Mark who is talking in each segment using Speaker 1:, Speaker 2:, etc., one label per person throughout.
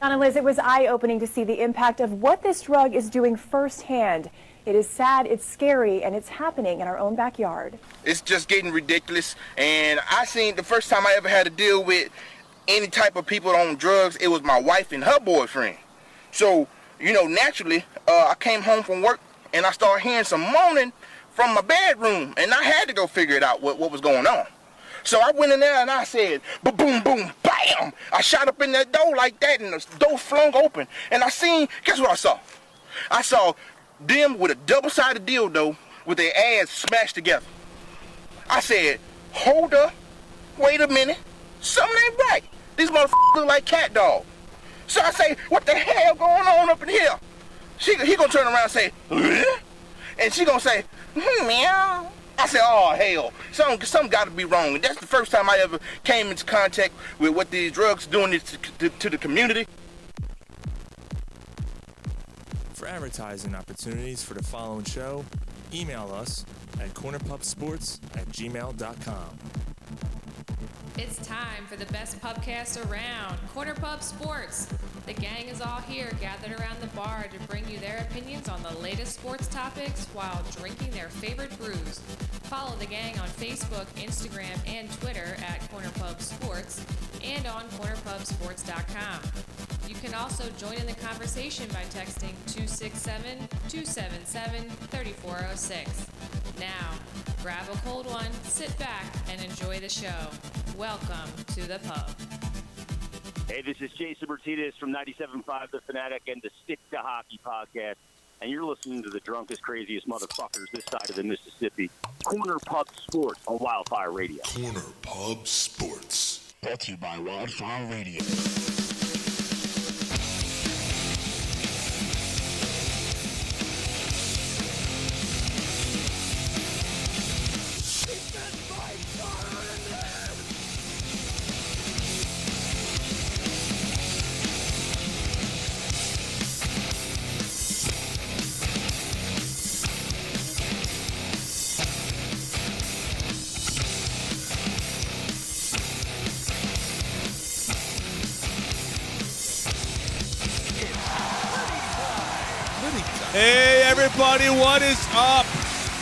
Speaker 1: Donna Liz, it was eye-opening to see the impact of what this drug is doing firsthand. It is sad, it's scary, and it's happening in our own backyard.
Speaker 2: It's just getting ridiculous. And I seen the first time I ever had to deal with any type of people on drugs, it was my wife and her boyfriend. So, you know, naturally, uh, I came home from work and I started hearing some moaning from my bedroom. And I had to go figure it out what, what was going on. So I went in there and I said, ba boom, boom, bam. I shot up in that door like that and the door flung open. And I seen, guess what I saw? I saw them with a double-sided dildo with their ass smashed together. I said, hold up, wait a minute, something ain't right. These motherfuckers look like cat dog. So I say, what the hell going on up in here? She, he gonna turn around and say, "Huh?" and she gonna say, hmm, meow. I said, oh hell, something, something gotta be wrong. And that's the first time I ever came into contact with what these drugs doing to, to, to the community.
Speaker 3: For advertising opportunities for the following show, email us at cornerpubsports at gmail.com.
Speaker 4: It's time for the best pubcast around, Corner Pub Sports. The gang is all here, gathered around the bar to bring you their opinions on the latest sports topics while drinking their favorite brews. Follow the gang on Facebook, Instagram, and Twitter at Corner Pub Sports and on cornerpubsports.com. You can also join in the conversation by texting 267 277 3406. Now, grab a cold one, sit back, and enjoy the show. Welcome to the pub.
Speaker 5: Hey, this is Jason Martinez from 97.5 The Fanatic and the Stick to Hockey podcast. And you're listening to the drunkest, craziest motherfuckers this side of the Mississippi. Corner Pub Sports on Wildfire Radio.
Speaker 6: Corner Pub Sports. Brought to you by Wildfire Radio.
Speaker 7: Hey everybody, what is up?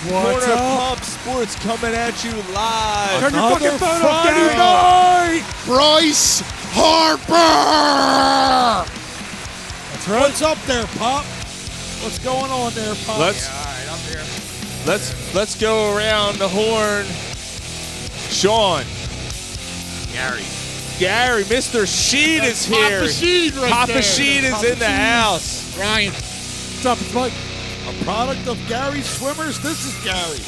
Speaker 7: Corner Pub Sports coming at you live. Turn your fucking phone off,
Speaker 6: Bryce Harper!
Speaker 8: What's up there, Pop? What's going on there, Pop?
Speaker 7: Let's let's let's go around the horn. Sean,
Speaker 9: Gary.
Speaker 7: Gary, Mr. Sheed is here.
Speaker 8: Papa Sheed right
Speaker 7: Papa
Speaker 8: there.
Speaker 7: Sheed is
Speaker 8: Papa
Speaker 7: in the
Speaker 8: Sheed.
Speaker 7: house.
Speaker 9: Ryan.
Speaker 8: What's up, It's like A product of Gary Swimmers. This is Gary.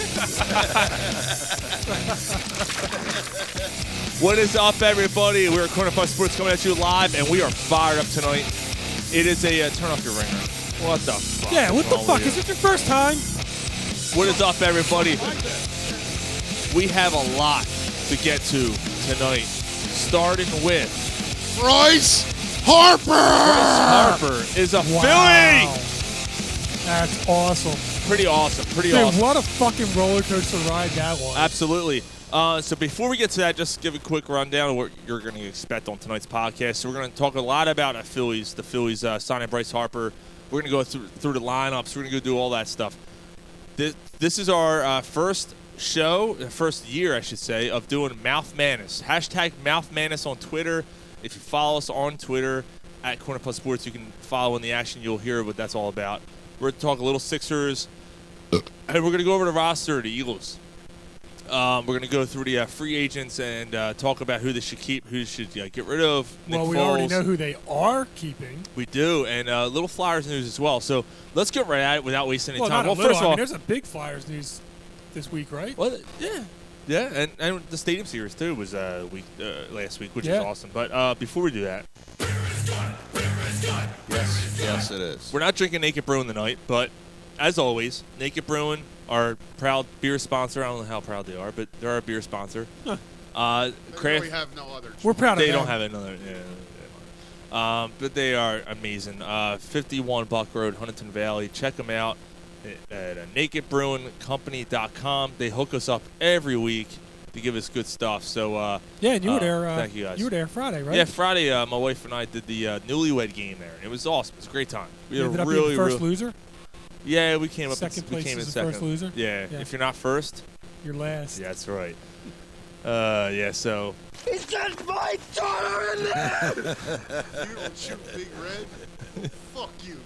Speaker 7: What is up, everybody? We're Corner Pub Sports coming at you live, and we are fired up tonight. It is a uh, turn off your ringer. What the fuck? Oh,
Speaker 8: Yeah, what
Speaker 7: is
Speaker 8: the
Speaker 10: Oh,
Speaker 7: wrong with
Speaker 8: fuck?
Speaker 7: you?
Speaker 8: Is it your first time?
Speaker 7: What is up, everybody? We have a lot to get to tonight, starting with
Speaker 6: Bryce Harper!
Speaker 7: Harper is a Philly.
Speaker 8: That's awesome.
Speaker 7: Pretty awesome. Pretty
Speaker 8: Dude,
Speaker 7: awesome.
Speaker 8: what a fucking roller coaster ride that was.
Speaker 7: Absolutely. Uh, so before we get to that, just give a quick rundown of what you're going to expect on tonight's podcast. So we're going to talk a lot about the Phillies, the Phillies uh, signing Bryce Harper. We're going to go through, through the lineups. We're going to go do all that stuff. This, this is our uh, first show, the first year, I should say, of doing Mouth Madness. Hashtag Mouth Madness on Twitter. If you follow us on Twitter at Corner Plus Sports, you can follow in the action. You'll hear what that's all about. We're going to talk a little Sixers, and we're going to go over the roster of the Eagles. Um, we're going to go through the uh, free agents and uh, talk about who they should keep, who they should uh, get rid of. Nick
Speaker 8: well, we already
Speaker 7: Foles.
Speaker 8: know who they are keeping.
Speaker 7: We do, and uh, little Flyers news as well. So let's get right at it without wasting any
Speaker 8: Well, not
Speaker 7: time.
Speaker 8: a
Speaker 7: Well,
Speaker 8: little.
Speaker 7: first
Speaker 8: I
Speaker 7: of all,
Speaker 8: mean, there's a big Flyers news this week, right?
Speaker 7: Well, th- yeah, yeah, and, and the stadium series too was uh, week uh, last week, which is
Speaker 8: Yeah.
Speaker 7: awesome. But uh, before we do that,
Speaker 9: Yes, yes, it is.
Speaker 7: we're not drinking Naked Brewing tonight, but as always, Naked Brewing, our proud beer sponsor. I don't know how proud they are, but they're our beer sponsor. Uh,
Speaker 6: We
Speaker 7: craft,
Speaker 6: have no other.
Speaker 8: We're proud
Speaker 7: they
Speaker 8: of
Speaker 7: don't
Speaker 8: them.
Speaker 7: have another. Yeah, yeah. Um, but they are amazing. Uh, 51 Buck Road, Huntington Valley. Check them out at uh, nakedbrewingcompany.com. They hook us up every week. to give us good stuff. So uh,
Speaker 10: Yeah, and you were
Speaker 7: uh,
Speaker 10: there. Uh,
Speaker 7: thank you guys.
Speaker 10: were there Friday, right?
Speaker 7: Yeah, Friday, uh, my wife and I did the uh, newlywed game there. It was awesome. It was a great time. We
Speaker 10: You
Speaker 7: had
Speaker 10: ended
Speaker 7: a
Speaker 10: up being
Speaker 7: really
Speaker 10: first
Speaker 7: really-
Speaker 10: loser?
Speaker 7: Yeah, we came up.
Speaker 10: Second
Speaker 7: in,
Speaker 10: place
Speaker 7: we came
Speaker 10: is
Speaker 7: in
Speaker 10: the
Speaker 7: second.
Speaker 10: first loser?
Speaker 7: Yeah.
Speaker 10: Yeah.
Speaker 7: if you're not first,
Speaker 10: Your last.
Speaker 7: Yeah, that's right. Uh, yeah. So
Speaker 6: He just my daughter in there!
Speaker 9: You
Speaker 6: don't shoot Big Red. Fuck you.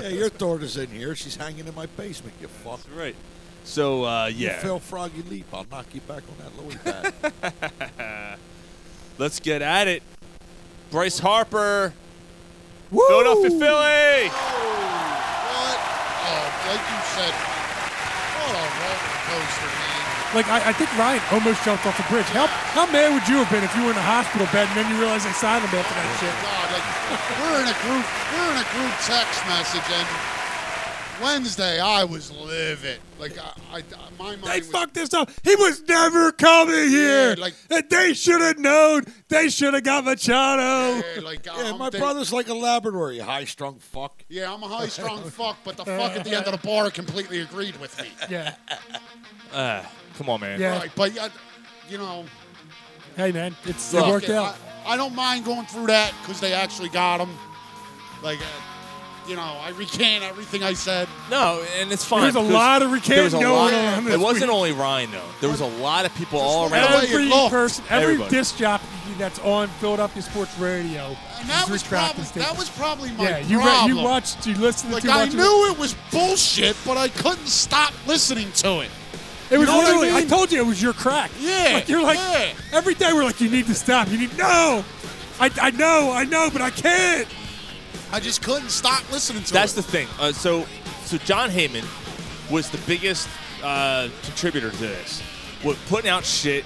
Speaker 8: yeah, your daughter's in here. She's hanging in my basement. You fuck.
Speaker 7: right. So uh, yeah.
Speaker 8: You fail froggy leap. I'll knock you back on that lily pad.
Speaker 7: Let's get at it. Bryce Harper. Philadelphia Philly.
Speaker 9: What? Oh, like you said, what a roller coaster, man.
Speaker 10: Like I, I think Ryan almost jumped off the bridge. How how mad would you have been if you were in a hospital bed and then you realized they signed him after that shit?
Speaker 9: God, like, we're in a group, we're in a group text message, and Wednesday I was livid. Like, I, I my mind
Speaker 10: They
Speaker 9: was
Speaker 10: fucked this up. He was never coming here.
Speaker 9: Yeah, like-
Speaker 10: and they should have known. They should have got Machado.
Speaker 9: Yeah, like,
Speaker 8: yeah,
Speaker 9: I'm
Speaker 8: my
Speaker 9: think-
Speaker 8: brother's like a Labrador. You high strung fuck.
Speaker 9: Yeah, I'm a high strung fuck, but the fuck at the end of the bar completely agreed with me.
Speaker 10: Yeah.
Speaker 7: Uh, come on, man.
Speaker 10: Yeah.
Speaker 9: Right, but uh, you know,
Speaker 10: Hey man, it's it
Speaker 9: fuck
Speaker 10: worked
Speaker 9: it.
Speaker 10: out.
Speaker 9: I, I don't mind going through that because they actually got him. Like, uh, you know, I recant everything I said.
Speaker 7: No, and it's fine.
Speaker 10: There's a
Speaker 7: because
Speaker 10: lot of
Speaker 7: there was
Speaker 10: recanting
Speaker 7: a
Speaker 10: going
Speaker 7: lot-
Speaker 10: on. this
Speaker 7: It wasn't
Speaker 10: week.
Speaker 7: only Ryan though. There was a lot of people all
Speaker 9: look at
Speaker 7: around.
Speaker 9: the way you
Speaker 10: every
Speaker 9: looked.
Speaker 10: person, every
Speaker 7: Everybody.
Speaker 10: disc jockey that's on Philadelphia sports radio.
Speaker 9: And that
Speaker 10: is
Speaker 9: was
Speaker 10: retracting
Speaker 9: probably that
Speaker 10: statements.
Speaker 9: was probably my
Speaker 10: yeah. You re-
Speaker 9: problem.
Speaker 10: you watched, you listened
Speaker 9: like
Speaker 10: to too
Speaker 9: I
Speaker 10: much of it.
Speaker 9: knew it was bullshit, but I couldn't stop listening to it.
Speaker 10: It was
Speaker 9: know what I
Speaker 10: literally. I,
Speaker 9: mean?
Speaker 10: told you it was your crack.
Speaker 9: Yeah,
Speaker 10: Like, you're like
Speaker 9: yeah.
Speaker 10: every day we're like, you need to stop. You need no. I, I know, I know, but I can't.
Speaker 9: I just couldn't stop listening to
Speaker 7: That's
Speaker 9: it.
Speaker 7: the thing. Uh, so, so John Heyman was the biggest uh, contributor to this. With putting out shit,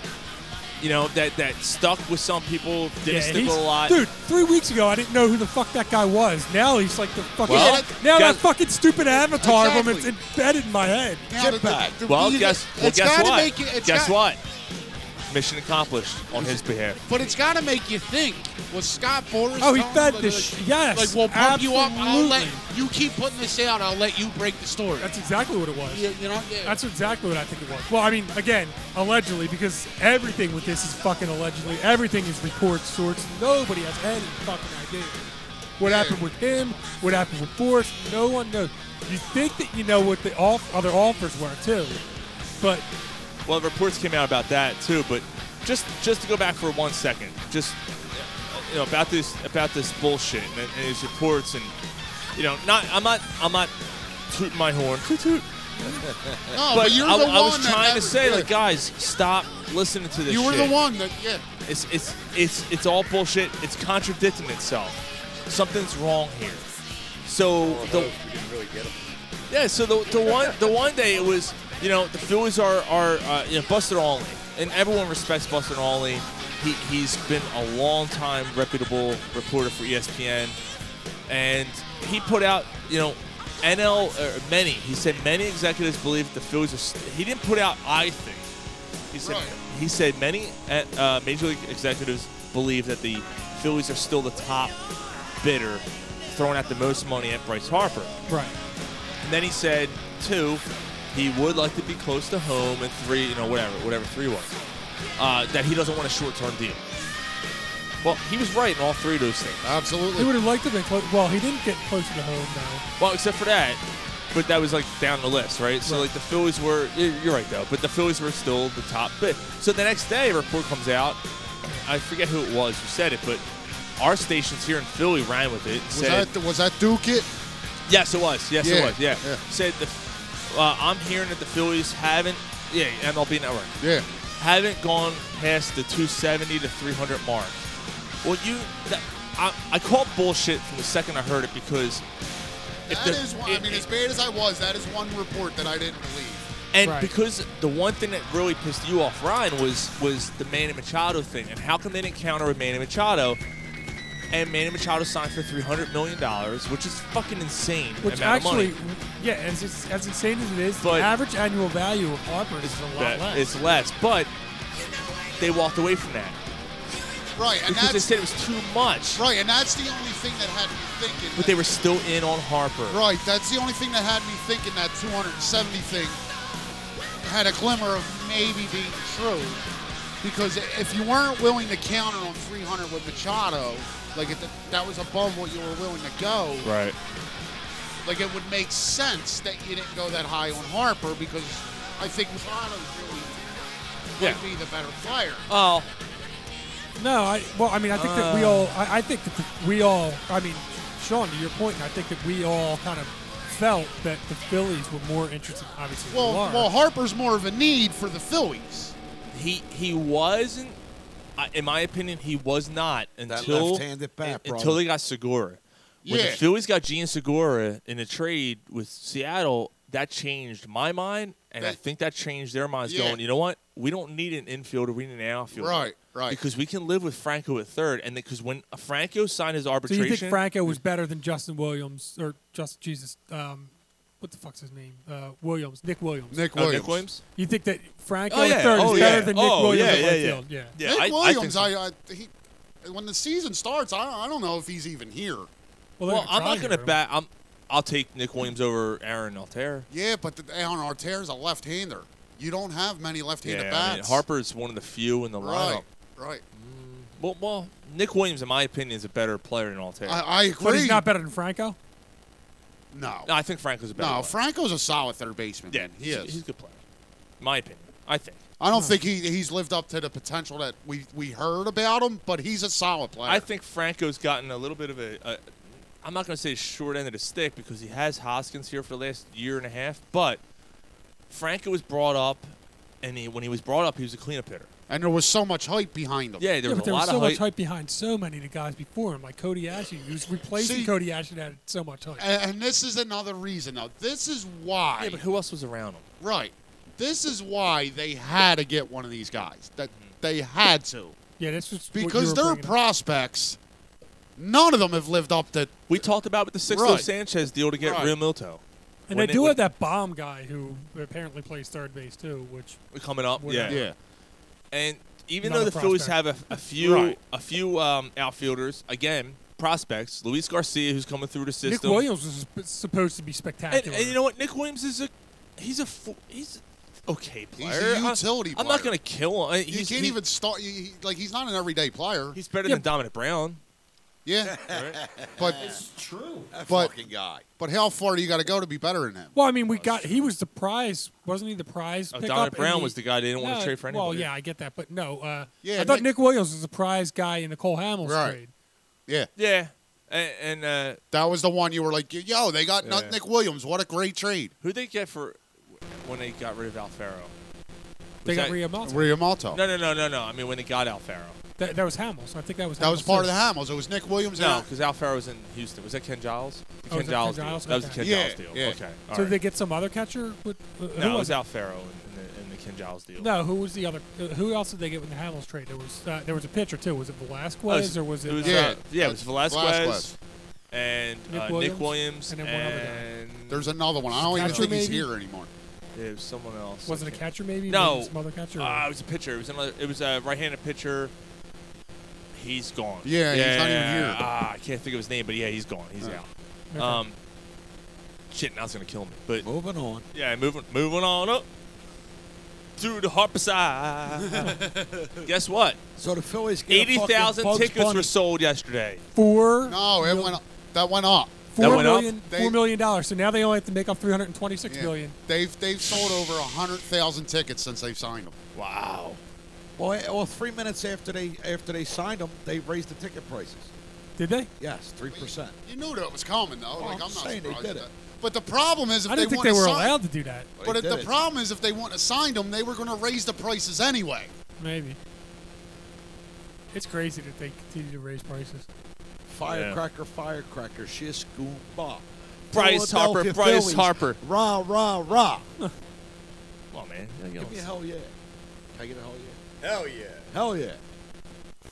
Speaker 7: you know that that stuck with some people, didn't
Speaker 10: Yeah,
Speaker 7: stick
Speaker 10: he's-
Speaker 7: with a lot.
Speaker 10: Dude, three weeks ago I didn't know who the fuck that guy was. Now he's like the fucking.
Speaker 7: Well,
Speaker 10: now that
Speaker 7: guess-
Speaker 10: fucking stupid avatar of
Speaker 9: Exactly.
Speaker 10: him is embedded in my head.
Speaker 9: Now, the-
Speaker 8: Jetpack.
Speaker 9: the- the
Speaker 7: well,
Speaker 9: reason-
Speaker 7: guess well,
Speaker 9: it's
Speaker 7: guess
Speaker 9: gotta
Speaker 7: what?
Speaker 9: Make you, it's
Speaker 7: guess
Speaker 9: got-
Speaker 7: what? Mission accomplished on his behalf.
Speaker 9: But it's got to make you think. Was Scott Boras?
Speaker 10: Oh, he
Speaker 9: telling
Speaker 10: fed
Speaker 9: you,
Speaker 10: the sh- yes,
Speaker 9: Like we'll pump you up. I'll let
Speaker 10: absolutely.
Speaker 9: you keep putting this out. I'll let you break the story.
Speaker 10: That's exactly what it was.
Speaker 9: you, you know. Yeah.
Speaker 10: That's exactly what I think it was. Well, I mean, again, allegedly, because everything with this is fucking allegedly. Everything is report sorts. Nobody has any fucking idea what happened with him, what happened with Force. No one knows. You think that you know what the off- other offers were too, but
Speaker 7: Well, reports came out about that too, but just just to go back for one second, just you know about this about this bullshit and, and these reports and you know not I'm not I'm not tooting my horn, toot toot. But
Speaker 9: no, but you're
Speaker 7: I,
Speaker 9: the
Speaker 7: I
Speaker 9: one
Speaker 7: was
Speaker 9: that
Speaker 7: trying
Speaker 9: never-
Speaker 7: to say,
Speaker 9: yeah.
Speaker 7: like, guys, stop listening to this.
Speaker 9: you were
Speaker 7: shit.
Speaker 9: the one that yeah.
Speaker 7: It's it's it's it's all bullshit. It's contradicting itself. Something's wrong here. So the yeah. So the, the one the one day it was you know the Phillies are are uh, you know Buster Olney and everyone respects Buster Olney. He he's been a long time reputable reporter for E ESPN, and he put out you know. NL or many, he said many executives believe the Phillies are. St- he didn't put out I think. He said,
Speaker 9: Right.
Speaker 7: he said many uh, major league executives believe that the Phillies are still the top bidder, throwing out the most money at Bryce Harper.
Speaker 10: right.
Speaker 7: And then he said, two, he would like to be close to home, and three, you know, whatever, whatever three was, uh, that he doesn't want a short-term deal. Well, he was right in all three of those things.
Speaker 10: He
Speaker 9: Absolutely.
Speaker 10: would have liked to have been close. Well, he didn't get closer to home though.
Speaker 7: Well, except for that, but that was like down the list, right? So
Speaker 10: Right.
Speaker 7: like the Phillies were, y- you're right though, but the Phillies were still the top bid. So the next day, a report comes out. I forget who it was who said it, but our stations here in Philly ran with it. and
Speaker 9: Was
Speaker 7: said,
Speaker 9: that was that Duke it?
Speaker 7: Yes, it was. Yes, it
Speaker 9: Yeah,
Speaker 7: was. Yeah.
Speaker 9: yeah.
Speaker 7: Said the, uh, I'm hearing that the Phillies haven't, yeah, MLB Network
Speaker 9: Yeah.
Speaker 7: haven't gone past the 270 to 300 mark. Well, you, that, I, I call bullshit from the second I heard it because. if
Speaker 9: That
Speaker 7: the-
Speaker 9: is one. I
Speaker 7: it-
Speaker 9: mean,
Speaker 7: it-
Speaker 9: as bad as I was, that is one report that I didn't believe.
Speaker 7: And
Speaker 10: Right.
Speaker 7: because the one thing that really pissed you off, Ryan, was was the Manny Machado thing, and how come they didn't counter with Manny Machado? And Manny Machado signed for three hundred million dollars, which is fucking insane
Speaker 10: Which
Speaker 7: amount
Speaker 10: actually,
Speaker 7: of money.
Speaker 10: yeah, as, it's- as insane as it is,
Speaker 7: But-
Speaker 10: the average annual value of Harper is a lot
Speaker 7: That-
Speaker 10: less.
Speaker 7: It's less, but they walked away from that
Speaker 9: Right, and
Speaker 7: because they
Speaker 9: that's
Speaker 7: said it was too much.
Speaker 9: right, and that's the only thing that had me thinking.
Speaker 7: But
Speaker 9: that-
Speaker 7: they were still in on Harper.
Speaker 9: Right, that's the only thing that had me thinking that 270 thing had a glimmer of maybe being true because if you weren't willing to counter on 300 with Machado, like if that was above what you were willing to go,
Speaker 7: Right.
Speaker 9: like it would make sense that you didn't go that high on Harper because I think Machado's really
Speaker 7: Yeah.
Speaker 9: would be the better player.
Speaker 7: Oh.
Speaker 10: No, I well, I mean, I think that we
Speaker 7: Uh.
Speaker 10: all, I, I think that we all, I mean, Sean, to your point, I think that we all kind of felt that the Phillies were more interested, obviously.
Speaker 9: Well,
Speaker 10: they are.
Speaker 9: well, Harper's more of a need for the Phillies.
Speaker 7: He he wasn't, I- in my opinion, he was not until
Speaker 8: left-handed bat,
Speaker 7: un-
Speaker 8: bro.
Speaker 7: until they got Segura. When
Speaker 9: Yeah.
Speaker 7: the Phillies got Gene Segura in a trade with Seattle, that changed my mind, and I
Speaker 9: That-
Speaker 7: think that changed their minds.
Speaker 9: Yeah.
Speaker 7: Going, you know what? We don't need an infielder. We need an outfielder.
Speaker 9: Right, right.
Speaker 7: Because we can live with Franco at third, and because when Franco signed his
Speaker 10: so
Speaker 7: arbitration,
Speaker 10: you think Franco was better than Justin Williams or just Jesus? Um, what the fuck's his name? Uh, Williams, Nick Williams.
Speaker 9: Nick
Speaker 7: Oh,
Speaker 9: Williams.
Speaker 7: Nick Williams?
Speaker 10: You think that Franco
Speaker 7: Oh, yeah.
Speaker 10: at third
Speaker 7: Oh,
Speaker 10: is
Speaker 7: yeah.
Speaker 10: better than Nick
Speaker 7: Oh,
Speaker 10: Williams
Speaker 7: yeah,
Speaker 10: at
Speaker 7: yeah,
Speaker 10: right
Speaker 7: yeah.
Speaker 10: field? Yeah.
Speaker 7: Yeah,
Speaker 9: Nick
Speaker 7: I- I think
Speaker 9: Williams,
Speaker 7: so.
Speaker 9: I, I, he, when the season starts, I, I don't know if he's even here.
Speaker 10: they're
Speaker 7: Well,
Speaker 10: gonna
Speaker 7: I'm
Speaker 10: try
Speaker 7: not
Speaker 10: here.
Speaker 7: going to bat. I'm. I'll take Nick Williams over Aaron Altair.
Speaker 9: Yeah, but the, Alan Arter's a left-hander. You don't have many left-handed
Speaker 7: Yeah,
Speaker 9: bats.
Speaker 7: I mean, Harper's one of the few in the
Speaker 9: right,
Speaker 7: lineup.
Speaker 9: right.
Speaker 7: Well, well, Nick Williams, in my opinion, is a better player than Altair.
Speaker 9: I, I agree.
Speaker 10: But he's not better than Franco.
Speaker 9: No,
Speaker 7: no, I think Franco's a better.
Speaker 9: no.
Speaker 7: player.
Speaker 9: Franco's a solid third baseman.
Speaker 7: yeah,
Speaker 9: man. he
Speaker 7: he's,
Speaker 9: is.
Speaker 7: he's a good player. In my opinion, I think.
Speaker 9: I don't think he, he's lived up to the potential that we, we heard about him, but he's a solid player.
Speaker 7: I think Franco's gotten a little bit of a. a I'm not going to say short end of the stick because he has Hoskins here for the last year and a half, but Franco was brought up, and he, when he was brought up, he was a cleanup hitter.
Speaker 9: and there was so much hype behind him.
Speaker 7: Yeah, there
Speaker 10: yeah,
Speaker 7: was
Speaker 10: but
Speaker 7: a
Speaker 10: there
Speaker 7: lot
Speaker 10: was so
Speaker 7: of
Speaker 10: much
Speaker 7: hype.
Speaker 10: hype behind so many of the guys before him, like Cody Ashton, who's replacing
Speaker 9: See-
Speaker 10: Cody Ashton had so much hype.
Speaker 9: And, and this is another reason, though. This is why.
Speaker 7: Yeah, but who else was around him?
Speaker 9: right. This is why they had to get one of these guys. That they had to
Speaker 10: yeah, that's just what you
Speaker 9: because
Speaker 10: were
Speaker 9: their
Speaker 10: bringing up.
Speaker 9: prospects, none of them have lived up to.
Speaker 7: We talked about with the Sixto
Speaker 9: Right.
Speaker 7: Sanchez deal to get
Speaker 9: Right.
Speaker 7: Real Milto.
Speaker 10: and
Speaker 7: when
Speaker 10: they
Speaker 7: it
Speaker 10: do
Speaker 7: would-
Speaker 10: have that bomb guy who apparently plays third base too, which
Speaker 7: coming up.
Speaker 10: We're not-
Speaker 7: And even
Speaker 10: Not
Speaker 7: though
Speaker 10: a
Speaker 7: the Phillies have
Speaker 10: prospect.
Speaker 7: a, a few
Speaker 9: Right.
Speaker 7: a few um, outfielders, again prospects, Luis Garcia who's coming through the system.
Speaker 10: Nick Williams was sp- supposed to be
Speaker 7: And,
Speaker 10: spectacular.
Speaker 7: and you know what? Nick Williams is a he's a fo- he's a okay player. I-
Speaker 9: utility
Speaker 7: I'm not
Speaker 9: player.
Speaker 7: going to kill him. I-
Speaker 9: You
Speaker 7: He's,
Speaker 9: can't
Speaker 7: he-
Speaker 9: even start. You, he- like he's not an everyday player.
Speaker 7: He's better
Speaker 10: Yeah.
Speaker 7: than Dominic Brown.
Speaker 9: Yeah,
Speaker 7: Right?
Speaker 9: but
Speaker 8: That
Speaker 9: But-
Speaker 8: fucking guy.
Speaker 9: but how far do you got to go to be better than him?
Speaker 10: well, I mean, we got he was the prize, wasn't he? The prize.
Speaker 7: Oh,
Speaker 10: pickup
Speaker 7: Dominic
Speaker 10: in
Speaker 7: Brown was the guy they didn't want
Speaker 10: No,
Speaker 7: to trade for anybody.
Speaker 10: Well, yeah, I get that, but no. Uh,
Speaker 9: Yeah,
Speaker 10: I thought
Speaker 9: Nick-
Speaker 10: Nick, Williams was the prize guy in the Cole Hamels
Speaker 9: Right.
Speaker 10: trade.
Speaker 9: Yeah,
Speaker 7: yeah, and, and uh,
Speaker 9: that was the one you were like, yo, they got
Speaker 7: Yeah.
Speaker 9: Nick Williams. What a great trade.
Speaker 7: who they get for when they got rid of Alfaro?
Speaker 10: They
Speaker 7: Was
Speaker 10: got
Speaker 7: that-
Speaker 10: Rio Malta.
Speaker 9: Riamalto.
Speaker 7: No, no, no, no, no. I mean when they got Alfaro.
Speaker 10: that, that was Hamels. I think that was.
Speaker 9: That was
Speaker 10: Hamels
Speaker 9: part of
Speaker 10: too.
Speaker 9: the Hamels. It was Nick Williams.
Speaker 7: No,
Speaker 9: and-
Speaker 7: because Al Farrow was in Houston. Was that Ken Giles? The
Speaker 10: Oh, was that Ken
Speaker 7: deal.
Speaker 10: Giles?
Speaker 7: That was the
Speaker 10: Okay.
Speaker 7: Ken
Speaker 9: Yeah,
Speaker 7: Giles deal.
Speaker 9: yeah.
Speaker 7: Okay. all
Speaker 10: So did
Speaker 7: right.
Speaker 10: they get some other catcher? With, uh, who
Speaker 7: no, it
Speaker 10: was
Speaker 7: was Al Farrow in, in, the, in the Ken Giles deal.
Speaker 10: No, who was the other? uh, Who else did they get with the Hamels trade? There was uh, there was a pitcher too. Was it
Speaker 7: Oh,
Speaker 10: Velasquez or was it?
Speaker 7: was,
Speaker 10: uh,
Speaker 9: Yeah.
Speaker 7: uh, yeah, it was Velasquez,
Speaker 9: Velasquez.
Speaker 7: and
Speaker 10: Nick
Speaker 7: uh,
Speaker 10: Williams,
Speaker 7: Nick Williams,
Speaker 10: and
Speaker 7: and,
Speaker 10: then one other guy.
Speaker 9: There's another one. I don't even
Speaker 10: Catcher,
Speaker 9: think he's
Speaker 10: maybe?
Speaker 9: here anymore.
Speaker 7: it was someone else.
Speaker 10: was it a
Speaker 7: I can't-
Speaker 10: catcher maybe?
Speaker 7: No.
Speaker 10: Was it some other catcher.
Speaker 7: Uh, it was a pitcher. It was another. It was a right-handed pitcher. He's gone.
Speaker 9: Yeah, he's not even here.
Speaker 7: Ah, I can't think of his name, but yeah, he's gone. He's out.
Speaker 10: Okay.
Speaker 7: Um, shit, now it's gonna kill me. But
Speaker 8: Moving on.
Speaker 7: Yeah, moving moving on up to the Harper side. Guess what?
Speaker 8: So the Phillies get a
Speaker 7: Eighty
Speaker 8: fucking
Speaker 7: thousand
Speaker 8: Bugs
Speaker 7: tickets
Speaker 8: Bunny.
Speaker 7: were sold yesterday.
Speaker 10: four.
Speaker 9: No, it went up. That went up.
Speaker 7: That
Speaker 10: Four
Speaker 7: went up?
Speaker 10: million,
Speaker 9: They-
Speaker 10: four million dollars. So now they only have to make up three hundred and twenty-six
Speaker 9: Yeah.
Speaker 10: million.
Speaker 9: They've they've sold over hundred thousand tickets since they've signed them.
Speaker 7: Wow.
Speaker 8: Well, eh, well, three minutes after they after they signed them, they raised the ticket prices.
Speaker 10: Did they?
Speaker 8: Yes, three percent.
Speaker 9: You knew that was coming though. like
Speaker 8: I'm
Speaker 9: I'm not
Speaker 8: saying
Speaker 9: surprised.
Speaker 8: they
Speaker 9: at
Speaker 8: did it.
Speaker 9: that. But the problem is if
Speaker 10: I
Speaker 9: they
Speaker 10: didn't think
Speaker 9: wouldn't
Speaker 10: they were
Speaker 9: have signed-
Speaker 10: allowed to do that.
Speaker 9: But
Speaker 8: They
Speaker 9: if the
Speaker 8: did it.
Speaker 9: problem is if they wouldn't have signed them, they were going to raise the prices anyway.
Speaker 10: Maybe. It's crazy that they continue to raise prices.
Speaker 8: Firecracker, firecracker, shish goomba.
Speaker 7: Bryce Harper,
Speaker 8: Philadelphia
Speaker 7: Bryce
Speaker 8: Phillies,
Speaker 7: Harper.
Speaker 8: Rah, rah, rah.
Speaker 7: Come on, man. You gotta get
Speaker 8: Give me a
Speaker 7: on-
Speaker 8: hell yeah. Can I get a hell yeah? Hell yeah. Hell yeah.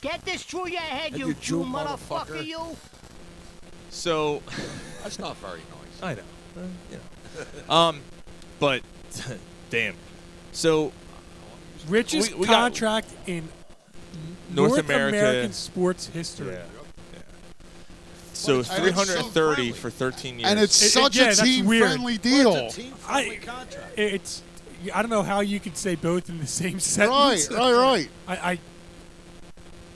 Speaker 11: Get this through your head,
Speaker 8: And
Speaker 11: you,
Speaker 8: you
Speaker 11: Jew
Speaker 8: Jew
Speaker 11: motherfucker,
Speaker 8: motherfucker.
Speaker 11: you!
Speaker 7: So
Speaker 8: That's not very nice.
Speaker 7: I know. Uh, you know. um, but damn. So
Speaker 10: Richest
Speaker 7: We- we got-
Speaker 10: contract in
Speaker 7: North
Speaker 10: North,
Speaker 7: America-
Speaker 10: American sports history.
Speaker 7: yeah. yeah. So
Speaker 9: it's so
Speaker 7: 330
Speaker 9: friendly.
Speaker 7: for 13 years.
Speaker 9: And it's
Speaker 10: It- it-
Speaker 9: such
Speaker 10: yeah,
Speaker 9: a
Speaker 10: that's weird.
Speaker 9: team-friendly deal.
Speaker 8: It's a team-friendly
Speaker 10: I-
Speaker 8: contract.
Speaker 10: It's I don't know how you could say both in the same sentence.
Speaker 9: right, right.
Speaker 10: I, I,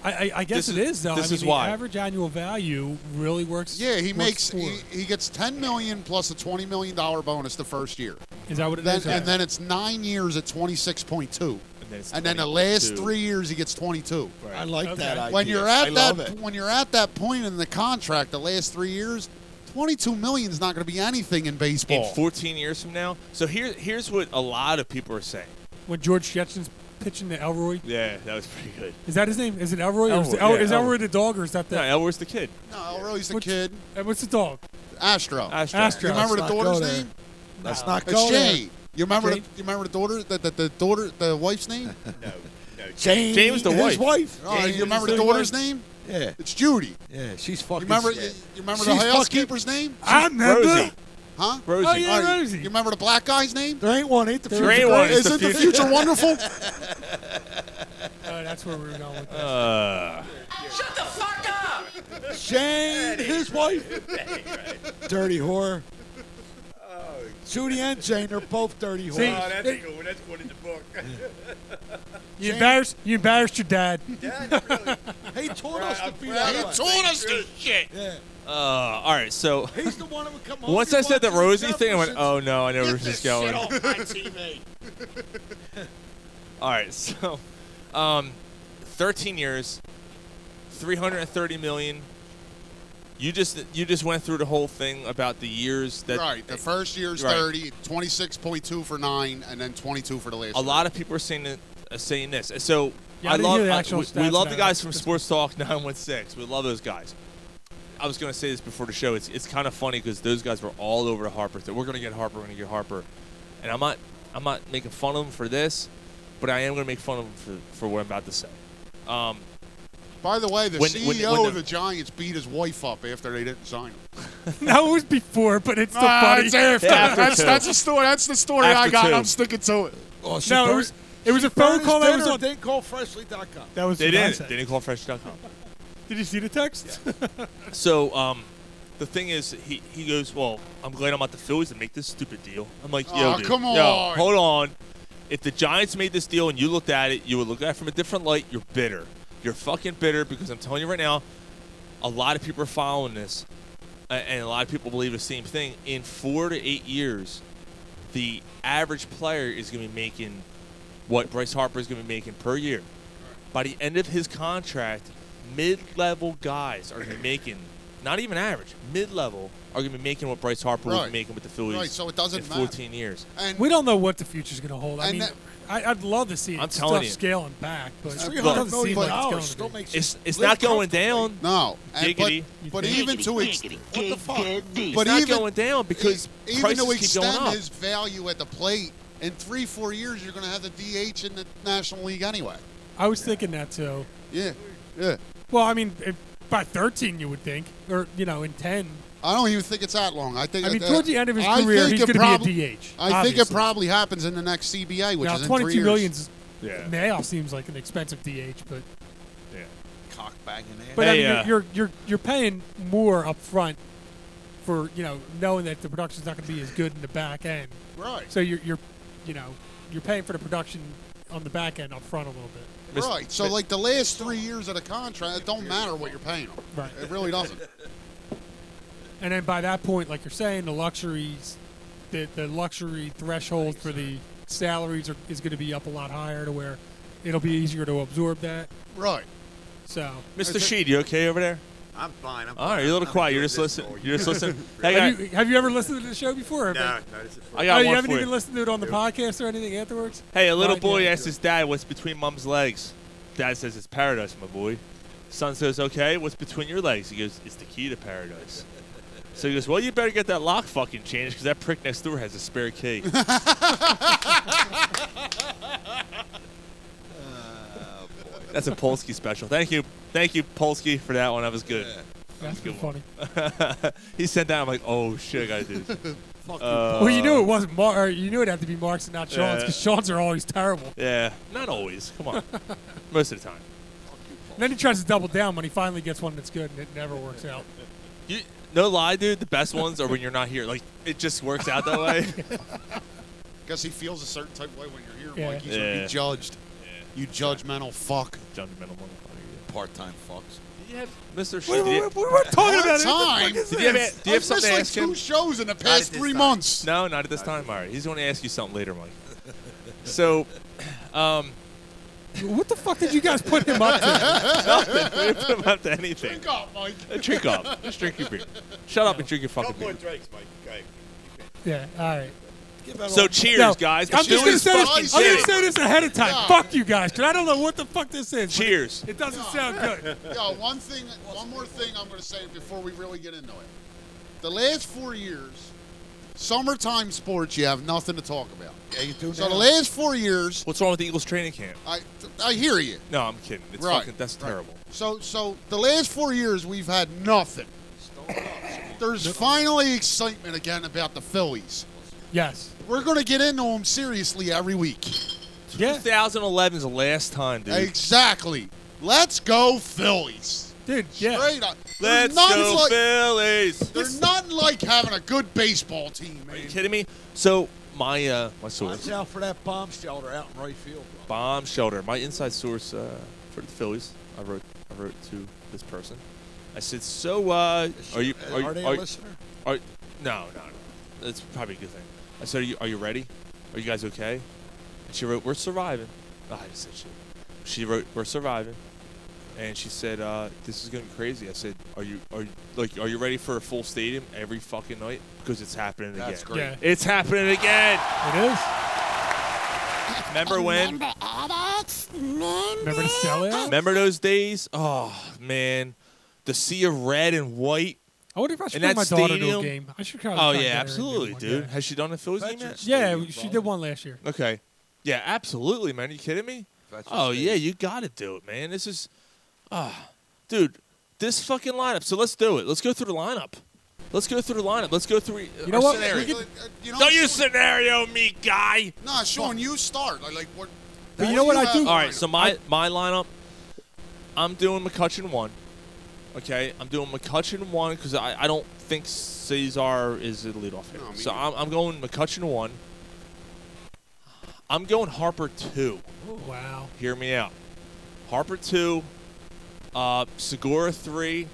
Speaker 10: I, I- I guess
Speaker 9: This
Speaker 10: it
Speaker 9: is-
Speaker 10: is though.
Speaker 9: this
Speaker 10: I mean,
Speaker 9: is why.
Speaker 10: the average annual value really works.
Speaker 9: Yeah, he
Speaker 10: works
Speaker 9: makes
Speaker 10: for
Speaker 9: he,
Speaker 10: it.
Speaker 9: he gets ten million plus a twenty million dollar bonus the first year.
Speaker 10: Is that what it
Speaker 9: then,
Speaker 10: is?
Speaker 9: And
Speaker 10: Yeah.
Speaker 9: then it's nine years at twenty six point two.
Speaker 7: And then,
Speaker 9: the last
Speaker 10: 22.
Speaker 9: three years he gets twenty two.
Speaker 8: I like that idea.
Speaker 9: When you're
Speaker 8: I
Speaker 9: at
Speaker 8: love
Speaker 9: that
Speaker 8: it.
Speaker 9: when you're at that point in the contract, the last three years, twenty two million is not going to be anything in baseball.
Speaker 7: in 14 years from now. So here, here's what a lot of people are saying.
Speaker 10: when George Jetson's pitching to Elroy,
Speaker 7: Yeah, that was pretty good.
Speaker 10: is that his name? Is it Elroy? or is,
Speaker 7: Elroy,
Speaker 10: it El-
Speaker 7: yeah,
Speaker 10: is
Speaker 7: Elroy.
Speaker 10: Elroy the dog or is that the?
Speaker 7: No, Elroy's the kid.
Speaker 9: No, Elroy's the
Speaker 10: kid. what's the dog?
Speaker 9: Astro.
Speaker 7: Astro.
Speaker 10: Astro.
Speaker 9: You remember the
Speaker 10: Let's not
Speaker 9: daughter's
Speaker 10: go there.
Speaker 9: name?
Speaker 10: Let's not
Speaker 9: It's
Speaker 10: go there.
Speaker 9: Jane. You remember? The,
Speaker 10: Jane?
Speaker 9: you remember the daughter? The, the, the daughter? The wife's name?
Speaker 12: no, no.
Speaker 8: Jane, James the his wife. wife.
Speaker 9: Oh,
Speaker 8: James
Speaker 9: you remember
Speaker 8: the
Speaker 9: the daughter's
Speaker 8: wife.
Speaker 9: name?
Speaker 8: Yeah.
Speaker 9: It's Judy.
Speaker 8: Yeah, she's fucking.
Speaker 9: You remember? You,
Speaker 8: sick.
Speaker 9: you remember
Speaker 8: She's
Speaker 9: the
Speaker 8: fucking-
Speaker 9: housekeeper's name?
Speaker 8: I remember. Rosie.
Speaker 9: Huh?
Speaker 8: Rosie. Oh, yeah,
Speaker 9: All right.
Speaker 8: Rosie.
Speaker 9: You remember the black guy's name?
Speaker 8: There ain't one. Ain't the
Speaker 9: There
Speaker 8: future.
Speaker 9: ain't one,
Speaker 8: great?
Speaker 9: it's the
Speaker 8: Isn't
Speaker 9: future. wonderful?
Speaker 10: Oh, that's where we were going with that.
Speaker 7: Uh,
Speaker 13: Shut the fuck up!
Speaker 8: Shane, his wife. dirty whore. Judy and Jane are both dirty whores.
Speaker 10: See, Oh, that's they-
Speaker 12: Cool, that's going in the book.
Speaker 10: You embarrassed. You embarrassed your dad.
Speaker 8: He taught us to be
Speaker 12: proud
Speaker 8: that
Speaker 12: of
Speaker 8: way.
Speaker 12: us. Taught us to
Speaker 7: shit.
Speaker 8: Yeah.
Speaker 7: uh, all right, so
Speaker 8: He's the one who would come over.
Speaker 7: once I said the Rosie thing, I went, oh no, I know where this is going.
Speaker 8: TV.
Speaker 7: All right, so um, 13 years, 330 million. You just you just went through the whole thing about the years that
Speaker 9: right. The first year's
Speaker 7: Right.
Speaker 9: 30, 26.2 for nine, and then 22 for the last.
Speaker 7: a lot of people are saying that, uh, saying this. And So
Speaker 9: Yeah, I
Speaker 7: I,
Speaker 9: didn't
Speaker 7: love
Speaker 9: hear the
Speaker 7: I-
Speaker 9: actual
Speaker 7: we, we
Speaker 9: stats
Speaker 7: love
Speaker 9: on
Speaker 7: the
Speaker 9: it.
Speaker 7: guys from Sports Talk 916. We love those guys. I was going to say this before the show. It's it's kind of funny because those guys were all over to Harper. That we're going to get Harper. We're going to get Harper. And I'm not I'm not making fun of them for this, but I am going to make fun of them for, for what I'm about to say. Um,
Speaker 9: By the way, the
Speaker 7: When-
Speaker 9: CEO
Speaker 7: when- when
Speaker 9: of
Speaker 7: the-
Speaker 9: the Giants beat his wife up after they didn't sign him.
Speaker 10: No, it was before, but it's still
Speaker 9: Ah,
Speaker 10: funny.
Speaker 9: it's after. that's that's the story. That's the story I
Speaker 10: After
Speaker 9: got.
Speaker 10: two.
Speaker 9: I'm sticking to it.
Speaker 8: Oh,
Speaker 10: no, it was, it was a phone call that was on.
Speaker 8: Then call freshly.com.
Speaker 10: That was
Speaker 7: they
Speaker 10: what I
Speaker 7: didn't.
Speaker 10: said.
Speaker 7: They didn't call Fresh.com.
Speaker 10: Did you see the text?
Speaker 7: So, um, the thing is, he, he goes, well, I'm glad I'm not the Phillies to make this stupid deal. I'm like, yo,
Speaker 9: Aw,
Speaker 7: dude,
Speaker 9: come
Speaker 7: yo,
Speaker 9: on.
Speaker 7: hold on. If the Giants made this deal and you looked at it, you would look at it from a different light. You're bitter. You're fucking bitter because I'm telling you right now, a lot of people are following this, a- and a lot of people believe the same thing. In four to eight years, the average player is going to be making what Bryce Harper is going to be making per year. By the end of his contract, mid-level guys are going to be making, not even average, mid-level are going to be making what Bryce Harper would
Speaker 9: Right.
Speaker 7: be making with the Phillies.
Speaker 9: Right, so it doesn't
Speaker 7: in
Speaker 9: matter.
Speaker 7: 14 years.
Speaker 10: we don't know what the future's going to hold. I
Speaker 9: And
Speaker 10: mean,
Speaker 9: that-
Speaker 10: I, I'd love to see it
Speaker 7: I'm
Speaker 10: stuff
Speaker 7: telling you.
Speaker 10: scaling back, but it
Speaker 7: Look,
Speaker 10: doesn't seem like it's going to be.
Speaker 7: It's, it's not going down.
Speaker 9: No, and- but-
Speaker 7: Giggity.
Speaker 9: but even to ex- what the fuck?
Speaker 7: It's
Speaker 9: But
Speaker 7: not
Speaker 9: even- e-,
Speaker 7: going down because
Speaker 9: even
Speaker 7: prices
Speaker 9: to
Speaker 7: keep going
Speaker 9: extend
Speaker 7: up.
Speaker 9: his value at the plate in three, four years, you're going to have the DH in the National League anyway.
Speaker 10: I was thinking that too.
Speaker 9: Yeah, yeah.
Speaker 10: Well, I mean, if, by 13, you would think, or you know, in 10.
Speaker 9: I don't even think it's that long. I think.
Speaker 10: I mean,
Speaker 9: that-
Speaker 10: towards the end of his
Speaker 9: I
Speaker 10: career,
Speaker 9: think
Speaker 10: he's gonna
Speaker 9: it
Speaker 10: be a
Speaker 9: probably-
Speaker 10: DH,
Speaker 9: I think it
Speaker 10: obviously.
Speaker 9: probably happens in the next CBA, which
Speaker 10: now,
Speaker 9: is in
Speaker 10: 22
Speaker 9: three years.
Speaker 10: millions
Speaker 7: Yeah.
Speaker 10: now seems like an expensive DH, but
Speaker 7: Yeah.
Speaker 8: Cock banging ass.
Speaker 10: but I mean,
Speaker 7: uh,
Speaker 10: you're, you're you're you're paying more up front for you know knowing that the production's not going to be as good in the back end.
Speaker 9: Right.
Speaker 10: So you're you're you know you're paying for the production on the back end up front a little bit.
Speaker 9: Right. So, like the last three years of the contract, it don't matter what you're paying them.
Speaker 10: Right.
Speaker 9: It really doesn't.
Speaker 10: And then by that point, like you're saying, the luxuries, the, the luxury threshold for the salaries are, is going to be up a lot higher to where it'll be easier to absorb that.
Speaker 9: Right.
Speaker 10: So,
Speaker 7: Mr. Sheed, you okay over there?
Speaker 12: I'm fine. I'm
Speaker 7: All right,
Speaker 12: fine.
Speaker 7: you're a little
Speaker 12: I'm
Speaker 7: quiet.
Speaker 12: doing
Speaker 7: You're just
Speaker 12: this
Speaker 7: listening.
Speaker 12: all
Speaker 7: You're just
Speaker 12: year.
Speaker 7: listening. I got,
Speaker 10: have you, have you ever listened to the show before?
Speaker 12: No, no, this is the first
Speaker 7: I got
Speaker 10: oh, you
Speaker 7: one
Speaker 10: haven't
Speaker 7: for
Speaker 10: even
Speaker 7: you.
Speaker 10: listened to it on the podcast or anything afterwards.
Speaker 7: Hey, a little
Speaker 10: Podcast.
Speaker 7: boy asks his dad what's between mom's legs. Dad says it's paradise, my boy. Son says, okay, what's between your legs? He goes, it's the key to paradise. So he goes, well, you better get that lock fucking changed because that prick next door has a spare key. Oh, That's a Polsky special. Thank you. Thank you, Polsky, for that one. That was good.
Speaker 10: That's
Speaker 7: That was
Speaker 10: pretty
Speaker 7: a good one. he sent that. I'm like, oh, shit, I got to do this.
Speaker 8: Fuck
Speaker 7: Uh,
Speaker 10: well, you knew it wasn't Mar- or you knew it had to be Mark's and not Sean's
Speaker 7: Yeah.
Speaker 10: because Sean's are always terrible.
Speaker 7: Yeah, not always. Come on. Most of the time.
Speaker 10: And then he tries to double down when he finally gets one that's good and it never works out.
Speaker 7: You, no lie, dude. The best ones are when you're not here. Like it just works out that way.
Speaker 9: guess he feels a certain type of way when you're here,
Speaker 8: Yeah.
Speaker 9: Mike. He's gonna
Speaker 8: Yeah.
Speaker 9: be judged. You judgmental fuck.
Speaker 7: Judgmental
Speaker 14: Part-time fucks.
Speaker 7: Did you have Mr.
Speaker 9: What-
Speaker 7: did you-
Speaker 9: what- what- what we're talking
Speaker 7: At
Speaker 9: about?
Speaker 7: that
Speaker 9: What the
Speaker 7: time.
Speaker 9: fuck is
Speaker 7: Did you have,
Speaker 9: this?
Speaker 7: do you have
Speaker 9: I've
Speaker 7: something to
Speaker 9: missed, like,
Speaker 7: ask him?
Speaker 9: two shows in the Not past at this three time. months.
Speaker 7: No, not at this time, Myra. He's going to ask you something later, Mike. So, um,
Speaker 10: What the fuck did you guys put him up
Speaker 7: nothing. We didn't
Speaker 10: to?
Speaker 7: put him up to anything.
Speaker 10: Drink up, Mike.
Speaker 7: Uh, drink up. Just drink your beer. Shut up and drink your fucking
Speaker 12: Couple
Speaker 7: beer.
Speaker 12: more drinks, Mike. Okay.
Speaker 10: yeah, all right.
Speaker 7: So cheers,
Speaker 10: No,
Speaker 7: guys.
Speaker 10: I'm
Speaker 7: Cheers.
Speaker 10: just gonna say
Speaker 7: Fucking
Speaker 10: this. I'm
Speaker 7: shit.
Speaker 10: gonna say this ahead of time.
Speaker 9: Yeah.
Speaker 10: Fuck you guys, because I don't know what the fuck this is. but it-
Speaker 7: Cheers.
Speaker 10: It doesn't sound good.
Speaker 9: Yo, one thing, one more thing I'm going to say before we really get into it. The last four years, summertime sports, you have nothing to talk about.
Speaker 7: Yeah, you do
Speaker 9: So the last four years.
Speaker 7: What's wrong with the Eagles training camp?
Speaker 9: I, I hear you.
Speaker 7: No, I'm kidding. It's
Speaker 9: Right.
Speaker 7: fucking, that's terrible.
Speaker 9: So, so the last four years we've had nothing. There's finally excitement again about the Phillies.
Speaker 10: Yes.
Speaker 9: We're going to get into them seriously every week.
Speaker 7: 2011 is the last time, dude.
Speaker 9: Exactly. Let's go Phillies.
Speaker 10: Dude,
Speaker 9: yeah. Straight up.
Speaker 7: Let's
Speaker 9: There's nothing
Speaker 7: go
Speaker 9: like,
Speaker 7: Phillies.
Speaker 9: There's nothing like having a good baseball team, man.
Speaker 7: Are you kidding me? So my uh, my source,
Speaker 14: Watch out for that bomb shelter out in right field.
Speaker 7: bomb shelter, my inside source uh, for the Phillies. I wrote I wrote to this person. I said, so uh, are you
Speaker 14: she-
Speaker 7: are, you-
Speaker 14: are they a
Speaker 7: are, you-
Speaker 14: listener?
Speaker 7: Are, no, no, no. That's probably a good thing. I said, are you, are you ready? Are you guys okay? And she wrote, we're surviving. Oh, I just said shit. She wrote, we're surviving. And she said, uh, this is gonna be crazy. I said, are you are you, like are you ready for a full stadium every fucking night? Because it's happening
Speaker 14: That's
Speaker 7: again.
Speaker 14: great. Yeah.
Speaker 7: It's happening again.
Speaker 10: It is.
Speaker 7: Remember when?
Speaker 10: Remember to sell it?
Speaker 7: Remember those days? Oh man, the sea of red and white.
Speaker 10: I
Speaker 9: Oh,
Speaker 10: wonder if I should
Speaker 7: in
Speaker 10: bring
Speaker 7: that
Speaker 10: my daughter to a
Speaker 7: stadium.
Speaker 10: game. I should probably
Speaker 7: Oh
Speaker 10: try
Speaker 7: yeah,
Speaker 10: and get her into
Speaker 7: absolutely,
Speaker 10: one,
Speaker 7: dude.
Speaker 10: yeah.
Speaker 7: Has she done a Phillies game yet?
Speaker 10: Yeah, she did one last year.
Speaker 7: Okay. Yeah, absolutely, man. Are you kidding me?
Speaker 10: Veterans
Speaker 7: Oh yeah, you got to do it, man. This is, ah, dude, this fucking lineup. So let's do it. Let's go through the lineup. Let's go through the lineup. Let's go through.
Speaker 9: You know what?
Speaker 7: Scenario.
Speaker 9: We could- uh, you know,
Speaker 7: Don't you scenario me, guy.
Speaker 9: Nah, Sean, you start. Like, like what?
Speaker 7: But you know what I do? All right, so my my lineup, I'm doing McCutcheon one. Okay, I'm doing McCutcheon one because I, I don't think Cesar is the leadoff hitter. so I'm, I'm going McCutcheon one. I'm going Harper two.
Speaker 10: Wow.
Speaker 7: Hear me out. Harper two. Uh, Segura three.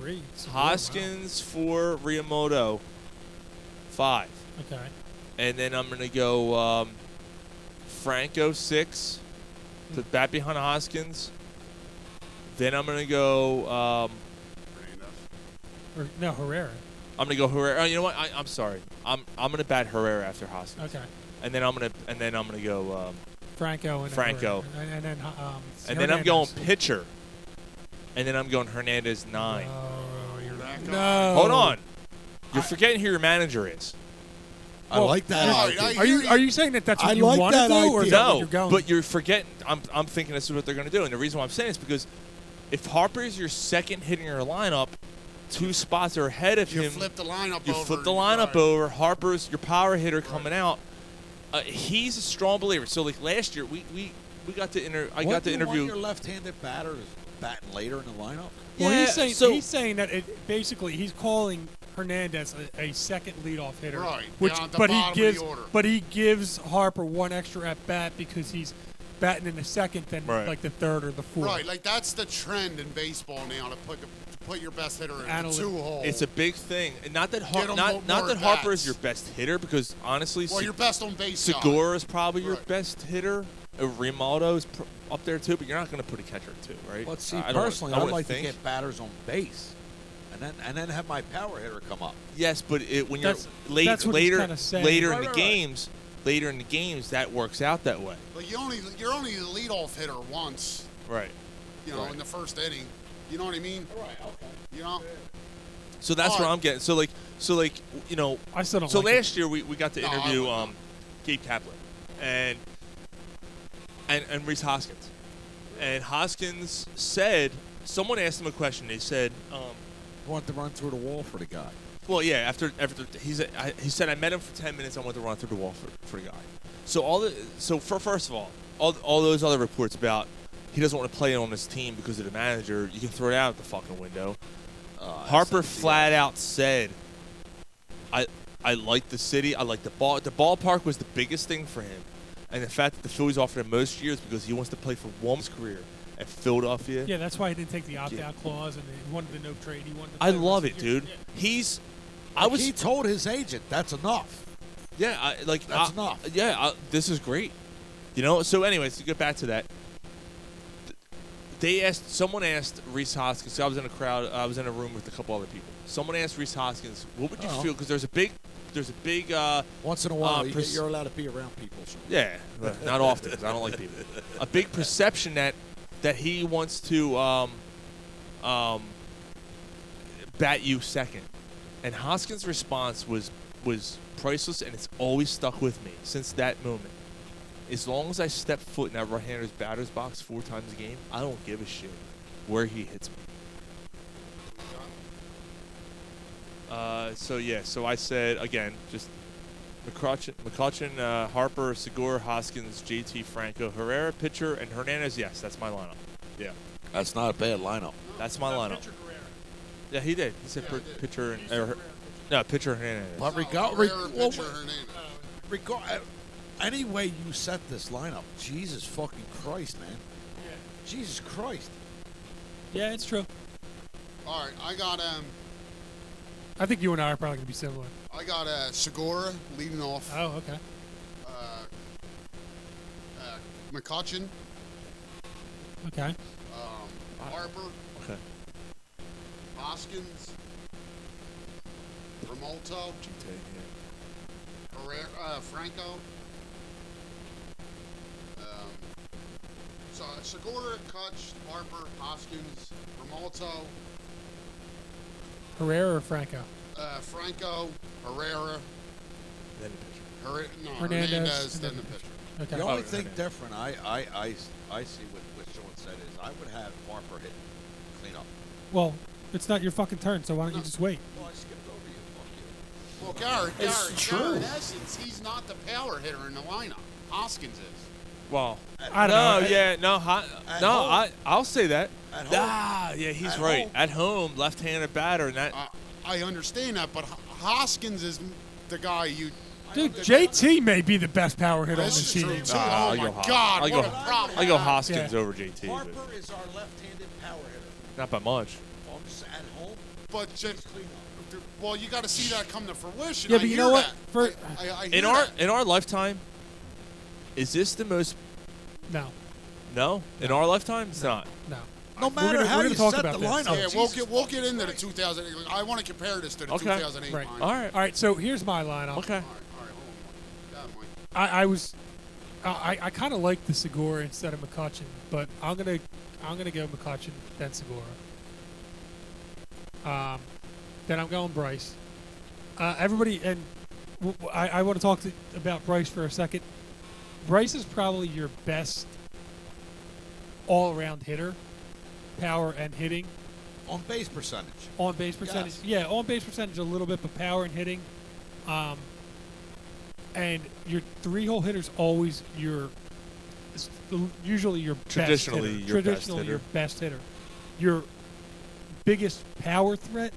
Speaker 10: Three.
Speaker 7: Hoskins four. Riamoto five.
Speaker 10: Okay.
Speaker 7: And then I'm gonna go um, Franco six to
Speaker 10: Hmm.
Speaker 7: bat behind Hoskins. Then I'm gonna go. Um,
Speaker 10: Or, no, Herrera.
Speaker 7: I'm gonna go Herrera. Oh, you know what? I, I'm sorry. I'm I'm gonna bat Herrera after Hoskins.
Speaker 10: Okay.
Speaker 7: And then I'm gonna and then I'm gonna go. Um,
Speaker 10: Franco and
Speaker 7: Franco.
Speaker 10: Herrera. And, and then um,
Speaker 7: and then I'm going
Speaker 10: Hernandez.
Speaker 7: pitcher. And then I'm going Hernandez
Speaker 10: Oh,
Speaker 7: nine.
Speaker 10: No.
Speaker 7: Hold on. You're forgetting who your manager is.
Speaker 10: Well, Are you are you saying that that's what you want to do, or is that
Speaker 7: no?
Speaker 10: what you're going?
Speaker 7: But you're forgetting. I'm, I'm thinking this is what they're going to do, and the reason why I'm saying this is because if Harper is your second hit in your lineup, two spots are ahead of
Speaker 9: You
Speaker 7: him.
Speaker 9: flip the lineup
Speaker 7: You
Speaker 9: over
Speaker 7: flip the
Speaker 9: and-
Speaker 7: lineup
Speaker 9: right.
Speaker 7: over. Harper's your power hitter coming out. Uh, he's a strong believer. So like last year, we we, we got to inter- I got
Speaker 14: Wouldn't
Speaker 7: to
Speaker 14: you want
Speaker 7: interview.
Speaker 14: your left-handed batters batting later in the lineup.
Speaker 10: well,
Speaker 7: Yeah,
Speaker 10: he's saying
Speaker 7: so-
Speaker 10: he's saying that it basically he's calling Hernandez a, a second leadoff hitter,
Speaker 9: Right,
Speaker 10: Which,
Speaker 9: down at the
Speaker 10: but he
Speaker 9: bottom of the
Speaker 10: gives,
Speaker 9: order.
Speaker 10: but he gives Harper one extra at bat because he's batting in the second than
Speaker 9: Right.
Speaker 10: like the third or the fourth.
Speaker 9: Right, like that's the trend in baseball now to put the, to put your best hitter in the
Speaker 10: Analy-
Speaker 9: two hole.
Speaker 7: It's a big thing, and not that Har-
Speaker 9: Get 'em more-
Speaker 7: not not
Speaker 9: more
Speaker 7: that
Speaker 9: at
Speaker 7: Harper
Speaker 9: bats.
Speaker 7: is your best hitter because honestly,
Speaker 9: Well,
Speaker 7: Se-
Speaker 9: your best on base guy.
Speaker 7: Segura is probably your
Speaker 9: Right.
Speaker 7: best hitter. Uh, Rimaldo is pr- up there too, but you're not going to put a catcher at two, right?
Speaker 14: But see,
Speaker 7: I- I don't-
Speaker 14: personally,
Speaker 7: I
Speaker 14: I would
Speaker 7: wouldn't
Speaker 14: like
Speaker 7: think.
Speaker 14: to get batters on base, and then and then have my power hitter come up.
Speaker 7: Yes, but it, when
Speaker 14: That's-
Speaker 7: you're late,
Speaker 14: that's what he's
Speaker 7: later,
Speaker 14: kinda saying.
Speaker 7: later in
Speaker 14: Right,
Speaker 7: the
Speaker 14: right, right.
Speaker 7: games, later in the games, that works out that way,
Speaker 9: But you only you're only the leadoff hitter once,
Speaker 7: right?
Speaker 9: you know, in the first inning. You know what I mean? Right. Okay. You know.
Speaker 7: So that's
Speaker 9: All
Speaker 7: what
Speaker 9: right.
Speaker 7: I'm getting. So like, so like, you know,
Speaker 10: I still don't
Speaker 7: So
Speaker 10: like
Speaker 7: last year we, we got to
Speaker 10: No, I
Speaker 7: interview um, Gabe Kaplan and and and Reese Hoskins, and Hoskins said someone asked him a question. They said, um,
Speaker 14: I want to run through the wall for the guy.
Speaker 7: Well, yeah. After after he's I, he said I met him for ten minutes. I went to run through the wall for, for the guy. So all the so for first of all, all all those other reports about he doesn't want to play on his team because of the manager. You can throw it out at the fucking window. Harper flat out said, I I like the city. I like the ball. The ballpark was the biggest thing for him, and the fact that the Phillies offered him most years because he wants to play for one's career at Philadelphia.
Speaker 10: Yeah, that's why he didn't take the opt-out clause and he wanted the no trade. He wanted.
Speaker 7: I love it, dude. He's. I was.
Speaker 14: He told his agent that's enough.
Speaker 7: Yeah, I, like
Speaker 14: That's
Speaker 7: I-
Speaker 14: enough.
Speaker 7: Yeah, I, this is great. You know. So, anyways, to get back to that, th- they asked. Someone asked Reese Hoskins. I was in a crowd. I was in a room with a couple other people. Someone asked Reese Hoskins, "What would you
Speaker 14: Oh.
Speaker 7: feel?" Because there's a big, there's a big. Uh,
Speaker 14: Once in a
Speaker 7: uh,
Speaker 14: while, you
Speaker 7: pers-
Speaker 14: get, you're allowed to be around people. So.
Speaker 7: yeah, right. not often 'cause I don't like people. A big perception that that he wants to um, um, bat you second, and Hoskins' response was was priceless, and it's always stuck with me since that moment. As long as I step foot in that right-hander's batter's box four times a game, I don't give a shit where he hits me. Uh, so yeah, so I said again, just McCutcheon, McCutcheon uh, Harper, Segura, Hoskins, JT, Franco, Herrera, pitcher, and Hernandez. Yes, that's my lineup. Yeah,
Speaker 14: That's not a bad lineup.
Speaker 7: that's my lineup. yeah, he did. He said per- pitcher and er, no pitcher Hernandez.
Speaker 14: But regard, re- well, regard, uh, any way you set this lineup, Jesus fucking Christ, man. Jesus Christ.
Speaker 10: Yeah, it's true.
Speaker 9: All right, I got um,
Speaker 10: I think you and I are probably gonna be similar.
Speaker 9: I got uh, Segura leading off.
Speaker 10: Oh, okay.
Speaker 9: Uh, uh, McCutcheon,
Speaker 10: Okay.
Speaker 9: um, Harper,
Speaker 7: Okay.
Speaker 9: Hoskins, Remoto, Herrera, uh, Franco. Um, so Segura, Kutch, Harper, Hoskins, Remoto,
Speaker 10: Herrera or Franco?
Speaker 9: uh, Franco, Herrera,
Speaker 7: Then
Speaker 9: Herre- no,
Speaker 10: Hernandez,
Speaker 9: Uh, Hernandez,
Speaker 10: and
Speaker 9: then
Speaker 10: then
Speaker 9: the
Speaker 10: the
Speaker 9: pitcher.
Speaker 10: Okay.
Speaker 14: The only
Speaker 10: Oh,
Speaker 14: thing
Speaker 10: okay.
Speaker 14: different, I, I, I, I see what, what Sean said is I would have Harper hit clean up.
Speaker 10: Well, it's not your fucking turn, so why don't you just wait?
Speaker 14: Well, I skipped over you. Fuck
Speaker 9: Well, Garrett,
Speaker 10: It's
Speaker 9: Garrett,
Speaker 10: true.
Speaker 9: Garrett, in essence, he's not the power hitter in the lineup. Hoskins is.
Speaker 7: Well,
Speaker 9: I don't
Speaker 7: no,
Speaker 9: know.
Speaker 7: yeah, no, hi,
Speaker 9: At
Speaker 7: no,
Speaker 9: home.
Speaker 7: I I'll say that.
Speaker 9: At home.
Speaker 7: Ah, yeah, he's
Speaker 9: At
Speaker 7: right.
Speaker 9: home. Uh,
Speaker 7: At home, left-handed batter, and that.
Speaker 9: I understand that, but Ho- Hoskins is m- the guy you.
Speaker 10: Dude, JT may be the best power hitter on
Speaker 9: This
Speaker 10: this
Speaker 9: is
Speaker 10: team.
Speaker 9: true, too. Nah, Oh, I my go Hos- God, I go- what a problem.
Speaker 7: I go Hoskins
Speaker 10: Yeah.
Speaker 7: over JT, but
Speaker 14: you. Harper is our left-handed power hitter.
Speaker 7: not by much.
Speaker 14: Well, I'm just at home.
Speaker 9: But just, well, you got to see that come to fruition.
Speaker 10: Yeah,
Speaker 9: I
Speaker 10: but you
Speaker 9: hear
Speaker 10: know what?
Speaker 9: that.
Speaker 10: For
Speaker 9: I, I hear
Speaker 7: In our
Speaker 9: that.
Speaker 7: in our lifetime, is this the most?
Speaker 10: no,
Speaker 7: No, in our lifetime, it's not.
Speaker 10: no.
Speaker 14: No
Speaker 10: matter gonna- how we're gonna you talk set about the this. lineup,
Speaker 9: yeah,
Speaker 10: Oh,
Speaker 9: we'll
Speaker 10: Jesus
Speaker 9: get we'll get into the 2008. I want to compare this to the 2008
Speaker 10: Right.
Speaker 9: lineup.
Speaker 10: right. All right. So here's my lineup.
Speaker 7: Okay.
Speaker 10: I, I was, I, I kind of like the Segura instead of McCutcheon, but I'm gonna, I'm gonna go McCutcheon then Segura. Um, then I'm going Bryce. Uh, everybody, and w- w- I, want to talk to- about Bryce for a second. Bryce is probably your best all-around hitter, power and hitting.
Speaker 14: On base percentage.
Speaker 10: On base percentage, yeah, on base percentage a little bit, but power and hitting. Um, and your three hole hitter's always your is the- usually your
Speaker 7: Traditionally
Speaker 10: best hitter.
Speaker 7: your best
Speaker 10: traditionally
Speaker 7: hitter.
Speaker 10: your best hitter, your biggest power threat,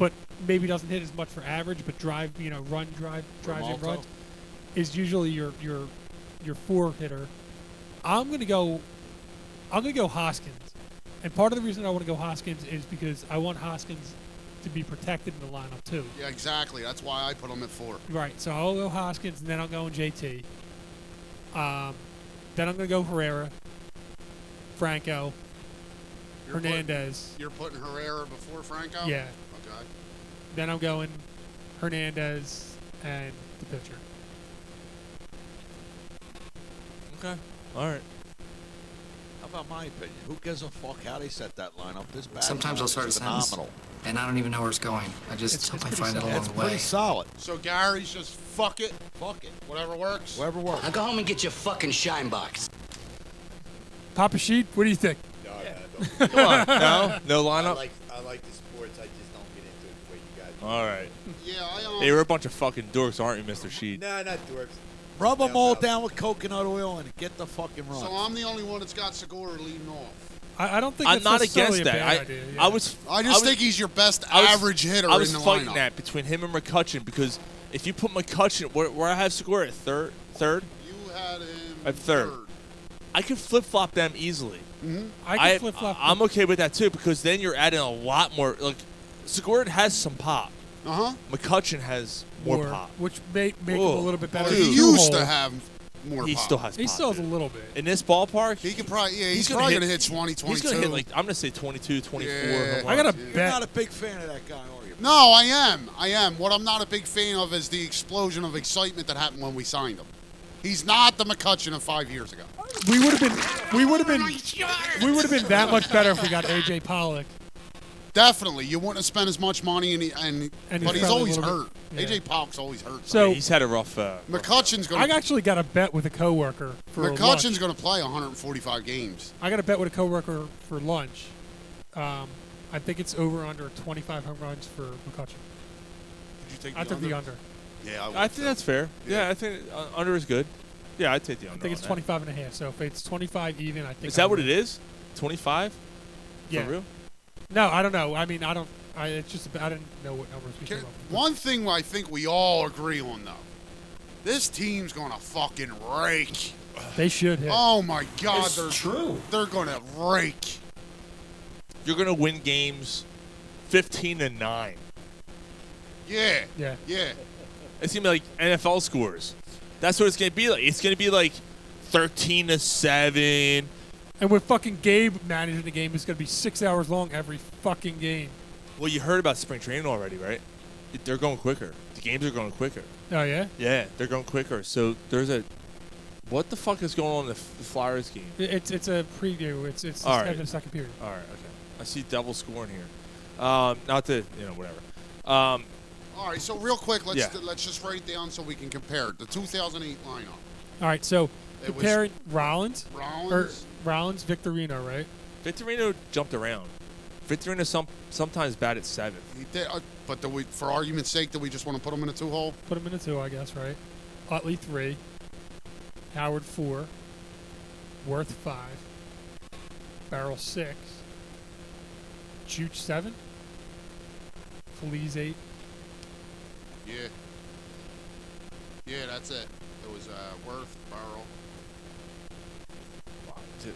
Speaker 10: but maybe doesn't hit as much for average, but drive you know run drive drives and
Speaker 14: Remalto.
Speaker 10: runs is usually your your your four hitter. I'm gonna go I'm gonna go Hoskins. And part of the reason I want to go Hoskins is because I want Hoskins to be protected in the lineup too.
Speaker 9: Yeah, exactly. That's why I put him at four.
Speaker 10: Right. So I'll go Hoskins, and then I'll go in JT. Um, then I'm going to go Herrera, Franco,
Speaker 9: You're putting-
Speaker 10: Hernandez.
Speaker 9: you're putting Herrera before Franco.
Speaker 10: Yeah.
Speaker 9: Okay.
Speaker 10: Then I'm going Hernandez and the pitcher.
Speaker 7: Okay. All right.
Speaker 14: How about my opinion? Who gives a fuck how they set that lineup? This bad
Speaker 15: Sometimes I'll start a sentence,
Speaker 14: phenomenal.
Speaker 15: and I don't even know where it's going. I just hope I find it along
Speaker 14: It's
Speaker 15: the way.
Speaker 14: pretty solid.
Speaker 9: So Gary's just fuck it, fuck it, whatever works.
Speaker 14: Whatever works.
Speaker 15: Now go home and get your fucking shine box.
Speaker 10: Papa Sheet, what do you think?
Speaker 12: No,
Speaker 7: no
Speaker 12: I
Speaker 7: lineup?
Speaker 12: like, I like the sports. I just don't get into it the way you guys. do.
Speaker 7: All right.
Speaker 9: Yeah, I um,
Speaker 7: Hey, we're a bunch of fucking dorks, aren't we, Mr. Sheed?
Speaker 12: Nah, not dorks.
Speaker 14: Rub them all down with coconut oil and get the fucking run.
Speaker 9: So I'm the only one that's got Segura leading off.
Speaker 10: I, I don't think
Speaker 7: I'm
Speaker 10: that's
Speaker 7: not
Speaker 10: necessarily
Speaker 7: against
Speaker 10: a
Speaker 7: that.
Speaker 10: bad
Speaker 7: I,
Speaker 10: idea,
Speaker 7: I was.
Speaker 9: I just
Speaker 7: was-
Speaker 9: think he's your best
Speaker 7: I was-
Speaker 9: average hitter
Speaker 7: I was
Speaker 9: in the
Speaker 7: fighting
Speaker 9: lineup.
Speaker 7: that between him and McCutcheon because if you put McCutcheon where, where I have score at third, third,
Speaker 9: you had him
Speaker 7: at third. I could flip flop them easily.
Speaker 9: Mhm.
Speaker 10: I could flip-flop
Speaker 7: I'm okay with that too because then you're adding a lot more. Like Segura has some pop.
Speaker 9: Uh huh.
Speaker 7: McCutcheon has more,
Speaker 10: Or-
Speaker 7: pop.
Speaker 10: which may make him a
Speaker 7: Whoa.
Speaker 10: little bit better.
Speaker 7: Dude.
Speaker 10: as a
Speaker 7: He
Speaker 10: two
Speaker 7: used to
Speaker 10: hole.
Speaker 9: have more
Speaker 7: He
Speaker 9: pop.
Speaker 7: still has.
Speaker 10: He
Speaker 7: pop,
Speaker 10: still has a
Speaker 7: dude.
Speaker 10: little bit.
Speaker 7: In this ballpark, he
Speaker 9: can probably yeah. He's,
Speaker 7: gonna
Speaker 9: probably gonna hit 20, 22.
Speaker 7: He's gonna hit like I'm gonna say 22, 24. home
Speaker 10: I gotta
Speaker 7: runs, dude.
Speaker 10: bet.
Speaker 14: Not a big fan of that guy, are you?
Speaker 9: No, I am. I am. What I'm not a big fan of is the explosion of excitement that happened when we signed him. He's not the McCutcheon of five years ago.
Speaker 10: We would have been, we would have been, we would have been that much better if we got AJ Pollock.
Speaker 9: Definitely, you wouldn't have spent as much money, and he, and,
Speaker 10: And he's
Speaker 9: but he's
Speaker 10: probably a
Speaker 9: always
Speaker 10: little
Speaker 9: hurt.
Speaker 10: bit- yeah.
Speaker 9: AJ Pollock's always hurt.
Speaker 10: So-
Speaker 7: he's had a rough. Uh,
Speaker 9: McCutcheon's
Speaker 10: I
Speaker 9: going. to
Speaker 10: actually got a bet with a coworker for lunch.
Speaker 9: McCutcheon's going to play 145 games.
Speaker 10: I got a bet with a coworker for lunch. Um, I think it's over under 25 home runs for McCutcheon.
Speaker 9: Did you take
Speaker 10: I took the under.
Speaker 9: Yeah,
Speaker 7: I think that's fair. Yeah, I think uh, under is good. Yeah, I'd take the under.
Speaker 10: I think it's
Speaker 7: on that.
Speaker 10: 25 and a half. So if it's 25 even, I think.
Speaker 7: Is that what
Speaker 10: it is?
Speaker 7: it is? 25?
Speaker 10: Yeah.
Speaker 7: For real?
Speaker 10: No, I don't know. I mean, I don't. I, it's just I didn't know what numbers we came up. with.
Speaker 9: One thing I think we all agree on though, this team's going to fucking rake.
Speaker 10: They should hit.
Speaker 9: Oh my God,
Speaker 10: It's
Speaker 9: they're
Speaker 10: true.
Speaker 9: They're going to rake.
Speaker 7: You're going to win games 15 to 9.
Speaker 9: Yeah.
Speaker 10: Yeah.
Speaker 9: Yeah.
Speaker 7: It's going to be like NFL scores. That's what it's going to be like. It's going to be like 13 to 7.
Speaker 10: And with fucking Gabe managing the game, it's gonna be six hours long every fucking game.
Speaker 7: Well, you heard about spring training already, right? They're going quicker. The games are going quicker.
Speaker 10: Oh yeah.
Speaker 7: Yeah, they're going quicker. So there's a. What the fuck is going on in the, the Flyers game?
Speaker 10: It- It's it's a preview. It's it's the
Speaker 7: All
Speaker 10: end
Speaker 7: right.
Speaker 10: of the second period.
Speaker 7: All right, okay. I see double scoring here. Um, not to, you know, whatever. Um,
Speaker 9: All right, so real quick, let's
Speaker 7: Yeah.
Speaker 9: let's just write it down so we can compare it. The 2008 lineup.
Speaker 10: All right. So
Speaker 9: It was-
Speaker 10: comparing Rollins, or
Speaker 9: Rollins.
Speaker 10: Rollins Victorino, right?
Speaker 7: Victorino jumped around. Victorino some sometimes bad at seven.
Speaker 9: He did, uh, but do we, for argument's sake, do we just want to put him in a two-hole?
Speaker 10: Put him in a two, I guess, right? Utley three, Howard four, Worth five, Barrel six, Juch seven, Feliz eight.
Speaker 9: Yeah. Yeah, that's it. It was uh, Worth, Burrow.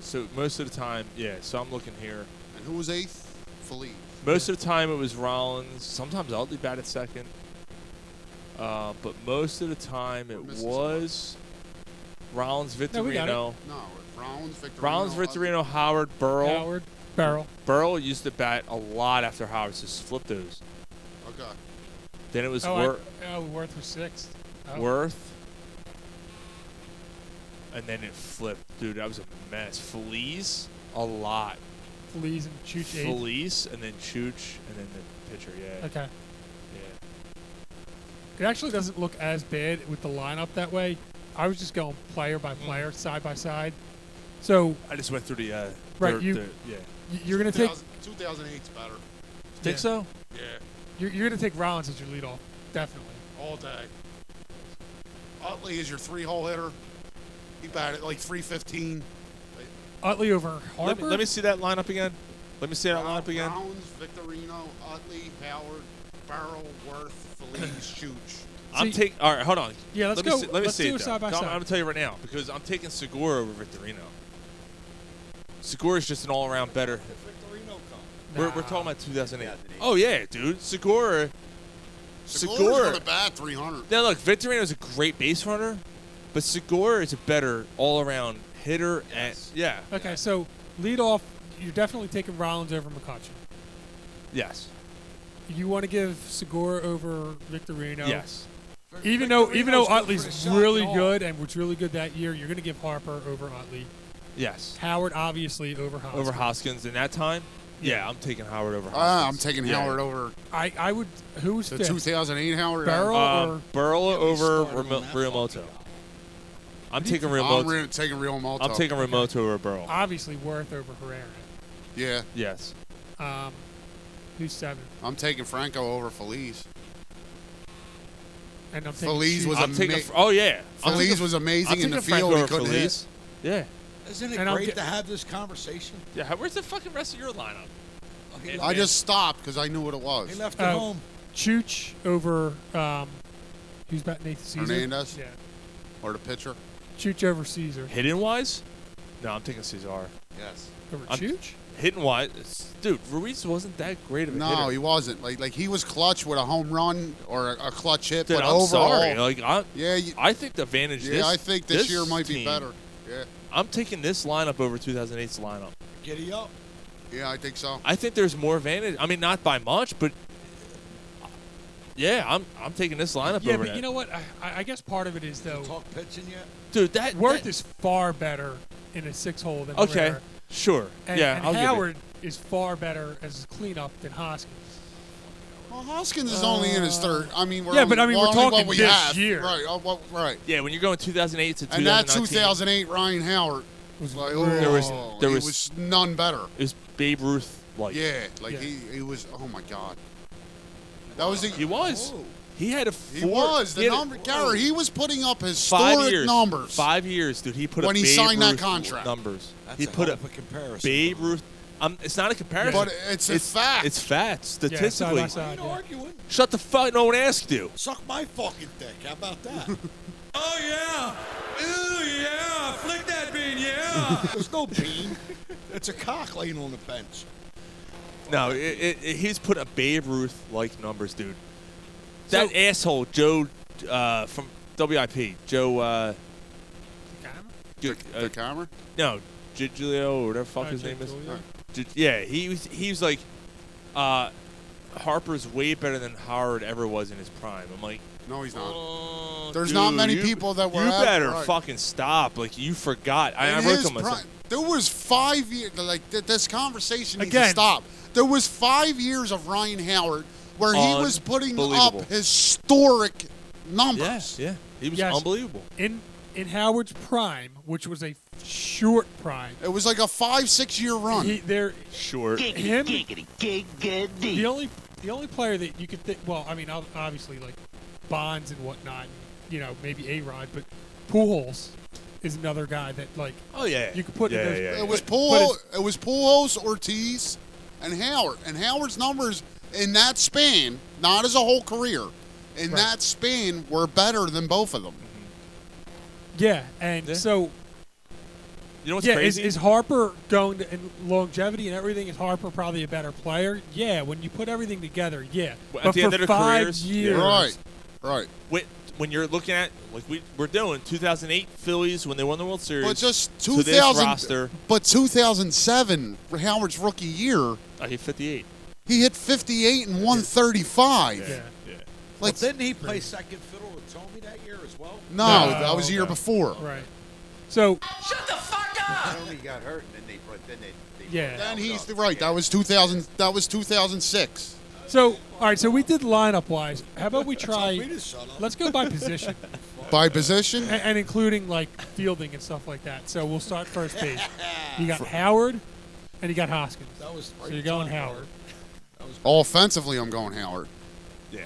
Speaker 7: So most of the time, yeah. So I'm looking here.
Speaker 9: And who was eighth? Felipe.
Speaker 7: Most of the time it was Rollins. Sometimes I'll be bad at second. Uh, but most of the time it
Speaker 9: missing
Speaker 7: was Rollins,
Speaker 10: No, we got it.
Speaker 7: Victorino,
Speaker 9: No, Rollins, Victorino.
Speaker 7: Rollins, Victorino, Howard, Burl.
Speaker 10: Howard, Barrel.
Speaker 7: Burl used to bat a lot after Howard, so just flip those.
Speaker 9: Okay.
Speaker 7: Then it was
Speaker 10: oh, I-
Speaker 7: Wor-
Speaker 10: oh, Worth was sixth. Oh.
Speaker 7: Worth. And then it flipped, dude. That was a mess. Feliz, a lot.
Speaker 10: Feliz and Chooch eight.
Speaker 7: Feliz, and then Chooch, and then the pitcher. Yeah.
Speaker 10: Okay.
Speaker 7: Yeah.
Speaker 10: It actually doesn't look as bad with the lineup that way. I was just going player by
Speaker 7: Mm.
Speaker 10: player, side by side. So
Speaker 7: I just went through the. Uh,
Speaker 10: Right,
Speaker 7: third-
Speaker 10: you-
Speaker 7: third- yeah.
Speaker 10: y- you're gonna take
Speaker 9: 2008's better.
Speaker 7: Think
Speaker 10: Yeah.
Speaker 7: so?
Speaker 9: Yeah,
Speaker 10: you're, you're gonna take Rollins as your leadoff, definitely.
Speaker 9: all day. Utley is your three-hole hitter. He batted like 315.
Speaker 10: Utley over
Speaker 7: Let
Speaker 10: Harper.
Speaker 7: me, let me see that lineup again. Let me see that lineup again.
Speaker 9: Rollins, Victorino, Utley, Howard, Burrow, Worth, Feliz, Chooch.
Speaker 7: I'm
Speaker 10: See-
Speaker 7: taking. All right, hold on.
Speaker 10: Yeah, let's
Speaker 7: let me
Speaker 10: go-
Speaker 7: See, let me
Speaker 10: let's
Speaker 7: see
Speaker 10: do
Speaker 7: it,
Speaker 10: it side
Speaker 7: though.
Speaker 10: by
Speaker 7: I'm,
Speaker 10: side.
Speaker 7: I'm gonna tell you right now because I'm taking Segura over Victorino. Segura is just an all-around better.
Speaker 14: Victorino come.
Speaker 7: We're, we're talking about 2008. Oh yeah, dude, Segura.
Speaker 9: Segura's
Speaker 7: Segura.
Speaker 9: gonna bat 300.
Speaker 7: Now look, Victorino's a great base runner, but Segura is a better all-around hitter. And yeah,
Speaker 10: Okay, so leadoff, you're definitely taking Rollins over McCutcheon.
Speaker 7: yes,
Speaker 10: You want to give Segura over Victorino.
Speaker 7: yes.
Speaker 10: Even though even though
Speaker 14: Victorino's good for
Speaker 10: Utley's
Speaker 14: the shot
Speaker 10: really
Speaker 14: and all.
Speaker 10: good and was really good that year, you're gonna give Harper over Utley.
Speaker 7: Yes.
Speaker 10: Howard obviously over Hoskins.
Speaker 7: Over Hoskins in that time. Yeah, I'm taking Howard over.
Speaker 9: Ah, I'm
Speaker 7: Hoskins.
Speaker 9: taking
Speaker 7: Yeah.
Speaker 9: Howard over
Speaker 10: I, I would who's
Speaker 9: the
Speaker 10: fifth?
Speaker 9: 2008 Howard.
Speaker 10: Burrow
Speaker 7: Um,
Speaker 10: or
Speaker 7: Burl over
Speaker 14: started on
Speaker 7: Remo-
Speaker 14: that
Speaker 7: Riomoto. I'm taking
Speaker 9: I'm
Speaker 7: Riomoto.
Speaker 9: re- taking Real Malto.
Speaker 7: I'm taking Riomoto over Burl.
Speaker 10: obviously Worth over Herrera.
Speaker 9: Yeah,
Speaker 7: Yes.
Speaker 10: Um, who's seven?
Speaker 9: I'm taking Franco over Feliz.
Speaker 10: And I'm taking
Speaker 9: Feliz
Speaker 10: Chu-
Speaker 9: was
Speaker 7: I'm taking.
Speaker 9: ama-
Speaker 7: Fr- oh yeah. I'm
Speaker 9: Feliz
Speaker 7: taking-
Speaker 9: was
Speaker 7: I'm
Speaker 9: amazing in
Speaker 7: taking
Speaker 9: the
Speaker 7: Franco
Speaker 9: field. He
Speaker 7: over
Speaker 9: couldn't
Speaker 7: Feliz. Yeah.
Speaker 14: Isn't it
Speaker 10: And I'll
Speaker 14: great
Speaker 10: get-
Speaker 14: to have this conversation?
Speaker 7: Yeah, how- where's the fucking rest of your lineup? If-
Speaker 9: I
Speaker 7: if-
Speaker 9: just stopped because I knew what it was.
Speaker 14: He left
Speaker 10: Uh, Chooch over um, who's batting eighth season?
Speaker 9: Hernandez?
Speaker 10: Yeah.
Speaker 9: Or the pitcher?
Speaker 10: Chooch over Caesar.
Speaker 7: Hitting wise? No, I'm taking Cesar.
Speaker 9: Yes.
Speaker 10: Over
Speaker 7: I'm-
Speaker 10: Chooch?
Speaker 7: Hitting wise, dude, Ruiz wasn't that great of a hitter.
Speaker 9: No, he wasn't. Like like he was clutch with a home run or a, a clutch hit,
Speaker 7: Dude,
Speaker 9: but
Speaker 7: I'm
Speaker 9: overall,
Speaker 7: sorry. Oh, Like, I,
Speaker 9: yeah, you-
Speaker 7: I think the advantage.
Speaker 9: Yeah,
Speaker 7: Oh, this,
Speaker 9: I think this year might be
Speaker 7: team-
Speaker 9: better. Yeah.
Speaker 7: I'm taking this lineup over 2008's lineup.
Speaker 14: Giddy up.
Speaker 9: Yeah, I think so.
Speaker 7: I think there's more advantage. I mean, not by much, but yeah, I'm I'm taking this lineup
Speaker 10: Yeah,
Speaker 7: over.
Speaker 10: but
Speaker 7: that.
Speaker 10: you know what? I, I I guess part of it is though.
Speaker 14: Talk pitching yet?
Speaker 7: dude, that
Speaker 10: Worth is far better in a six hole than
Speaker 7: Okay,
Speaker 10: Rare.
Speaker 7: sure.
Speaker 10: And,
Speaker 7: Yeah,
Speaker 10: and
Speaker 7: I'll give it.
Speaker 10: Howard is far better as a cleanup than Hoskins.
Speaker 9: Well, Hoskins is only in
Speaker 7: Uh,
Speaker 9: his third. I mean, we're
Speaker 10: yeah, but
Speaker 9: only-
Speaker 10: I mean,
Speaker 9: well,
Speaker 10: we're
Speaker 9: only what
Speaker 10: talking
Speaker 9: we
Speaker 10: this
Speaker 9: have.
Speaker 10: year.
Speaker 9: right? Oh, well, right.
Speaker 7: yeah, when you're going 2008 to
Speaker 9: And that
Speaker 7: 2019,
Speaker 9: 2008 Ryan Howard was like, oh,
Speaker 7: there was there
Speaker 9: he
Speaker 7: was,
Speaker 9: none better.
Speaker 7: It was Babe Ruth like.
Speaker 9: yeah, like he he was. Oh my God. That was the, Oh,
Speaker 7: he was. He had a four.
Speaker 9: He was the
Speaker 7: had a- Oh.
Speaker 9: number. Gary, he was putting up historic
Speaker 7: five years,
Speaker 9: numbers.
Speaker 7: Five years, dude. He put up
Speaker 9: When he
Speaker 7: Babe
Speaker 9: signed that
Speaker 7: Ruth
Speaker 9: contract.
Speaker 7: numbers.
Speaker 9: That's
Speaker 7: he
Speaker 9: a
Speaker 7: put
Speaker 9: hell
Speaker 7: up
Speaker 9: of a comparison.
Speaker 7: Babe Ruth. Um, it's not a comparison,
Speaker 9: But it's a fact.
Speaker 7: It's fact
Speaker 10: Yeah,
Speaker 7: statistically.
Speaker 10: side by side, yeah.
Speaker 7: Shut the fuck! No one asked you.
Speaker 14: Suck my fucking dick. How about that?
Speaker 13: Oh yeah. Ooh yeah. Flick that bean, yeah.
Speaker 14: There's no bean. It's a cock laying on the bench.
Speaker 7: No, it, it, it- he's put up Babe Ruth like numbers, dude. That asshole Joe uh, from WIP, Joe. Uh, Ju- uh,
Speaker 9: Camera?
Speaker 7: No, Gi- Giulio or whatever the fuck
Speaker 10: Uh,
Speaker 7: his
Speaker 10: Jake
Speaker 7: name is.
Speaker 10: Giulio?
Speaker 7: Gi- yeah, he was he was like, uh, Harper's way better than Howard ever was in his prime. I'm like,
Speaker 9: No, he's not.
Speaker 7: "Oh,
Speaker 9: There's not
Speaker 7: dude,
Speaker 9: many
Speaker 7: you-
Speaker 9: people that were
Speaker 7: You
Speaker 9: at-
Speaker 7: better
Speaker 9: right.
Speaker 7: fucking stop. Like you forgot. I, I
Speaker 9: In
Speaker 7: wrote
Speaker 9: his
Speaker 7: to myself.
Speaker 9: prime- There was five years. Like th- this conversation needs to
Speaker 7: Again.
Speaker 9: stop. There was five years of Ryan Howard where he was putting up
Speaker 7: Unbelievable.
Speaker 9: historic numbers.
Speaker 7: Yeah, yeah. He was
Speaker 10: Yes.
Speaker 7: unbelievable.
Speaker 10: In in Howard's prime, which was a short prime.
Speaker 9: It was like a five six year run.
Speaker 10: He, there,
Speaker 7: Short.
Speaker 10: him, the only the only player that you could think. Well, I mean, ob- obviously like Bonds and whatnot. You know, maybe A Rod, but Pujols is another guy that like.
Speaker 7: Oh, yeah.
Speaker 10: You could put
Speaker 7: Yeah,
Speaker 10: in those.
Speaker 7: yeah, yeah.
Speaker 9: It was
Speaker 10: but- but
Speaker 9: Pujols,
Speaker 10: it's-
Speaker 9: it was Pujols, Ortiz, and Howard. And Howard's numbers in that span, not as a whole career, in
Speaker 10: Right.
Speaker 9: that span were better than both of them.
Speaker 10: Yeah, and so
Speaker 7: You know what's
Speaker 10: yeah,
Speaker 7: crazy?
Speaker 10: Is, is Harper going to and longevity and everything? Is Harper probably a better player? Yeah, when you put everything together, yeah.
Speaker 7: Well, at
Speaker 10: but
Speaker 7: the
Speaker 10: for
Speaker 7: end of their
Speaker 10: five
Speaker 7: careers, yeah.
Speaker 10: years,
Speaker 7: Right.
Speaker 9: Right.
Speaker 7: When, when you're looking at like we we're doing 2008 Phillies when they won the World Series.
Speaker 9: But just
Speaker 7: to this
Speaker 9: 2000
Speaker 7: roster.
Speaker 9: But 2007, for Howard's rookie year,
Speaker 7: I hit 58.
Speaker 9: he hit 58 and 135.
Speaker 7: Yeah. yeah.
Speaker 9: Like
Speaker 14: didn't he play second fiddle with Tommy that year as well?
Speaker 9: no, that was the year before.
Speaker 10: Right. So
Speaker 13: Shut the fuck up.
Speaker 12: Tony got hurt, and then they brought, then they, they
Speaker 10: Yeah.
Speaker 9: Then he's right. That was 2000. That was 2006.
Speaker 10: so all right. So we did lineup wise. How about we try?
Speaker 14: me to shut up.
Speaker 10: let's go by position
Speaker 9: By position,
Speaker 10: and, and including like fielding and stuff like that. So we'll start first base. You got Howard, and you got Hoskins.
Speaker 14: That was
Speaker 10: so you're going Howard.
Speaker 9: offensively, I'm going Howard.
Speaker 7: Yeah.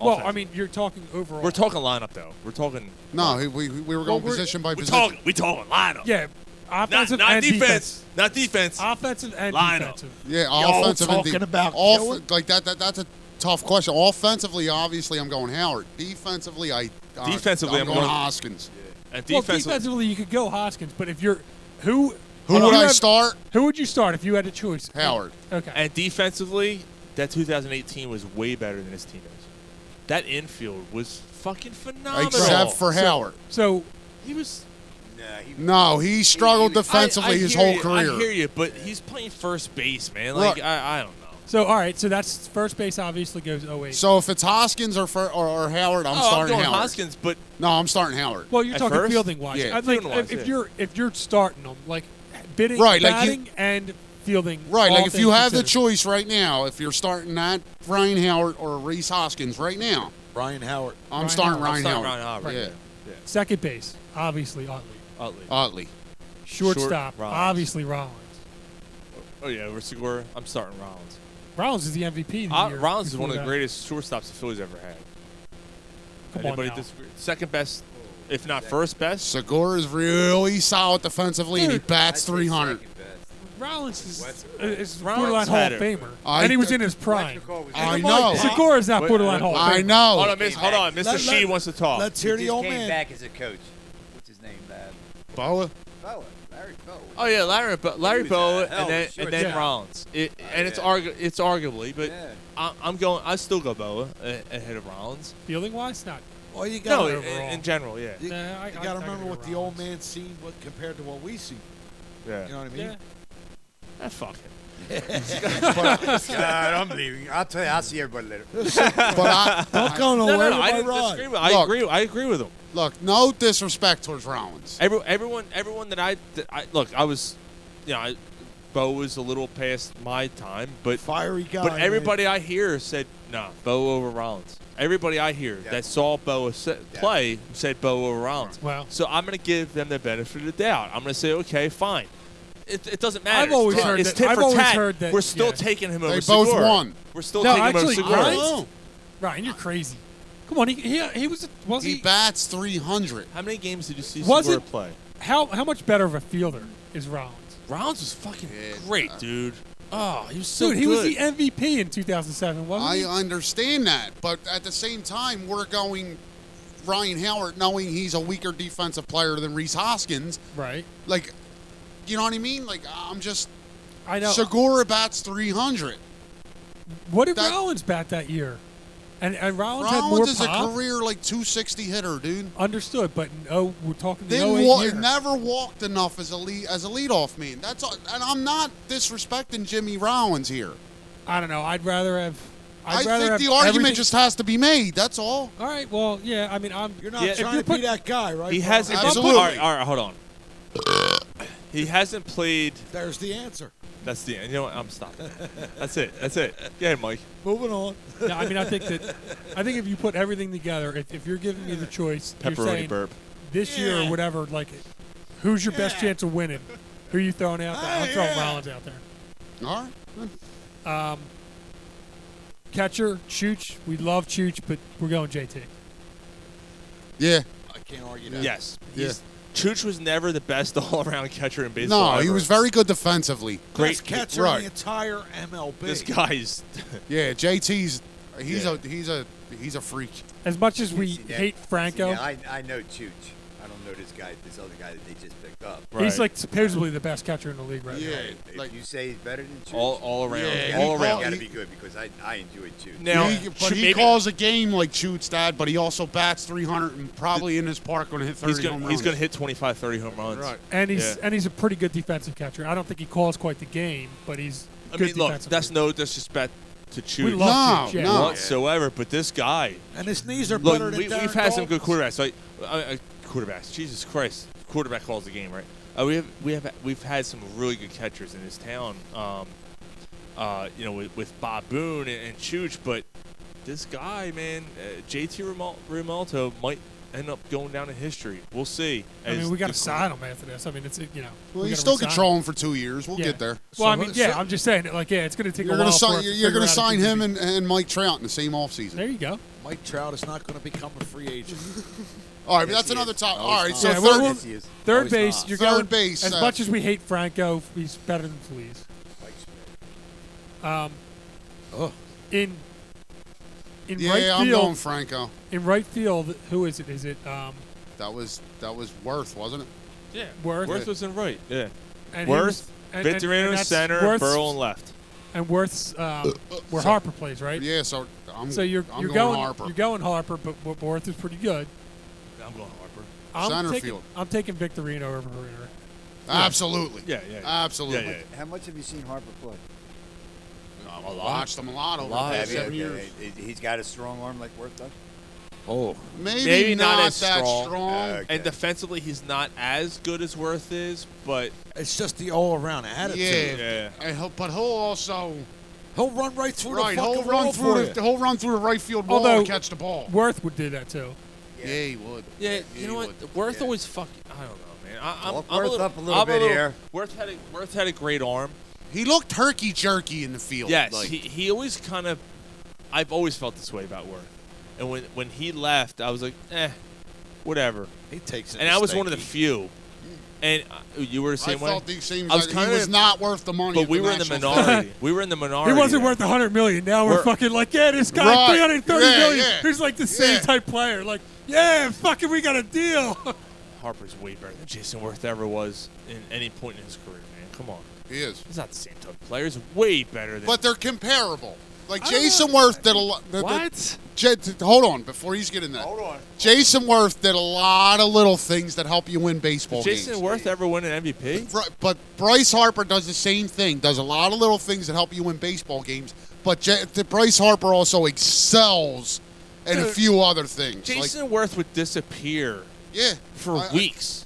Speaker 10: Well,
Speaker 7: Offense.
Speaker 10: I mean, you're talking overall.
Speaker 7: we're talking lineup though. We're talking.
Speaker 9: No, he- we, we were
Speaker 10: Well,
Speaker 9: going
Speaker 10: we're-
Speaker 9: position by
Speaker 7: we
Speaker 9: position.
Speaker 7: talking. We talking lineup.
Speaker 10: Yeah, offensive
Speaker 7: not
Speaker 10: and Uh,
Speaker 7: defense, Not defense.
Speaker 10: Offensive and
Speaker 7: Lineup.
Speaker 10: defensive.
Speaker 9: Yeah,
Speaker 7: Y'all
Speaker 9: offensive and
Speaker 7: talking
Speaker 9: de-
Speaker 7: about
Speaker 9: off-
Speaker 7: killing?
Speaker 9: like that, that. That's a tough question. Offensively, obviously, I'm going Howard. Defensively, I uh,
Speaker 7: Defensively,
Speaker 9: I'm,
Speaker 7: I'm
Speaker 9: going,
Speaker 7: going-
Speaker 9: Hoskins.
Speaker 7: And
Speaker 10: Well,
Speaker 7: defense.
Speaker 10: defensively, you could go Hoskins, but if you're who,
Speaker 9: Who
Speaker 10: if
Speaker 9: would
Speaker 10: you
Speaker 9: I
Speaker 10: have-
Speaker 9: start?
Speaker 10: Who would you start if you had a choice?
Speaker 9: Howard.
Speaker 10: Okay.
Speaker 7: and defensively, that 2018 was way better than his teammates. That infield was fucking phenomenal.
Speaker 9: Except for Howard.
Speaker 10: So
Speaker 7: he was.
Speaker 9: No, he struggled defensively
Speaker 7: I- I
Speaker 9: his
Speaker 7: hear
Speaker 9: whole
Speaker 7: you,
Speaker 9: career.
Speaker 7: I hear you, but he's playing first base, man. Like
Speaker 9: Right.
Speaker 7: I, I don't know.
Speaker 10: so all right. So that's first base. Obviously goes 08.
Speaker 9: So if it's Hoskins or for, or, or Howard, I'm
Speaker 7: Oh,
Speaker 9: starting
Speaker 7: going
Speaker 9: Howard.
Speaker 7: Hoskins, but
Speaker 9: No, I'm starting Howard.
Speaker 10: well, you're
Speaker 7: At
Speaker 10: talking
Speaker 7: first?
Speaker 10: fielding wise.
Speaker 9: Yeah,
Speaker 10: I'd like,
Speaker 9: fielding-wise,
Speaker 10: if, if
Speaker 9: yeah.
Speaker 10: you're if you're starting them, like bidding,
Speaker 9: Right, like you-
Speaker 10: batting and fielding.
Speaker 9: Right,
Speaker 10: all
Speaker 9: like if you
Speaker 10: things
Speaker 9: have the
Speaker 10: considered.
Speaker 9: choice right now, if you're starting not Ryan Howard or Reese Hoskins right now,
Speaker 14: Ryan Howard.
Speaker 9: I'm
Speaker 10: Ryan
Speaker 9: starting
Speaker 10: Howard.
Speaker 9: Ryan
Speaker 7: I'm starting
Speaker 9: Howard.
Speaker 7: Ryan Howard,
Speaker 9: Yeah, Uh,
Speaker 10: second base, obviously Utley.
Speaker 7: Utley.
Speaker 9: Utley.
Speaker 10: Shortstop,
Speaker 7: Rollins.
Speaker 10: obviously Rollins.
Speaker 7: oh yeah, over Segura. I'm starting Rollins.
Speaker 10: Rollins is the MVP. The
Speaker 7: Uh,
Speaker 10: year
Speaker 7: Rollins is
Speaker 10: before
Speaker 7: one of the
Speaker 10: that.
Speaker 7: greatest shortstops the Phillies ever had.
Speaker 10: Come on
Speaker 7: Anybody
Speaker 10: now.
Speaker 7: disagree? Second best if not first best.
Speaker 9: Segura is really solid defensively, and he bats 300.
Speaker 10: Rollins is, uh,
Speaker 7: Westbrook.
Speaker 10: is
Speaker 7: Rollins
Speaker 10: borderline Hall of
Speaker 7: had it.
Speaker 10: Famer,
Speaker 9: I-
Speaker 10: and he was in his prime.
Speaker 9: I know.
Speaker 10: Segura's not
Speaker 7: Wait,
Speaker 10: borderline
Speaker 7: wait,
Speaker 10: Hall of
Speaker 7: wait.
Speaker 10: Famer.
Speaker 9: Oh,
Speaker 7: Hold on, miss, hold on. Mr.
Speaker 10: Let-
Speaker 7: She
Speaker 10: let-
Speaker 7: wants to talk.
Speaker 10: let's
Speaker 12: He just came back as a coach. What's his name? Uh,
Speaker 9: Boa.
Speaker 12: Boa. Larry Boa.
Speaker 7: Oh yeah, Larry Bo- Larry
Speaker 12: He was a
Speaker 7: Bowe
Speaker 12: hell of
Speaker 7: and
Speaker 12: a
Speaker 7: then
Speaker 12: short
Speaker 7: and then
Speaker 12: guy.
Speaker 7: Rollins. It,
Speaker 12: Oh,
Speaker 7: and it's
Speaker 12: yeah.
Speaker 7: argu- it's arguably, but
Speaker 12: Yeah.
Speaker 7: I, I'm going. I still go Bowe a- ahead of Rollins.
Speaker 10: Fielding wise, not.
Speaker 14: Well, you
Speaker 7: No,
Speaker 14: got
Speaker 7: in, in general, yeah.
Speaker 14: You,
Speaker 10: Nah, I- I-
Speaker 14: got
Speaker 10: I
Speaker 14: to remember
Speaker 10: gotta
Speaker 14: what
Speaker 10: go
Speaker 14: the old man seen, what compared to what we see.
Speaker 7: Yeah.
Speaker 14: You know what I mean?
Speaker 10: Yeah.
Speaker 7: Ah, fuck it.
Speaker 12: God, I'm leaving. I'll tell you. I'll see everybody later.
Speaker 7: I- no, no, no, I didn't disagree with- I
Speaker 9: Look.
Speaker 7: agree. I agree with him.
Speaker 9: Look, no disrespect towards Rollins.
Speaker 7: Every, everyone, everyone that I, that I look, I was, you know, I, Bo was a little past my time, but
Speaker 14: fiery guy.
Speaker 7: But
Speaker 14: man.
Speaker 7: everybody I hear said nah, Bo over Rollins. Everybody I hear that saw Bo se- play said Bo over Rollins.
Speaker 10: Wow.
Speaker 7: So I'm gonna give them the benefit of the doubt. I'm gonna say, okay, fine. It, it doesn't matter.
Speaker 10: I've always
Speaker 7: it's,
Speaker 10: heard
Speaker 7: it's
Speaker 10: that-
Speaker 7: tit
Speaker 10: I've
Speaker 7: for
Speaker 10: always
Speaker 7: tat.
Speaker 10: heard that-
Speaker 7: We're still
Speaker 10: yeah.
Speaker 7: taking him
Speaker 10: They
Speaker 7: over.
Speaker 10: both
Speaker 7: Segura.
Speaker 10: won.
Speaker 7: We're still
Speaker 10: no,
Speaker 7: taking
Speaker 10: actually,
Speaker 7: him over. Segura.
Speaker 10: Ryan, Ryan, you're crazy. Come on, he he, he was was he,
Speaker 9: He bats 300.
Speaker 7: How many games did you see
Speaker 10: Was
Speaker 7: Segura
Speaker 10: it-
Speaker 7: play?
Speaker 10: how how much better of a fielder is Rollins?
Speaker 7: Rollins was fucking great, dude. Oh, he was so
Speaker 10: Dude, he was
Speaker 7: good.
Speaker 10: the MVP in 2007, wasn't
Speaker 9: I uh,
Speaker 10: he?
Speaker 9: understand that, but at the same time, we're going Ryan Howard knowing he's a weaker defensive player than Reese Hoskins.
Speaker 10: Right.
Speaker 9: Like, you know what I mean? Like, I'm just.
Speaker 10: I know.
Speaker 9: Segura bats 300.
Speaker 10: What did Rollins bat that year? And, and Rollins, had more
Speaker 9: Rollins is
Speaker 10: pop.
Speaker 9: a career like 260 hitter, dude.
Speaker 10: Understood, but no, we're talking the
Speaker 9: Didn't
Speaker 10: 08
Speaker 9: wa-
Speaker 10: year.
Speaker 9: never walked enough as a lead as a leadoff man. That's all, and I'm not disrespecting Jimmy Rollins here.
Speaker 10: I don't know. I'd rather have. I'd
Speaker 9: I
Speaker 10: rather
Speaker 9: think
Speaker 10: have
Speaker 9: the argument
Speaker 10: everything-
Speaker 9: just has to be made. That's all.
Speaker 10: All right. Well, yeah. I mean, I'm. You're
Speaker 14: not Yeah. trying to be that guy, right?
Speaker 7: He hasn't.
Speaker 14: Absolutely.
Speaker 7: Absolutely. All right, all right, hold on. He hasn't played.
Speaker 14: There's the answer.
Speaker 7: That's the end. You know what? I'm stopping. That's it. That's it. Yeah, Mike.
Speaker 14: Moving on.
Speaker 10: No, I mean, I think that. I think if you put everything together, if, if you're giving me the choice, you're
Speaker 7: Pepperoni
Speaker 10: saying
Speaker 7: burp.
Speaker 10: this year or whatever. Like, who's your best chance of winning? Who are you throwing out there? I'm
Speaker 7: Oh,
Speaker 10: throwing Rollins out there.
Speaker 9: All right.
Speaker 10: Um, catcher, Chooch. We love Chooch, but we're going JT.
Speaker 9: Yeah.
Speaker 14: I can't argue that.
Speaker 7: Yes.
Speaker 9: Yeah.
Speaker 7: He's- Chooch was never the best all-around catcher in
Speaker 9: No,
Speaker 7: baseball.
Speaker 9: he
Speaker 7: ever.
Speaker 9: was very good defensively.
Speaker 7: Great
Speaker 14: Catcher in the
Speaker 9: right?
Speaker 14: entire MLB.
Speaker 7: This guy's.
Speaker 9: Yeah, JT's. He's a he's a he's a freak.
Speaker 10: As much as we
Speaker 12: See, now-
Speaker 10: hate Franco,
Speaker 12: see, now I, I know Chooch. I don't know this guy, this other guy that they just picked up.
Speaker 10: he's like supposedly the best catcher in the league right now.
Speaker 12: If you say he's better than Chooch,
Speaker 7: All- all around,
Speaker 9: Yeah,
Speaker 7: all
Speaker 9: he-
Speaker 7: around.
Speaker 12: You gotta be good because I, I enjoyed Chooch.
Speaker 9: he, but he
Speaker 7: maybe-
Speaker 9: calls a game like Chute's dad, but he also bats 300 and probably in his park going to hit 30
Speaker 7: He's
Speaker 9: home
Speaker 7: gonna,
Speaker 9: runs.
Speaker 7: he's gonna hit 25, 30 home runs.
Speaker 9: Right.
Speaker 10: And he's
Speaker 7: Yeah.
Speaker 10: and he's a pretty good defensive catcher. I don't think he calls quite the game, but he's
Speaker 7: I
Speaker 10: good
Speaker 7: mean, look,
Speaker 10: defensively.
Speaker 7: that's no disrespect to Chooch.
Speaker 10: We love No, Chooch, yeah. no.
Speaker 7: whatsoever. But this guy,
Speaker 14: And his knees are
Speaker 7: Look,
Speaker 14: better than
Speaker 7: we,
Speaker 14: Darren
Speaker 7: have had some
Speaker 14: Dalton.
Speaker 7: good quarterbacks. Like uh, quarterbacks, Jesus Christ, quarterback calls the game, right? Uh, we have we have we've had some really good catchers in this town. Um, uh, you know, with, with Bob Boone and, and Chooch, but this guy, man, uh, JT Rimalt- Rimalto might end up going down in history. We'll see.
Speaker 10: I mean,
Speaker 7: as
Speaker 10: we got to
Speaker 7: the-
Speaker 10: sign him after this. I mean, it's you know.
Speaker 9: Well,
Speaker 10: we
Speaker 9: you
Speaker 10: gotta
Speaker 9: still
Speaker 10: resign
Speaker 9: control
Speaker 10: him.
Speaker 9: him for two years. We'll
Speaker 10: Yeah.
Speaker 9: get there.
Speaker 10: Well, I
Speaker 9: So-
Speaker 10: mean, yeah,
Speaker 9: so-
Speaker 10: I'm just saying that. Like, yeah, it's going to take
Speaker 9: You're
Speaker 10: a
Speaker 9: gonna
Speaker 10: while.
Speaker 9: sign.
Speaker 10: for
Speaker 9: You're, you're
Speaker 10: going
Speaker 9: gonna
Speaker 10: to
Speaker 9: sign him and, and Mike Trout in the same offseason.
Speaker 10: There you go.
Speaker 14: Mike Trout is not going to become a free agent.
Speaker 10: Mm-hmm.
Speaker 9: All right, but that's another top. All right, so
Speaker 10: Yeah,
Speaker 9: 3rd
Speaker 10: well, well, third
Speaker 14: No, he's
Speaker 10: base.
Speaker 14: not.
Speaker 10: You're
Speaker 9: Third
Speaker 10: going
Speaker 9: base,
Speaker 10: As
Speaker 9: uh,
Speaker 10: much as we hate Franco, he's better than Feliz. Um, in in
Speaker 9: Yeah,
Speaker 10: right
Speaker 9: I'm
Speaker 10: field,
Speaker 9: going Franco.
Speaker 10: In right field, who is it? Is it um,
Speaker 9: that was that was Worth, wasn't it?
Speaker 10: Yeah, Worth.
Speaker 7: Worth was in right. Yeah.
Speaker 10: And he was-
Speaker 7: Worth,
Speaker 10: and- and-
Speaker 7: Victorino
Speaker 10: and that's
Speaker 7: center,
Speaker 10: Worth's-
Speaker 7: Burrow and left.
Speaker 10: and Worth's um, where
Speaker 9: Uh, So-
Speaker 10: Harper plays, right?
Speaker 9: Yeah, so I'm.
Speaker 10: so you're
Speaker 9: I'm
Speaker 10: you're
Speaker 9: going,
Speaker 10: going,
Speaker 9: Harper.
Speaker 10: you're going Harper, but Wor- Worth is pretty good.
Speaker 7: I'm going Harper.
Speaker 10: I'm
Speaker 9: Center
Speaker 10: taking,
Speaker 9: field.
Speaker 10: I'm taking Victorino over Herrera.
Speaker 9: Absolutely.
Speaker 7: Yeah, yeah, yeah.
Speaker 9: Absolutely.
Speaker 7: Yeah, yeah,
Speaker 12: How much have you seen Harper play?
Speaker 9: I watched him a lot over the past seven years.
Speaker 12: He's got a strong arm like Worth does.
Speaker 7: Oh,
Speaker 9: Maybe not that strong. Okay.
Speaker 7: And defensively, he's not as good as Worth is, but
Speaker 14: it's just the all-around attitude.
Speaker 7: Yeah.
Speaker 9: I hope, but he'll also
Speaker 14: he'll run right through
Speaker 9: right,
Speaker 14: the
Speaker 9: he'll
Speaker 14: fucking
Speaker 9: run
Speaker 14: wall
Speaker 9: through
Speaker 14: for
Speaker 9: the,
Speaker 14: you.
Speaker 9: he'll run through the right field wall
Speaker 10: Although
Speaker 9: and catch the ball.
Speaker 10: Worth would do that too.
Speaker 9: Yeah, he would.
Speaker 7: Yeah, you know what? Worth
Speaker 9: Yeah.
Speaker 7: always fucking. I don't know, man. I, I'm,
Speaker 12: Walk
Speaker 7: I'm
Speaker 12: Worth
Speaker 7: a little,
Speaker 12: up a little
Speaker 7: I'm
Speaker 12: bit here.
Speaker 7: Worth had a Worth had a great arm.
Speaker 9: He looked herky jerky in the field.
Speaker 7: Yes,
Speaker 9: like-
Speaker 7: he, he always kind of. I've always felt this way about Worth, and when when he left, I was like, eh. whatever.
Speaker 14: He takes it
Speaker 7: And I was one of the
Speaker 14: stinky.
Speaker 7: few. And uh, you were the
Speaker 9: I
Speaker 7: same way.
Speaker 9: thought these seems
Speaker 7: I was
Speaker 9: like he
Speaker 7: kinda-
Speaker 9: was not worth the money.
Speaker 7: But
Speaker 9: at
Speaker 7: we were in the
Speaker 9: national
Speaker 7: minority.
Speaker 9: fair.
Speaker 7: we were in the minority.
Speaker 10: He wasn't worth 100 million. Now we're,
Speaker 7: We're-
Speaker 10: fucking like, yeah, this guy
Speaker 7: Right.
Speaker 10: 330
Speaker 7: Yeah,
Speaker 10: million.
Speaker 7: yeah.
Speaker 10: He's like the same type player. Like, yeah, fucking, we got a deal.
Speaker 7: Harper's way better than Jason Worth ever was in any point in his career, man. Come on.
Speaker 9: He is.
Speaker 7: He's not the same type of player. He's way better than.
Speaker 9: But they're comparable. Like Jason Worth did a lot.
Speaker 7: What?
Speaker 9: hold on, before he's getting that. Hold on. Jason Worth did a lot of little things that help you win baseball
Speaker 7: Did Jason
Speaker 9: games.
Speaker 7: Worth ever win an MVP?
Speaker 9: Right, but Bryce Harper does the same thing. Does a lot of little things that help you win baseball games. But J- the Bryce Harper also excels in a
Speaker 7: Dude,
Speaker 9: few other things. like,
Speaker 7: Jason Worth would disappear.
Speaker 9: Yeah.
Speaker 7: For
Speaker 9: I- uh, I-
Speaker 7: weeks.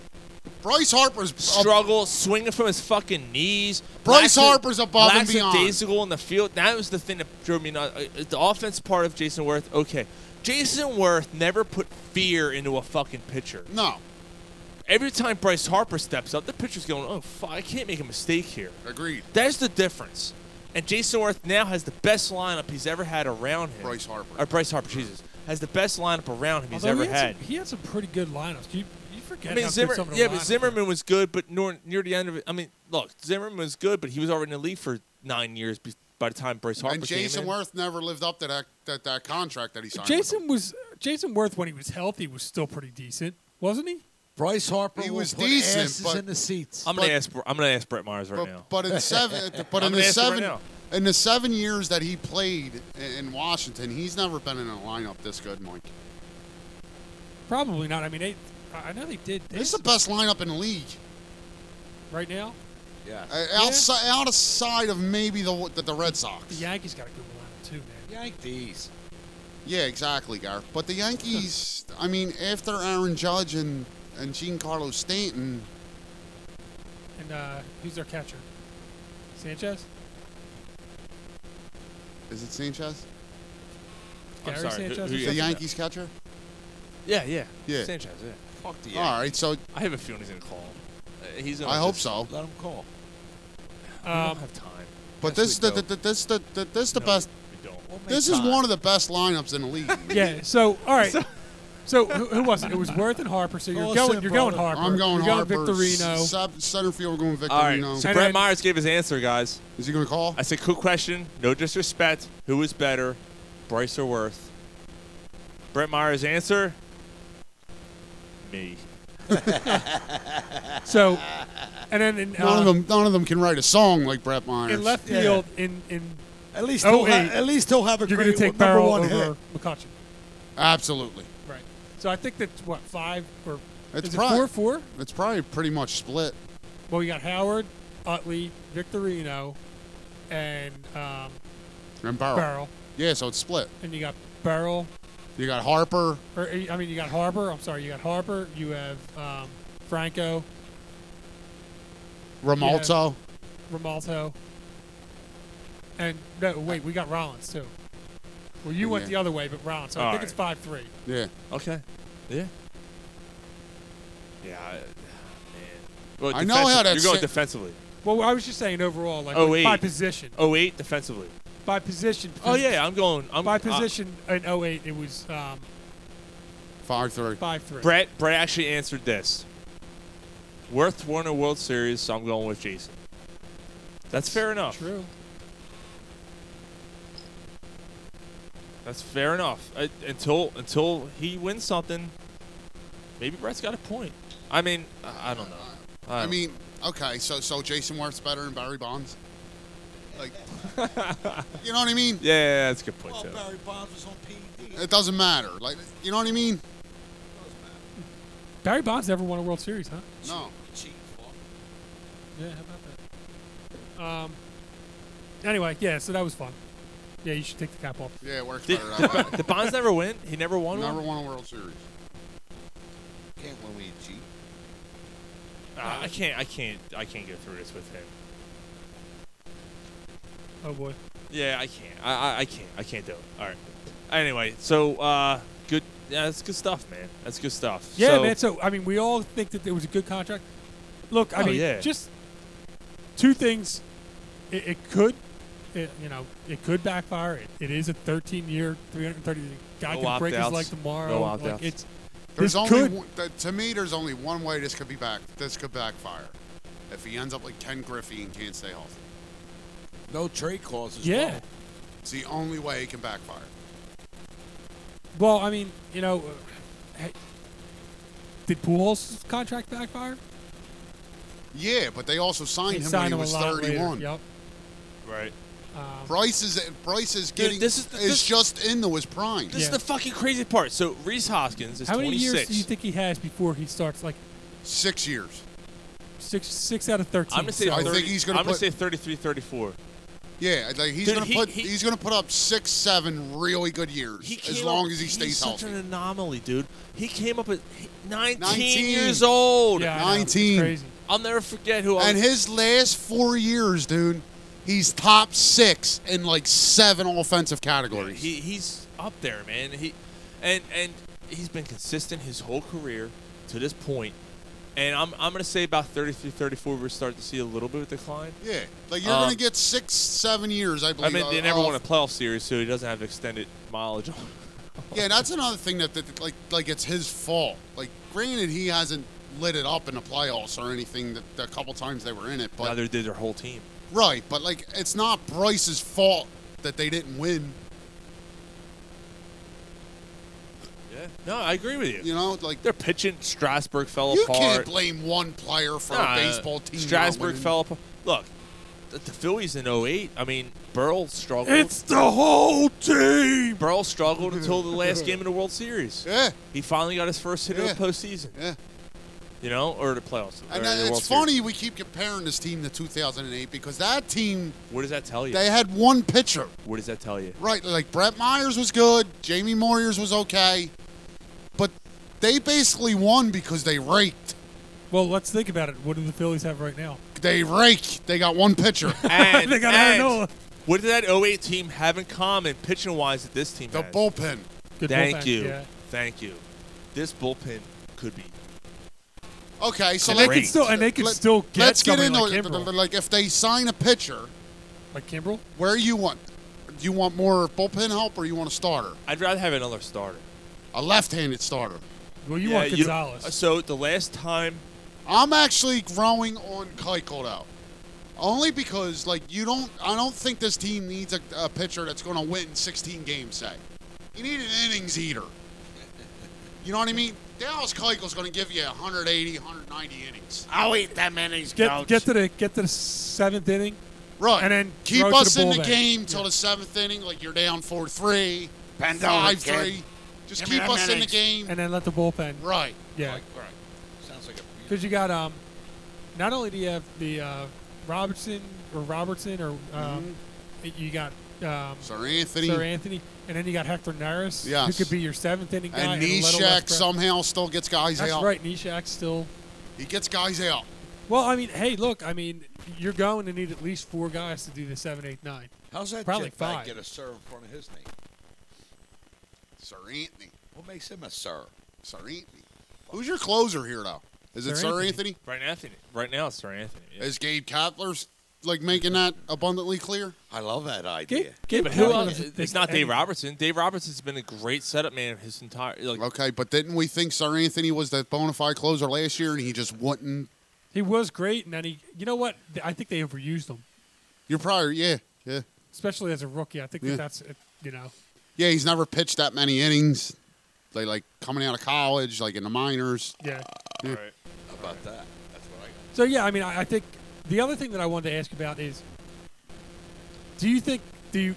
Speaker 9: Bryce Harper's
Speaker 7: struggle, swinging from his fucking knees.
Speaker 9: Bryce
Speaker 7: Lackad-
Speaker 9: Harper's above and beyond.
Speaker 7: lackadaisical in the field. That was the thing that drove me nuts. Uh, The offense part of Jason Worth. Okay, Jason Worth never put fear into a fucking pitcher.
Speaker 9: No.
Speaker 7: Every time Bryce Harper steps up, the pitcher's going, "Oh fuck, I can't make a mistake here."
Speaker 9: Agreed.
Speaker 7: That's the difference. And Jason Worth now has the best lineup he's ever had around him. Bryce
Speaker 9: Harper.
Speaker 7: Or Bryce Harper, Jesus, has the best lineup around him he's
Speaker 10: Although
Speaker 7: ever
Speaker 10: he
Speaker 7: had.
Speaker 10: Some, he had some pretty good lineups. You, you forget
Speaker 7: I mean,
Speaker 10: how
Speaker 7: Zimmer,
Speaker 10: good some of the
Speaker 7: yeah,
Speaker 10: lineups
Speaker 7: but Zimmerman was good, but near, near the end of it, I mean, look, Zimmerman was good, but he was already in the league for nine years be- by the time Bryce Harper
Speaker 9: and Jason
Speaker 7: came in.
Speaker 9: Worth never lived up to that, that, that contract that he signed.
Speaker 10: Jason was Jason Worth when he was healthy was still pretty decent, wasn't he?
Speaker 14: Bryce Harper
Speaker 9: He will was put decent, asses but- in
Speaker 14: the seats.
Speaker 7: I'm gonna ask. I'm gonna ask Brett Myers right now.
Speaker 9: But in seven, but
Speaker 7: I'm
Speaker 9: in
Speaker 7: gonna
Speaker 9: the
Speaker 7: ask him right
Speaker 9: seven,
Speaker 7: now.
Speaker 9: in the seven years that he played i- in Washington, he's never been in a lineup this good, Mike.
Speaker 10: Probably not. I mean, they, I I know they did
Speaker 9: It's the best lineup in the league.
Speaker 10: right now.
Speaker 14: Yeah.
Speaker 9: Uh, outside, outside of maybe the, the the Red Sox.
Speaker 10: The Yankees got a good lineup too, man.
Speaker 14: Yankees.
Speaker 9: Yeah, exactly, Gar. But the Yankees, I mean, after Aaron Judge and and Giancarlo Stanton,
Speaker 10: And uh, who's their catcher? Sanchez.
Speaker 9: is it Sanchez?
Speaker 10: I'm Gary sorry, who- Sanchez who or you
Speaker 9: the
Speaker 10: something?
Speaker 9: Yankees catcher.
Speaker 7: Yeah, yeah,
Speaker 9: Yeah.
Speaker 7: Sanchez. Yeah. Fuck the.
Speaker 9: All right, so
Speaker 7: I have a feeling he's gonna call. Uh, he's. Gonna
Speaker 9: I hope
Speaker 7: just
Speaker 9: so.
Speaker 7: Let him call.
Speaker 10: Um,
Speaker 7: don't have time.
Speaker 9: But this is the, the, the this the, the this the best. This is one of the best lineups in the league.
Speaker 10: Yeah. So all right. So, who, who was it? It was Worth and Harper. So you're going. You're going Harper.
Speaker 9: Oh, I'm going
Speaker 10: you're
Speaker 9: Harper.
Speaker 10: Going Victorino.
Speaker 9: S- sub- center field. We're going
Speaker 7: All right.
Speaker 9: Victorino.
Speaker 7: So Brett Myers gave his answer, guys.
Speaker 9: Is he gonna call?
Speaker 7: I said, "Quick question. No disrespect. Who is better, Bryce or Worth?" Brett Myers' answer. Me.
Speaker 10: So, and then in,
Speaker 9: none
Speaker 10: uh,
Speaker 9: of them. None of them can write a song like Brett Myers.
Speaker 10: in left
Speaker 9: Yeah.
Speaker 10: field in in
Speaker 14: at least
Speaker 9: he'll
Speaker 10: oh,
Speaker 9: ha- at least he'll have a
Speaker 10: you're
Speaker 9: great
Speaker 10: gonna take
Speaker 9: number
Speaker 10: Barrel
Speaker 9: one
Speaker 10: over McCutcheon.
Speaker 9: Absolutely.
Speaker 10: Right. So I think that's what five or
Speaker 9: It's
Speaker 10: is it
Speaker 9: probably
Speaker 10: four four?
Speaker 9: It's probably pretty much split.
Speaker 10: Well, you got Howard, Utley, Victorino, and um,
Speaker 9: And Barrel.
Speaker 10: Barrel.
Speaker 9: Yeah, so it's split.
Speaker 10: and you got Barrel.
Speaker 9: You got Harper.
Speaker 10: Or eh, I mean, you got Harper. I'm sorry, you got Harper. You have um, Franco,
Speaker 9: Romalto.
Speaker 10: Romalto, and no, wait, we got Rollins too. Well, you went
Speaker 9: Yeah.
Speaker 10: the other way, but Rollins. So I
Speaker 7: Oh, All
Speaker 10: think
Speaker 7: right.
Speaker 10: it's five three.
Speaker 9: Yeah.
Speaker 7: Okay. Yeah. Yeah. I, man. Well,
Speaker 10: I know how
Speaker 7: defensive-
Speaker 10: that
Speaker 7: You're going
Speaker 10: sit-
Speaker 7: defensively.
Speaker 10: Well, I was just saying overall, like
Speaker 7: Oh eight.
Speaker 10: by position,
Speaker 7: Oh eight defensively.
Speaker 10: by position.
Speaker 7: Oh yeah, I'm going. I'm
Speaker 10: by
Speaker 7: uh,
Speaker 10: position in 08, it was um,
Speaker 9: Five three.
Speaker 10: five three.
Speaker 7: Brett. Brett actually answered this. Worth won a World Series, so I'm going with Jason. That's fair enough.
Speaker 10: True.
Speaker 7: That's fair enough. I, until until he wins something, maybe Brett's got a point. I mean, I I don't know. I,
Speaker 9: I
Speaker 7: don't-
Speaker 9: mean, okay, so so Jason Worth's better than Barry Bonds. Like, you know what I mean?
Speaker 7: yeah, yeah, yeah, that's a good point too.
Speaker 14: Barry Bonds was on PD.
Speaker 9: It doesn't matter. Like, you know what I mean?
Speaker 10: Barry Bonds never won a World Series, huh?
Speaker 9: No.
Speaker 10: Yeah, how about that? Um. Anyway, yeah. So that was fun. Yeah, you should take the cap off.
Speaker 9: Yeah, it works
Speaker 7: Did,
Speaker 9: better
Speaker 7: did,
Speaker 9: that
Speaker 7: Bo-
Speaker 9: way.
Speaker 7: did Bonds never win? He never won
Speaker 9: Never
Speaker 7: one.
Speaker 9: won a World Series.
Speaker 14: Can't win with a Jeep.
Speaker 7: Ah, I can't. I can't. I can't get through this with him.
Speaker 10: Oh boy.
Speaker 7: Yeah, I can't. I, I, I can't. I can't do it. All right. Anyway, so uh, good. Yeah, that's good stuff, man. That's good stuff.
Speaker 10: Yeah,
Speaker 7: so,
Speaker 10: man. So I mean, we all think that it was a good contract. Look, I
Speaker 7: Oh,
Speaker 10: mean,
Speaker 7: yeah.
Speaker 10: just two things. It, it could, it, you know, it could backfire. It, it is a 13-year, 330. Guy
Speaker 7: No
Speaker 10: can break his
Speaker 7: opt-outs.
Speaker 10: leg tomorrow.
Speaker 7: No
Speaker 10: like
Speaker 7: opt-outs.
Speaker 10: it's
Speaker 9: There's
Speaker 10: This
Speaker 9: only
Speaker 10: could-
Speaker 9: one- that- to me, there's only one way this could be back. This could backfire if he ends up like Ken Griffey and can't stay healthy.
Speaker 14: No trade clauses.
Speaker 10: Yeah.
Speaker 9: It's the only way it can backfire.
Speaker 10: Well, I mean, you know, uh, hey, did Pujols' contract backfire?
Speaker 9: Yeah, but they also signed
Speaker 10: They
Speaker 9: him
Speaker 10: signed him
Speaker 9: when
Speaker 10: a
Speaker 9: he was
Speaker 10: lot later,
Speaker 9: 31.
Speaker 10: yep.
Speaker 7: Right.
Speaker 9: Bryce is Bryce is
Speaker 7: Dude,
Speaker 9: getting
Speaker 7: this is-
Speaker 9: is,
Speaker 7: this-
Speaker 9: just into his prime.
Speaker 7: This is the fucking crazy part. So Reese Hoskins is
Speaker 10: How many
Speaker 7: 26.
Speaker 10: years do you think he has before he starts? Like
Speaker 9: six years.
Speaker 10: Six, six out of 13
Speaker 7: I'm gonna say
Speaker 10: so-
Speaker 7: 30,
Speaker 9: gonna
Speaker 7: I'm gonna
Speaker 9: put-
Speaker 7: say 33, 34.
Speaker 9: Yeah, like he's
Speaker 7: Dude,
Speaker 9: gonna
Speaker 7: he-
Speaker 9: put
Speaker 7: he-
Speaker 9: he's gonna put up six, seven really good years as
Speaker 7: came
Speaker 9: long
Speaker 7: up-
Speaker 9: as he stays
Speaker 7: he's
Speaker 9: healthy.
Speaker 7: such an anomaly, dude. He came up at 19,
Speaker 9: 19.
Speaker 7: years old.
Speaker 9: Yeah, I know. It's 19. crazy.
Speaker 7: I'll never forget who. I
Speaker 9: And
Speaker 7: was,
Speaker 9: his last four years, dude, he's top six in like seven offensive categories.
Speaker 7: he he's up there, man. He and and he's been consistent his whole career to this point. And I'm I'm gonna say about 33, 34, we're starting to see a little bit of decline.
Speaker 9: yeah, like you're
Speaker 7: Um,
Speaker 9: gonna get six, seven years, I
Speaker 7: I
Speaker 9: believe.
Speaker 7: mean, they
Speaker 9: uh,
Speaker 7: never
Speaker 9: off-
Speaker 7: won a playoff series, so he doesn't have extended mileage. on
Speaker 9: Yeah, that's another thing that, that like like it's his fault. Like, granted, he hasn't lit it up in the playoffs or anything. That the couple times they were in it, but
Speaker 7: Neither did their whole team.
Speaker 9: right, but like it's not Bryce's fault that they didn't win.
Speaker 7: Yeah. No, I agree with you.
Speaker 9: You know, like
Speaker 7: they're pitching. Strasburg fell
Speaker 9: You
Speaker 7: apart.
Speaker 9: can't blame one player for
Speaker 7: Nah,
Speaker 9: a baseball team. not
Speaker 7: Strasburg
Speaker 9: winning.
Speaker 7: fell apart. Look, the, the Phillies in 08, I mean, Burl struggled.
Speaker 9: It's the whole
Speaker 7: team. Burl struggled until the last game of the World Series.
Speaker 9: Yeah.
Speaker 7: He finally got his first hit
Speaker 9: Yeah.
Speaker 7: of the postseason.
Speaker 9: Yeah.
Speaker 7: You know, or the playoffs. or
Speaker 9: And
Speaker 7: the
Speaker 9: then
Speaker 7: World
Speaker 9: it's
Speaker 7: Series.
Speaker 9: funny we keep comparing this team to 2008 because that team
Speaker 7: What does that tell you?
Speaker 9: they had one pitcher,
Speaker 7: What does that tell you?
Speaker 9: right? Like Brett Myers was good, Jamie Moyers was okay, but they basically won because they raked.
Speaker 10: Well, let's think about it. What do the Phillies have right now?
Speaker 9: They rake. They got one pitcher.
Speaker 7: And,
Speaker 10: They got
Speaker 7: and
Speaker 10: Aaron Nola.
Speaker 7: what did that 08 team have in common, pitching wise, that this team
Speaker 9: The
Speaker 7: has?
Speaker 9: bullpen. Good
Speaker 7: Thank
Speaker 9: bullpen,
Speaker 7: you.
Speaker 9: yeah.
Speaker 7: Thank you. This bullpen could be.
Speaker 9: Okay, so
Speaker 10: And they
Speaker 9: let-
Speaker 10: could still- and they could still get
Speaker 9: Let's get
Speaker 10: somebody
Speaker 9: into
Speaker 10: like
Speaker 9: it.
Speaker 10: Kimbrel.
Speaker 9: Like if they sign a pitcher,
Speaker 10: like Kimbrel,
Speaker 9: where you want? Do you want more bullpen help or you want a starter?
Speaker 7: I'd rather have another starter.
Speaker 9: A left-handed starter.
Speaker 10: Well,
Speaker 7: Yeah, uh, so the last time
Speaker 9: I'm actually growing on Keuchel though, only because like you don't. I don't think this team needs a, a pitcher that's going to win 16 games. Say, you need an innings eater. You know what I mean? Dallas Keuchel's going to give you 180, 190 innings.
Speaker 10: I'll
Speaker 9: eat them innings,
Speaker 10: get, get to the get to the seventh inning,
Speaker 9: Right,
Speaker 10: And then
Speaker 9: keep
Speaker 10: throw it to
Speaker 9: us in the
Speaker 10: bullpen.
Speaker 9: game till the seventh inning. Like you're down four three,
Speaker 10: Bend over,
Speaker 9: five
Speaker 10: kid.
Speaker 9: three. Just
Speaker 10: Give me
Speaker 9: keep
Speaker 10: them
Speaker 9: us in the
Speaker 10: innings.
Speaker 9: game.
Speaker 10: and then let the bullpen.
Speaker 9: Right.
Speaker 10: Yeah.
Speaker 9: Like, right.
Speaker 14: Sounds like a.
Speaker 10: Because you got um, not only do you have the uh, Robertson or Robertson or um, you got um,
Speaker 9: Mm-hmm. Sir Anthony.
Speaker 10: Sir Anthony, and then you got Hector Neris, who
Speaker 9: Yes.
Speaker 10: could be your seventh inning guy.
Speaker 9: And
Speaker 10: a little less
Speaker 9: Nishak
Speaker 10: prep.
Speaker 9: somehow still gets guys
Speaker 10: That's
Speaker 9: out.
Speaker 10: right, Nishak still.
Speaker 9: He gets guys out.
Speaker 10: Well, I mean, hey, look, I mean, you're going to need at least four guys to do the seven, eight, nine.
Speaker 14: How's that
Speaker 10: Probably
Speaker 14: jetpack
Speaker 10: five.
Speaker 14: get a sir in front of his name?
Speaker 9: Sir Anthony.
Speaker 14: What makes him a sir?
Speaker 9: Sir Anthony. Who's your closer here, though? Is it Sir, Anthony?
Speaker 7: Right, Anthony. Right now, it's Sir Anthony. yeah.
Speaker 9: Is Gabe Kapler's like making that abundantly clear?
Speaker 14: I love that idea.
Speaker 7: Yeah, but who else? It's not Dave Robertson. Dave Robertson's been a great setup man his entire. Like,
Speaker 9: Okay, but didn't we think Sir Anthony was that bona fide closer last year, and he just wouldn't?
Speaker 10: He was great, and then he, you know what? Th- I think they overused him,
Speaker 9: You're probably yeah, yeah,
Speaker 10: especially as a rookie. I think
Speaker 9: Yeah.
Speaker 10: that that's, uh, you know,
Speaker 9: yeah. He's never pitched that many innings. They like coming out of college, like in the minors.
Speaker 10: yeah.
Speaker 9: Yeah.
Speaker 14: How about that? That's what I got.
Speaker 10: So yeah, I mean, I, I think the other thing that I wanted to ask about is, do you think do you,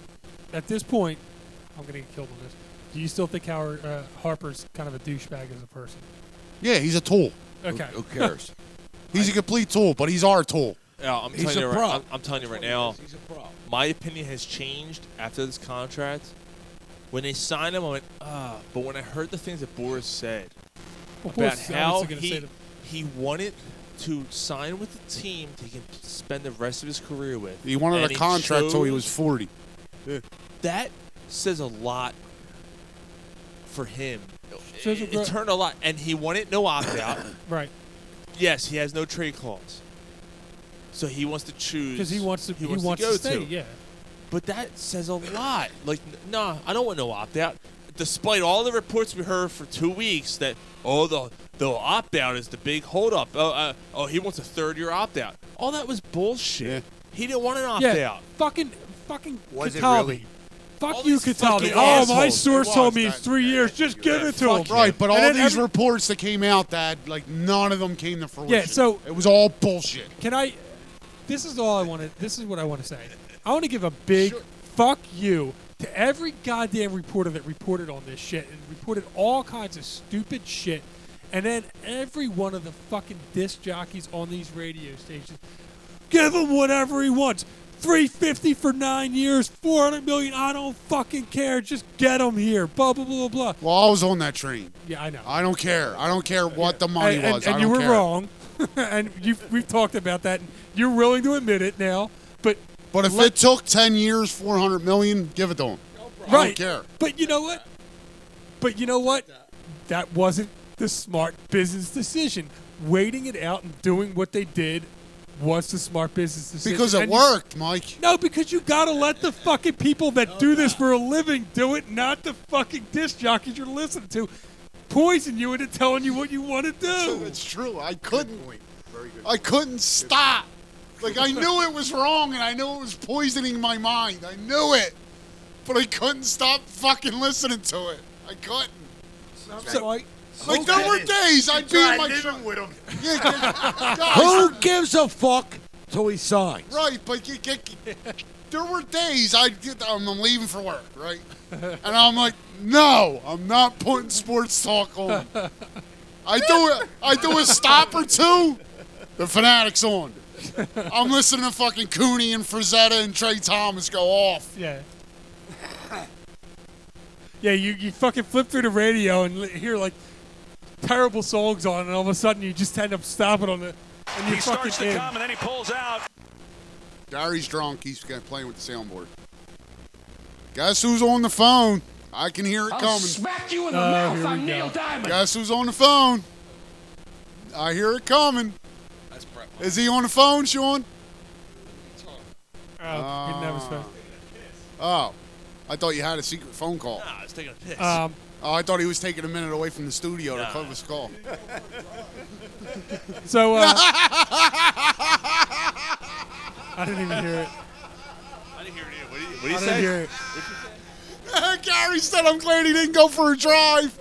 Speaker 10: at this point, I'm gonna get killed on this. Do you still think Howard uh, Harper's kind of a douchebag as a person?
Speaker 9: Yeah, he's a tool.
Speaker 10: Okay.
Speaker 14: Who cares?
Speaker 9: He's a complete tool, but he's our tool.
Speaker 7: Yeah, I'm
Speaker 14: He's
Speaker 7: telling
Speaker 14: a
Speaker 7: you right,
Speaker 14: prop.
Speaker 7: I'm, I'm telling you right
Speaker 14: That's
Speaker 7: now.
Speaker 14: what he is. He's a prop.
Speaker 7: My opinion has changed after this contract. When they signed him, I went ah. But when I heard the things that Boris said
Speaker 10: Well,
Speaker 7: about
Speaker 10: Boris is
Speaker 7: how
Speaker 10: obviously gonna say
Speaker 7: he
Speaker 10: the-
Speaker 7: he wanted to sign with the team that he can spend the rest of his career with,
Speaker 9: He wanted
Speaker 7: and
Speaker 9: a contract till he
Speaker 7: chose-
Speaker 9: was forty.
Speaker 7: that says a lot for him. It,
Speaker 10: Says a
Speaker 7: it
Speaker 10: gro-
Speaker 7: turned a lot, and he wanted no opt out.
Speaker 10: Right.
Speaker 7: yes, he has no trade clause, so he wants to choose
Speaker 10: Because he wants to. He,
Speaker 7: wants,
Speaker 10: wants to,
Speaker 7: go
Speaker 10: stay. Yeah.
Speaker 7: But that says a lot. Like, n- nah, I don't want no opt out. despite all the reports we heard for two weeks that oh the the opt out is the big holdup. Oh, uh, oh he wants a third year opt out. All that was bullshit. He didn't want an opt
Speaker 10: yeah,
Speaker 7: out.
Speaker 10: fucking, fucking
Speaker 7: Was it
Speaker 10: Katabi.
Speaker 7: really?
Speaker 10: Fuck
Speaker 7: All
Speaker 10: you,
Speaker 7: these
Speaker 10: Katabi.
Speaker 7: fucking
Speaker 10: Oh, my
Speaker 7: assholes.
Speaker 10: source
Speaker 9: It
Speaker 10: told
Speaker 9: was
Speaker 10: me it's three years. Just give it to him.
Speaker 9: Right, but
Speaker 10: And
Speaker 9: all
Speaker 10: then
Speaker 9: these reports that came out that like none of them came to fruition.
Speaker 10: Yeah, so
Speaker 9: it was all bullshit.
Speaker 10: Can I? This is all I want to. This is what I want to say. I want to give a big fuck you to every goddamn reporter that reported on this shit and reported all kinds of stupid shit, and then every one of the fucking disc jockeys on these radio stations, give him whatever he wants. 350 for nine years, 400 million. I don't fucking care. Just get him here. Blah blah blah blah.
Speaker 9: Well, I was on that train.
Speaker 10: Yeah, I know.
Speaker 9: I don't care. I don't care what the money
Speaker 10: and, and-
Speaker 9: was.
Speaker 10: and
Speaker 9: I
Speaker 10: you
Speaker 9: don't
Speaker 10: were
Speaker 9: care.
Speaker 10: wrong, and you we've talked about that. And you're willing to admit it now, but
Speaker 9: But if
Speaker 10: let-
Speaker 9: it took ten years, four hundred million, give it to him.
Speaker 10: right, I don't care. But you know what? But you know what? That wasn't the smart business decision. Waiting it out and doing what they did was the smart business decision.
Speaker 9: Because it
Speaker 10: And you-
Speaker 9: worked, Mike.
Speaker 10: no, because you gotta let the fucking people that do this for a living do it, not the fucking disc jockeys you're listening to, poison you into telling you what you want to do.
Speaker 9: It's true. I couldn't. I couldn't stop. Like I knew it was wrong, and I knew it was poisoning my mind. I knew it, but I couldn't stop fucking listening to it. I couldn't.
Speaker 14: So, like,
Speaker 9: like there were days I'd be in my truck.
Speaker 14: with him.
Speaker 9: Yeah, get-
Speaker 14: Who
Speaker 9: guys,
Speaker 14: gives a fuck till he signs?
Speaker 9: right, but you get, there were days I'd get. I'm I'm leaving for work, right? And I'm like, no, I'm not putting sports talk on. I do it. I do a stop or two. The fanatic's on. I'm listening to fucking Cooney and Frazetta and Trey Thomas go off.
Speaker 10: Yeah. Yeah, you, you fucking flip through the radio and li- hear like terrible songs on, and all of a sudden you just end up stopping on the. And you
Speaker 9: He
Speaker 10: fucking
Speaker 9: starts to
Speaker 10: in.
Speaker 9: come,
Speaker 13: and then he pulls
Speaker 7: Ah,
Speaker 13: out.
Speaker 9: Gary's drunk. He's got- playing with the soundboard. Guess who's on the phone? I can hear it
Speaker 13: I'll
Speaker 9: coming.
Speaker 13: smack you in the Oh, mouth. here we I'm go. Neil Diamond.
Speaker 9: Guess who's on the phone? I hear it coming.
Speaker 13: That's Brett.
Speaker 9: Is he on the phone, Sean?
Speaker 10: Oh, he never spoke.
Speaker 9: Oh, I thought you had a secret phone call.
Speaker 7: Nah, I was taking a piss.
Speaker 10: Um,
Speaker 9: oh, I thought he was taking a minute away from the studio to
Speaker 7: Nah.
Speaker 9: cover his call.
Speaker 10: So uh, I didn't even hear it.
Speaker 7: I didn't hear it. What
Speaker 10: what did he I didn't say? hear it.
Speaker 9: Gary said, "I'm glad he didn't go for a drive."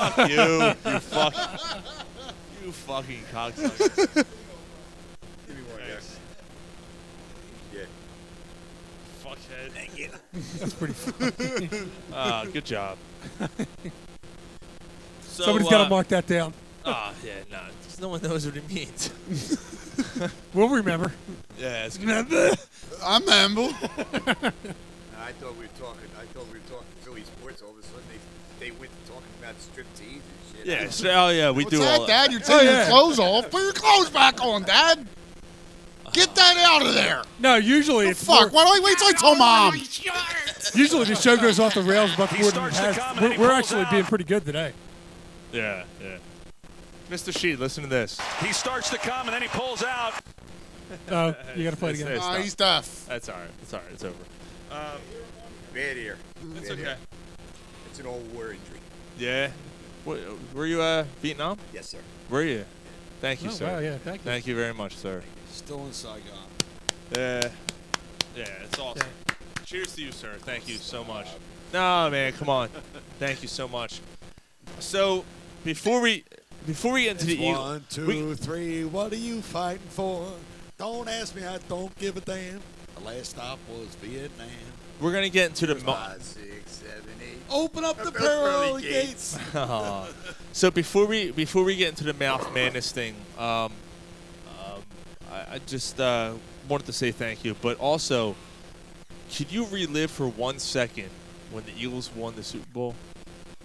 Speaker 7: Fuck you, you fuck, you fucking cocksucker.
Speaker 13: Give me one, guys. Yeah.
Speaker 7: Fuckhead. Thank you.
Speaker 10: That's pretty funny.
Speaker 7: Ah, good job. So,
Speaker 10: Somebody's got
Speaker 7: uh,
Speaker 10: to mark that down.
Speaker 7: Ah, yeah, no, just no one knows what it means.
Speaker 10: We'll remember.
Speaker 7: yeah, it's good.
Speaker 10: Remember?
Speaker 9: I'm Amble.
Speaker 12: I thought we were talking. I thought we were talking Philly sports. All of a sudden, they they went to talking about striptease and shit.
Speaker 7: Yeah, so, oh yeah, we
Speaker 9: What's
Speaker 7: do
Speaker 9: that,
Speaker 7: all
Speaker 9: Dad? You're
Speaker 7: Oh,
Speaker 9: taking your
Speaker 7: yeah.
Speaker 9: clothes off. Put your clothes back on, Dad. Get that out of there.
Speaker 10: No, usually it's
Speaker 9: Oh, Fuck,
Speaker 10: more-
Speaker 9: why do I wait till I tell mom?
Speaker 10: Usually the show goes off the rails. Buck
Speaker 7: He
Speaker 10: Gordon
Speaker 7: starts to
Speaker 10: has.
Speaker 7: come and
Speaker 10: We're,
Speaker 7: then he
Speaker 10: we're
Speaker 7: pulls
Speaker 10: actually
Speaker 7: out.
Speaker 10: being pretty good today.
Speaker 7: Yeah, yeah. Mr. Sheed, listen to this.
Speaker 13: He starts to come and then he pulls out.
Speaker 10: Oh, you got to play it again.
Speaker 9: Nah, he's deaf.
Speaker 7: That's all right. It's all right. It's over.
Speaker 12: Um, bad ear. It's
Speaker 7: okay.
Speaker 12: It's an old war injury.
Speaker 7: Yeah. What, were you uh, Vietnam?
Speaker 12: Yes, sir.
Speaker 7: Were you? Thank you,
Speaker 12: Oh,
Speaker 7: sir.
Speaker 12: wow, yeah, thank you.
Speaker 7: Thank you very much, sir.
Speaker 14: Still in Saigon.
Speaker 7: Yeah. Yeah, it's awesome. Cheers to you, sir. Thank you so much. No, man, come on. Thank you so much. So, before we before we get into
Speaker 14: It's
Speaker 7: the Eagle-
Speaker 14: one, two,
Speaker 7: we-
Speaker 14: three, What are you fighting for? Don't ask me. I don't give a damn. The last stop was Vietnam.
Speaker 7: we're gonna get into the mo-
Speaker 12: Five, six, seven, eight.
Speaker 14: Open up the
Speaker 12: Open up pearly
Speaker 14: pearly gates.
Speaker 7: Aw. so before we before we get into the mouth madness thing, um, um, I, I just uh, wanted to say thank you, but also, could you relive for one second when the Eagles won the Super Bowl?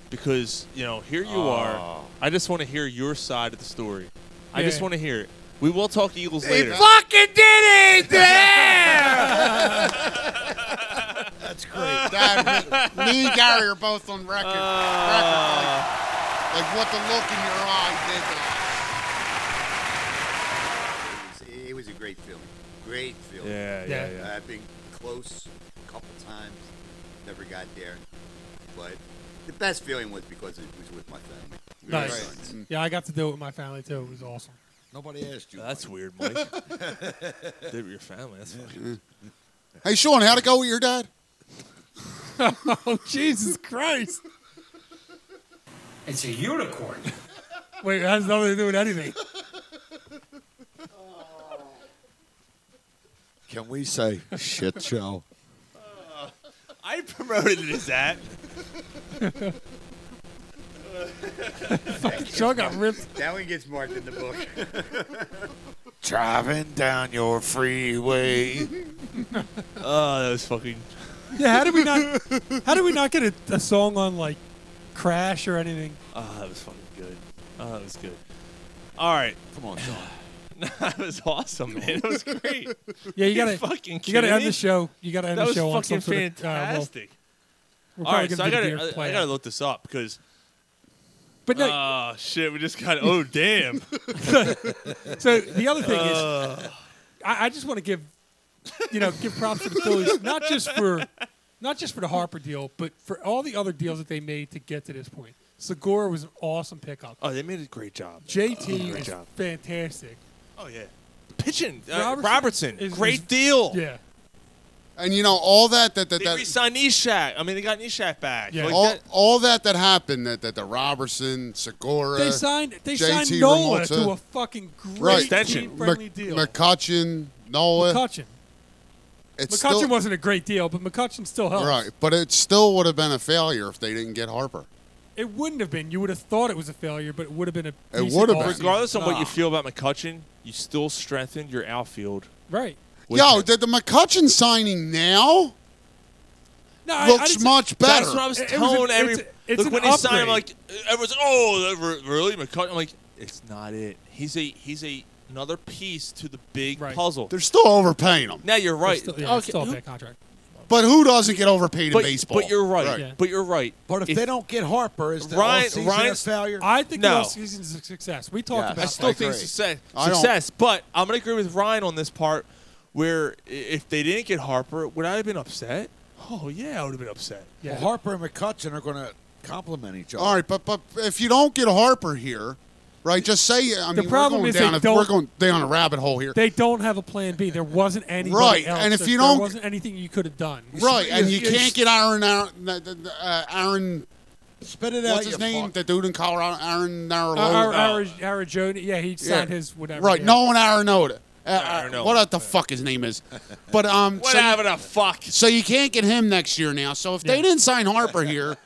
Speaker 7: Because you know, here you are. I just want to hear your side of the story. I just
Speaker 13: Yeah.
Speaker 7: want to hear it. We will talk Eagles
Speaker 13: They
Speaker 7: later.
Speaker 13: fucking did it! Damn!
Speaker 9: That's great. Dad, me, me and Gary are both on record.
Speaker 14: Ah.
Speaker 9: record like,
Speaker 12: It
Speaker 9: like what the look in your eye did. to-
Speaker 12: was, it was a great feeling. Great feeling.
Speaker 7: Yeah, yeah, Yeah. yeah.
Speaker 12: I've been close a couple times. never got there. But the best feeling was because it was with my family. We were
Speaker 10: Nice.
Speaker 12: friends.
Speaker 10: Yeah, I got to do it with my family too. It was awesome.
Speaker 14: Nobody asked you.
Speaker 7: That's weird, Mike. Did it with your family. That's funny.
Speaker 9: Hey, Sean, how'd it go with your dad?
Speaker 10: oh, Jesus Christ.
Speaker 15: It's a unicorn.
Speaker 10: Wait, that has nothing to do with anything.
Speaker 14: Can we say shit show?
Speaker 7: I promoted it as that.
Speaker 10: Fucking Sean got ripped.
Speaker 12: That one gets marked in the book.
Speaker 14: Driving down your freeway.
Speaker 7: oh, that was fucking.
Speaker 10: Yeah, how did we not? How did we not get a, a song on like Crash or anything?
Speaker 7: Oh, that was fucking good. Oh, that was good. All right.
Speaker 14: Come on,
Speaker 7: John. that was awesome, man. It was great.
Speaker 10: Yeah, you
Speaker 7: Are
Speaker 10: gotta
Speaker 7: fucking
Speaker 10: you gotta
Speaker 7: kidding
Speaker 10: end
Speaker 7: me?
Speaker 10: the show. You gotta end
Speaker 7: that
Speaker 10: the show on
Speaker 7: was
Speaker 10: some
Speaker 7: fucking
Speaker 10: sort of- all right, well,
Speaker 7: fantastic.
Speaker 10: we're
Speaker 7: All
Speaker 10: probably
Speaker 7: right,
Speaker 10: gonna
Speaker 7: so I
Speaker 10: do the
Speaker 7: gotta,
Speaker 10: beer
Speaker 7: I,
Speaker 10: play
Speaker 7: I gotta
Speaker 10: out.
Speaker 7: look this up because.
Speaker 10: But no-
Speaker 7: Oh shit! We just got. Oh damn.
Speaker 10: so the other thing
Speaker 7: Uh.
Speaker 10: is, I, I just want to give, you know, give props to the Phillies, not just for, not just for the Harper deal, but for all the other deals that they made to get to this point. Segura was an awesome pickup.
Speaker 7: Oh, they made a great job.
Speaker 10: JT
Speaker 7: Great
Speaker 10: is
Speaker 7: job.
Speaker 10: fantastic.
Speaker 7: Oh yeah, pitching uh,
Speaker 10: Robertson
Speaker 7: Robertson.
Speaker 10: is-
Speaker 7: great
Speaker 10: is-
Speaker 7: deal.
Speaker 10: Yeah.
Speaker 9: And you know all that that that,
Speaker 7: They
Speaker 9: that
Speaker 7: re-signed Nishak. I mean, they got Nishak back. Like
Speaker 9: all,
Speaker 7: that-
Speaker 9: all that that happened that, that the Robertson, Segura,
Speaker 10: They signed they
Speaker 9: JT
Speaker 10: signed Nola
Speaker 9: Remolta.
Speaker 10: to a fucking great
Speaker 9: right.
Speaker 10: friendly
Speaker 9: Mc-
Speaker 10: deal.
Speaker 9: McCutcheon, Nola.
Speaker 10: McCutcheon.
Speaker 9: It's
Speaker 10: McCutcheon
Speaker 9: still,
Speaker 10: wasn't a great deal, but McCutcheon still helped.
Speaker 9: right, but it still would have been a failure if they didn't get Harper.
Speaker 10: It wouldn't have been. You would have thought it was a failure, but it would have been a.
Speaker 9: It
Speaker 10: decent
Speaker 9: would have been.
Speaker 10: offseason.
Speaker 7: regardless of what you
Speaker 10: Ah.
Speaker 7: feel about McCutcheon, you still strengthened your outfield.
Speaker 10: Right.
Speaker 9: Yo, did the McCutcheon signing now
Speaker 10: No, I- I
Speaker 9: looks
Speaker 10: didn't say-
Speaker 9: much better?
Speaker 7: That's what I was
Speaker 10: It- it was
Speaker 7: telling
Speaker 10: an-
Speaker 7: every.
Speaker 10: it's a- it's
Speaker 7: look
Speaker 10: an
Speaker 7: when he signed, I'm like
Speaker 10: upgrade.
Speaker 7: everyone's oh that re- really McCutcheon. I'm like it's not it. He's a he's a another piece to the big puzzle.
Speaker 9: They're still overpaying him.
Speaker 7: now you're right.
Speaker 10: Still, yeah, it's
Speaker 7: Okay,
Speaker 10: still a
Speaker 7: who-
Speaker 10: bad contract.
Speaker 9: But who doesn't get overpaid
Speaker 7: but,
Speaker 9: in baseball?
Speaker 7: but you're right. But you're right.
Speaker 14: But if, they don't get Harper, is the
Speaker 7: Ryan-
Speaker 14: offseason
Speaker 7: Ryan's-
Speaker 14: a failure?
Speaker 10: I think
Speaker 7: No.
Speaker 10: the offseason is a success. We talked
Speaker 14: Yes.
Speaker 10: about
Speaker 7: I
Speaker 10: that.
Speaker 7: still think success.
Speaker 14: I don't-
Speaker 7: Success, but I'm gonna agree with Ryan on this part. Where i- if they didn't get Harper, would I have been upset? Oh yeah, I would have been upset.
Speaker 14: Well, Harper and McCutcheon are going to complement each other.
Speaker 9: All right, but but if you don't get Harper here, right? Just say I mean
Speaker 10: The problem
Speaker 9: we're going
Speaker 10: is they
Speaker 9: down a,
Speaker 10: don't-
Speaker 9: we're going down a rabbit hole here.
Speaker 10: They don't have a plan B. There wasn't anybody
Speaker 9: Right,
Speaker 10: else.
Speaker 9: and if you
Speaker 10: there
Speaker 9: don't-
Speaker 10: wasn't anything you could have done.
Speaker 9: right, and you
Speaker 10: Yeah.
Speaker 9: can't get Aaron Aaron, uh, Aaron
Speaker 14: spit it
Speaker 9: what's his name? The dude in Colorado, Aaron
Speaker 10: Ar-
Speaker 9: Narrow.
Speaker 10: Uh, Ar- Ar- Arizona- yeah, he signed
Speaker 9: Yeah.
Speaker 10: his whatever.
Speaker 9: Right,
Speaker 10: yeah.
Speaker 9: no one Arenota. Uh, uh,
Speaker 7: Arenado.
Speaker 9: what the fuck his name is, but um, so,
Speaker 7: Whatever the fuck.
Speaker 9: so you can't get him next year now. So if they
Speaker 7: Yeah.
Speaker 9: didn't sign Harper here,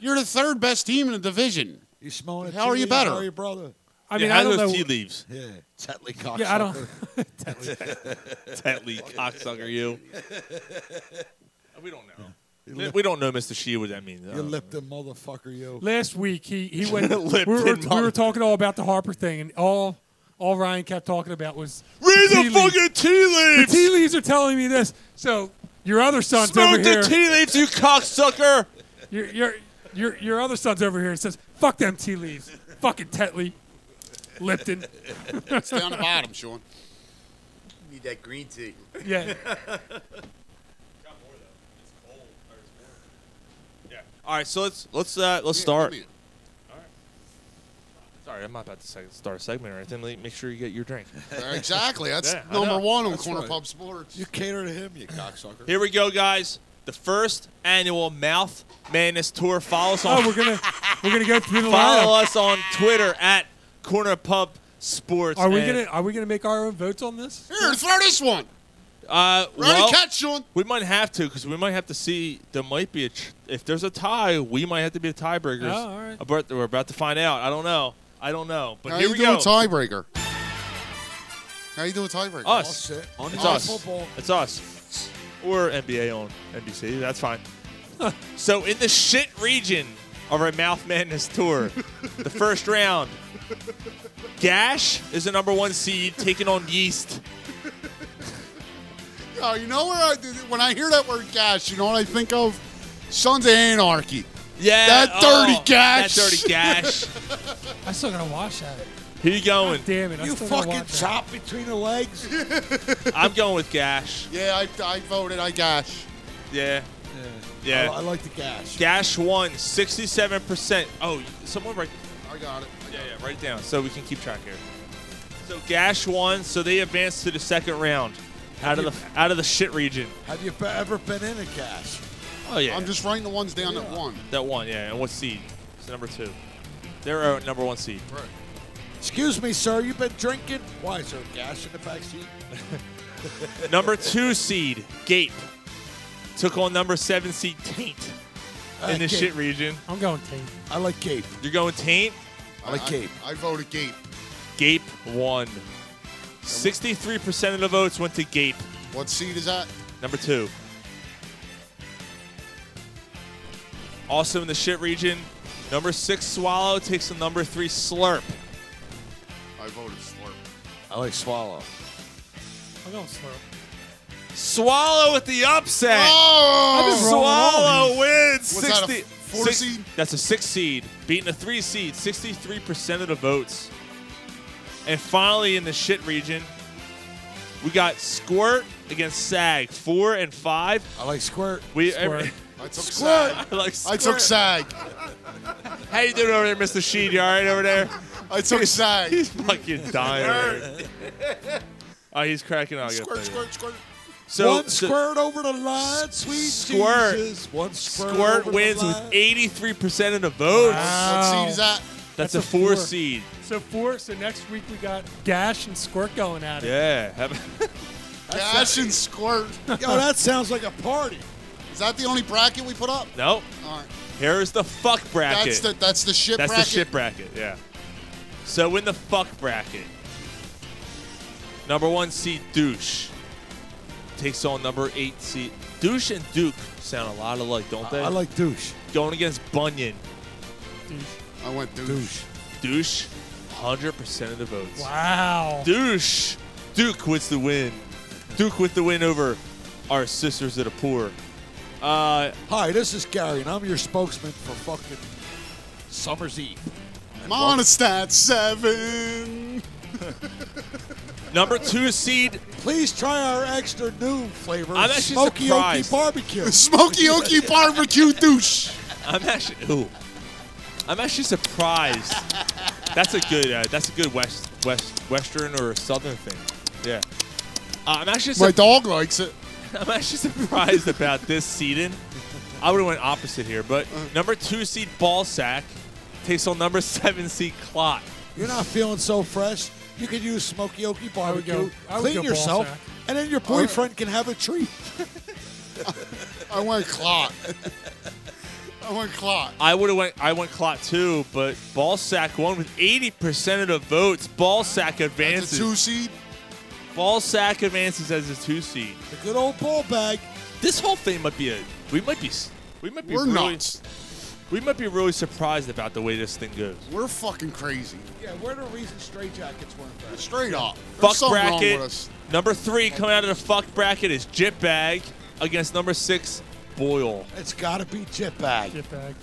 Speaker 9: you're the third best team in the division.
Speaker 14: You smelling it?
Speaker 9: How are you better?
Speaker 14: How are you brother?
Speaker 10: I mean, I don't know.
Speaker 7: leaves.
Speaker 14: Yeah, Tetley cocksucker.
Speaker 10: Yeah, I don't.
Speaker 7: Tetley cocksucker, you. We don't know. We don't know, Mr. Shea, what that means. Uh, I
Speaker 14: You
Speaker 7: don't know.
Speaker 14: lipped the motherfucker, yo.
Speaker 10: Last week he he went. we,
Speaker 7: Lipton
Speaker 10: were, we were
Speaker 7: mother-
Speaker 10: talking all about the Harper thing, and all all Ryan kept talking about was
Speaker 7: Read the
Speaker 10: tea leaves.
Speaker 7: fucking tea
Speaker 10: The
Speaker 7: leaves.
Speaker 10: tea leaves are telling me this. So your other son's
Speaker 7: Smoke
Speaker 10: over
Speaker 7: the
Speaker 10: here.
Speaker 7: tea leaves, you cocksucker.
Speaker 10: your, your your your other son's over here and says, "Fuck them tea leaves, fucking Tetley, Lipton."
Speaker 9: It's down the bottom, Sean.
Speaker 12: Need that green tea.
Speaker 10: Yeah.
Speaker 7: All right, so let's let's uh, let's start. Sorry, I'm not about to se- start a segment or anything. Like, Make sure you get your drink.
Speaker 9: Exactly. That's
Speaker 7: Yeah, I
Speaker 9: number
Speaker 7: know.
Speaker 9: one on
Speaker 7: That's
Speaker 9: Corner
Speaker 7: right.
Speaker 9: Pub Sports.
Speaker 14: You cater to him, you cocksucker.
Speaker 7: Here we go, guys. The first annual Mouth Madness Tour. Follow us on
Speaker 10: Oh, we're gonna we're gonna go through the
Speaker 7: follow
Speaker 10: lineup.
Speaker 7: us on Twitter at Corner Pub Sports.
Speaker 10: Are we
Speaker 7: and,
Speaker 10: gonna are we gonna make our own votes on this?
Speaker 9: Here, throw this one.
Speaker 7: Uh,
Speaker 9: Ready,
Speaker 7: well,
Speaker 9: catch, Sean.
Speaker 7: we might have to because we might have to see. There might be a tr- if there's a tie, we might have to be the tiebreakers.
Speaker 10: Oh, all right.
Speaker 7: About- we're about to find out. I don't know. I don't know. But
Speaker 9: How
Speaker 7: here
Speaker 9: you
Speaker 7: we
Speaker 9: doing
Speaker 7: go.
Speaker 9: tiebreaker? How you doing
Speaker 7: Us.
Speaker 9: tiebreaker?
Speaker 14: All set. On
Speaker 7: It's
Speaker 14: the
Speaker 7: us.
Speaker 14: football.
Speaker 7: It's us. Or NBA on NBC. That's fine. so in the shit region of our Mouth Madness tour, the first round, Gash is the number one seed taking on Yeast.
Speaker 9: Oh, you know where I when I hear that word gash, you know what I think of? Sons of Anarchy.
Speaker 7: Yeah. oh,
Speaker 9: That dirty gash.
Speaker 7: That dirty Gash.
Speaker 10: I still gotta watch that.
Speaker 7: Who you going?
Speaker 10: Damn it! I
Speaker 14: You
Speaker 10: still gotta
Speaker 14: fucking
Speaker 10: watch that.
Speaker 14: chop between the legs.
Speaker 7: I'm going with Gash.
Speaker 9: Yeah, I, I voted. I gash.
Speaker 7: Yeah. Yeah.
Speaker 14: I, I like the gash.
Speaker 7: Gash one, 67%. Oh, someone write.
Speaker 9: I got it.
Speaker 7: Yeah, yeah, write it down so we can keep track here. So Gash won, so they advanced to the second round, out of the out of the shit region.
Speaker 14: Have you be- ever been in a gash?
Speaker 7: Oh yeah,
Speaker 9: I'm just writing the ones down that won.
Speaker 7: that one. Yeah, and what seed? It's number two. They're our number one seed.
Speaker 9: Right.
Speaker 14: Excuse me, sir. You've been drinking. Why is there a gash in the back seat?
Speaker 7: number two seed Gape took on number seven seed Taint
Speaker 14: I
Speaker 7: in the
Speaker 14: like
Speaker 7: shit
Speaker 14: Gape.
Speaker 7: region.
Speaker 10: I'm going Taint.
Speaker 14: I like Gape.
Speaker 7: You're going Taint.
Speaker 14: I like Gape.
Speaker 9: I voted Gape.
Speaker 7: Gape won. Sixty-three percent of the votes went to Gape.
Speaker 9: What seed is that?
Speaker 7: Number two. Also in the shit region, number six Swallow takes the number three Slurp.
Speaker 9: I voted Slurp.
Speaker 14: I like Swallow.
Speaker 10: I'm going slow.
Speaker 7: Swallow with the upset.
Speaker 9: Oh!
Speaker 10: I've been rolling all
Speaker 7: Swallow
Speaker 10: these.
Speaker 7: wins.
Speaker 9: Was that a
Speaker 7: 60
Speaker 9: four
Speaker 7: six-
Speaker 9: seed?
Speaker 7: That's a six seed, beating a three seed, 63% of the votes. And finally, in the shit region, we got Squirt against Sag, four and five.
Speaker 14: I like Squirt.
Speaker 7: We,
Speaker 14: Squirt.
Speaker 9: I took
Speaker 7: Squirt.
Speaker 9: Sag.
Speaker 7: I like
Speaker 9: I
Speaker 7: Squirt.
Speaker 9: took Sag.
Speaker 7: How you doing over there, Mr. Sheed? You all right over there?
Speaker 9: I took Sag.
Speaker 7: He's fucking dying. over there. Oh, he's cracking out.
Speaker 9: Squirt, squirt, squirt.
Speaker 7: So,
Speaker 14: one
Speaker 7: so-
Speaker 14: squirt over the line, sweet
Speaker 7: Squirt.
Speaker 14: Jesus. One squirt.
Speaker 7: Squirt
Speaker 14: over
Speaker 7: wins
Speaker 14: the
Speaker 7: with
Speaker 14: line.
Speaker 7: 83% of the votes.
Speaker 9: What seed is that?
Speaker 7: That's,
Speaker 10: That's
Speaker 7: a,
Speaker 10: a
Speaker 7: four,
Speaker 10: four.
Speaker 7: seed.
Speaker 10: So four. So next week we got Gash and Squirt going at it.
Speaker 7: Yeah. have-
Speaker 9: Gash and Squirt.
Speaker 14: Yo, that sounds like a party.
Speaker 9: Is that the only bracket we put up?
Speaker 7: nope.
Speaker 9: All right.
Speaker 7: Here's the fuck bracket.
Speaker 9: That's the that's the shit
Speaker 7: That's
Speaker 9: bracket.
Speaker 7: the shit bracket, yeah. So in the fuck bracket, number one seed Douche takes on number eight seed. Douche and Duke sound a lot alike, don't
Speaker 14: I
Speaker 7: they?
Speaker 14: like douche.
Speaker 7: Going against Bunyan.
Speaker 9: I went douche.
Speaker 14: Douche.
Speaker 7: Douche, 100% of the votes.
Speaker 10: Wow.
Speaker 7: Douche. Duke with the win. Duke with the win over our sisters that are poor. Uh,
Speaker 14: Hi, this is Gary, and I'm your spokesman for fucking Summer's Eve.
Speaker 9: Monostat seven.
Speaker 7: number two seed.
Speaker 14: Please try our extra new flavor,
Speaker 7: I'm actually
Speaker 14: Smoky
Speaker 7: surprised.
Speaker 14: Oaky Barbecue.
Speaker 9: Smoky Oaky barbecue douche.
Speaker 7: I'm actually. Ooh. I'm actually surprised. That's a good. Uh, that's a good west west western or southern thing. Yeah. Uh, I'm actually.
Speaker 9: My
Speaker 7: Sur-
Speaker 9: dog likes it.
Speaker 7: I'm actually surprised about this seeding. I would have went opposite here, but number two seed Ballsack takes on number seven seed Clot.
Speaker 14: You're not feeling so fresh. You could use Smoky Oaky
Speaker 10: would
Speaker 14: Barbecue,
Speaker 10: go- I would
Speaker 14: clean
Speaker 10: go ball
Speaker 14: yourself,
Speaker 10: sack.
Speaker 14: and then your boyfriend can have a treat.
Speaker 9: I went clot. I went clot.
Speaker 7: I would have went. I went Clot too, but Ballsack won with 80% of the votes. Ballsack
Speaker 9: That's
Speaker 7: advances.
Speaker 9: a two seed.
Speaker 7: Ballsack advances as a two seed.
Speaker 14: The good old ball bag.
Speaker 7: This whole thing might be a. We might be. s- We might be.
Speaker 9: We're
Speaker 7: really,
Speaker 9: nuts.
Speaker 7: We might be really surprised about the way this thing goes.
Speaker 9: We're fucking crazy.
Speaker 14: Yeah, we're the reason straight jackets weren't better.
Speaker 9: Straight up. There's
Speaker 7: fuck
Speaker 9: something wrong with
Speaker 7: bracket
Speaker 9: us.
Speaker 7: number three coming out of the fuck bracket is Jitbag against number six Boyle.
Speaker 14: It's got to be chip bag.
Speaker 10: Get back.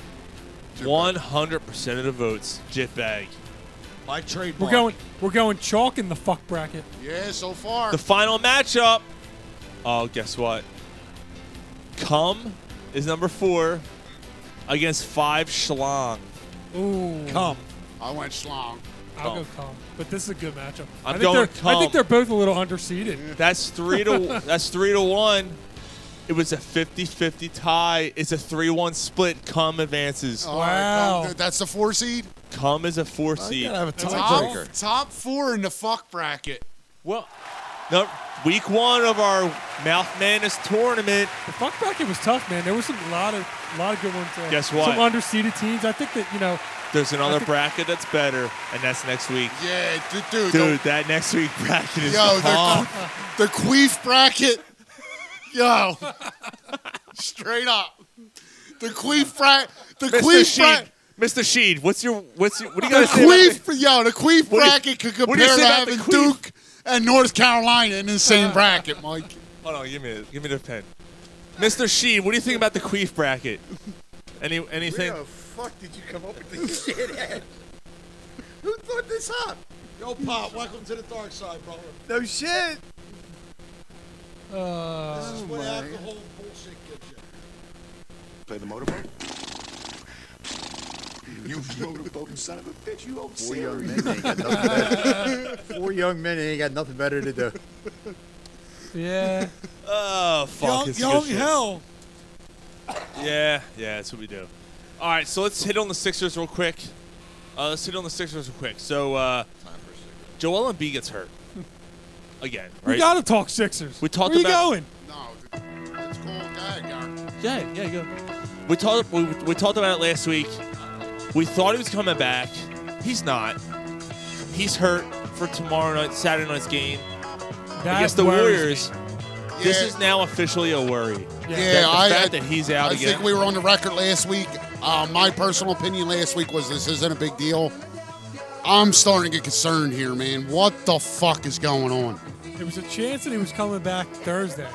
Speaker 7: One hundred percent of the votes, Jitbag.
Speaker 14: My trademark.
Speaker 10: We're going. We're going chalk in the fuck bracket.
Speaker 9: Yeah, so far.
Speaker 7: The final matchup. Oh, guess what? Cum is number four against five Schlong.
Speaker 10: Ooh.
Speaker 14: Come.
Speaker 9: I went schlong.
Speaker 10: I'll
Speaker 7: Cum.
Speaker 10: go cum. But this is a good matchup.
Speaker 7: I'm
Speaker 10: I think
Speaker 7: going
Speaker 10: they're, I
Speaker 7: cum.
Speaker 10: think they're both a little underseeded.
Speaker 9: Mm.
Speaker 7: That's three to that's three to one. It was a 50-50 tie. It's a 3-1 split. Cum advances.
Speaker 9: All right,
Speaker 10: Wow.
Speaker 9: well, that's the four seed.
Speaker 7: Cum is a four
Speaker 14: You
Speaker 7: seed.
Speaker 14: gotta have a
Speaker 9: Top,
Speaker 14: tiebreaker.
Speaker 9: top four in the fuck bracket.
Speaker 7: Well, no, week one of our Mouth Madness tournament.
Speaker 10: The fuck bracket was tough, man. There were some lot of lot of good ones. There.
Speaker 7: Guess what?
Speaker 10: Some underseeded teams. I think that you know.
Speaker 7: There's another bracket that's better, and that's next week.
Speaker 9: Yeah, dude. dude,
Speaker 7: Dude, that next week bracket
Speaker 9: the-
Speaker 7: is
Speaker 9: yo,
Speaker 7: hot.
Speaker 9: the, the queef bracket. Yo. Straight up. The queef bracket. The
Speaker 7: Mr.
Speaker 9: queef
Speaker 7: Sheed,
Speaker 9: bracket.
Speaker 7: Mr. Sheed, what's your what's your, what do you
Speaker 9: The
Speaker 7: got to say? about
Speaker 9: queef,
Speaker 7: the-
Speaker 9: yo, the queef
Speaker 7: What do you-
Speaker 9: bracket could
Speaker 7: what do you
Speaker 9: compare
Speaker 7: say
Speaker 9: to
Speaker 7: about the
Speaker 9: having
Speaker 7: queef?
Speaker 9: Duke and North Carolina in the same bracket, Mike.
Speaker 7: Hold on, give me it. Give me the pen. Mr. Sheed, what do you think about the queef bracket? Any anything?
Speaker 12: Where the fuck did you come up with this shit at? Who thought this up?
Speaker 14: Yo, Pop, welcome to the dark side, brother.
Speaker 12: No shit.
Speaker 10: Uh,
Speaker 7: Uh,
Speaker 9: Oh
Speaker 14: This is what alcohol bullshit gets you.
Speaker 16: play the motorboat? You motorboat son of a bitch, you old
Speaker 17: Four
Speaker 16: Siri.
Speaker 17: young men ain't got nothing better. Four young men ain't got nothing better to do.
Speaker 10: Yeah.
Speaker 7: Oh fuck!
Speaker 10: Young-
Speaker 7: it's good
Speaker 10: young
Speaker 7: shit.
Speaker 10: hell.
Speaker 7: Yeah, yeah, that's what we do. All right, so let's hit on the Sixers real quick. Uh, let's hit on the Sixers real quick. So, uh, Joel Embiid gets hurt again. Right?
Speaker 10: We gotta talk Sixers.
Speaker 7: We talked
Speaker 10: Where
Speaker 7: about-
Speaker 10: you going?
Speaker 7: Yeah, yeah, go. We talked we, we talked about it last week. We thought he was coming back. He's not. He's hurt for tomorrow night, Saturday night's game
Speaker 10: That
Speaker 7: against the
Speaker 10: worries
Speaker 7: Warriors. This
Speaker 9: Yeah.
Speaker 7: is now officially a worry.
Speaker 9: Yeah,
Speaker 7: That the
Speaker 9: I,
Speaker 7: fact
Speaker 9: I-
Speaker 7: that he's out
Speaker 9: I
Speaker 7: again.
Speaker 9: think we were on the record last week. Uh, my personal opinion last week was this isn't a big deal. I'm starting to get concerned here, man. What the fuck is going on?
Speaker 10: There was a chance that he was coming back Thursday.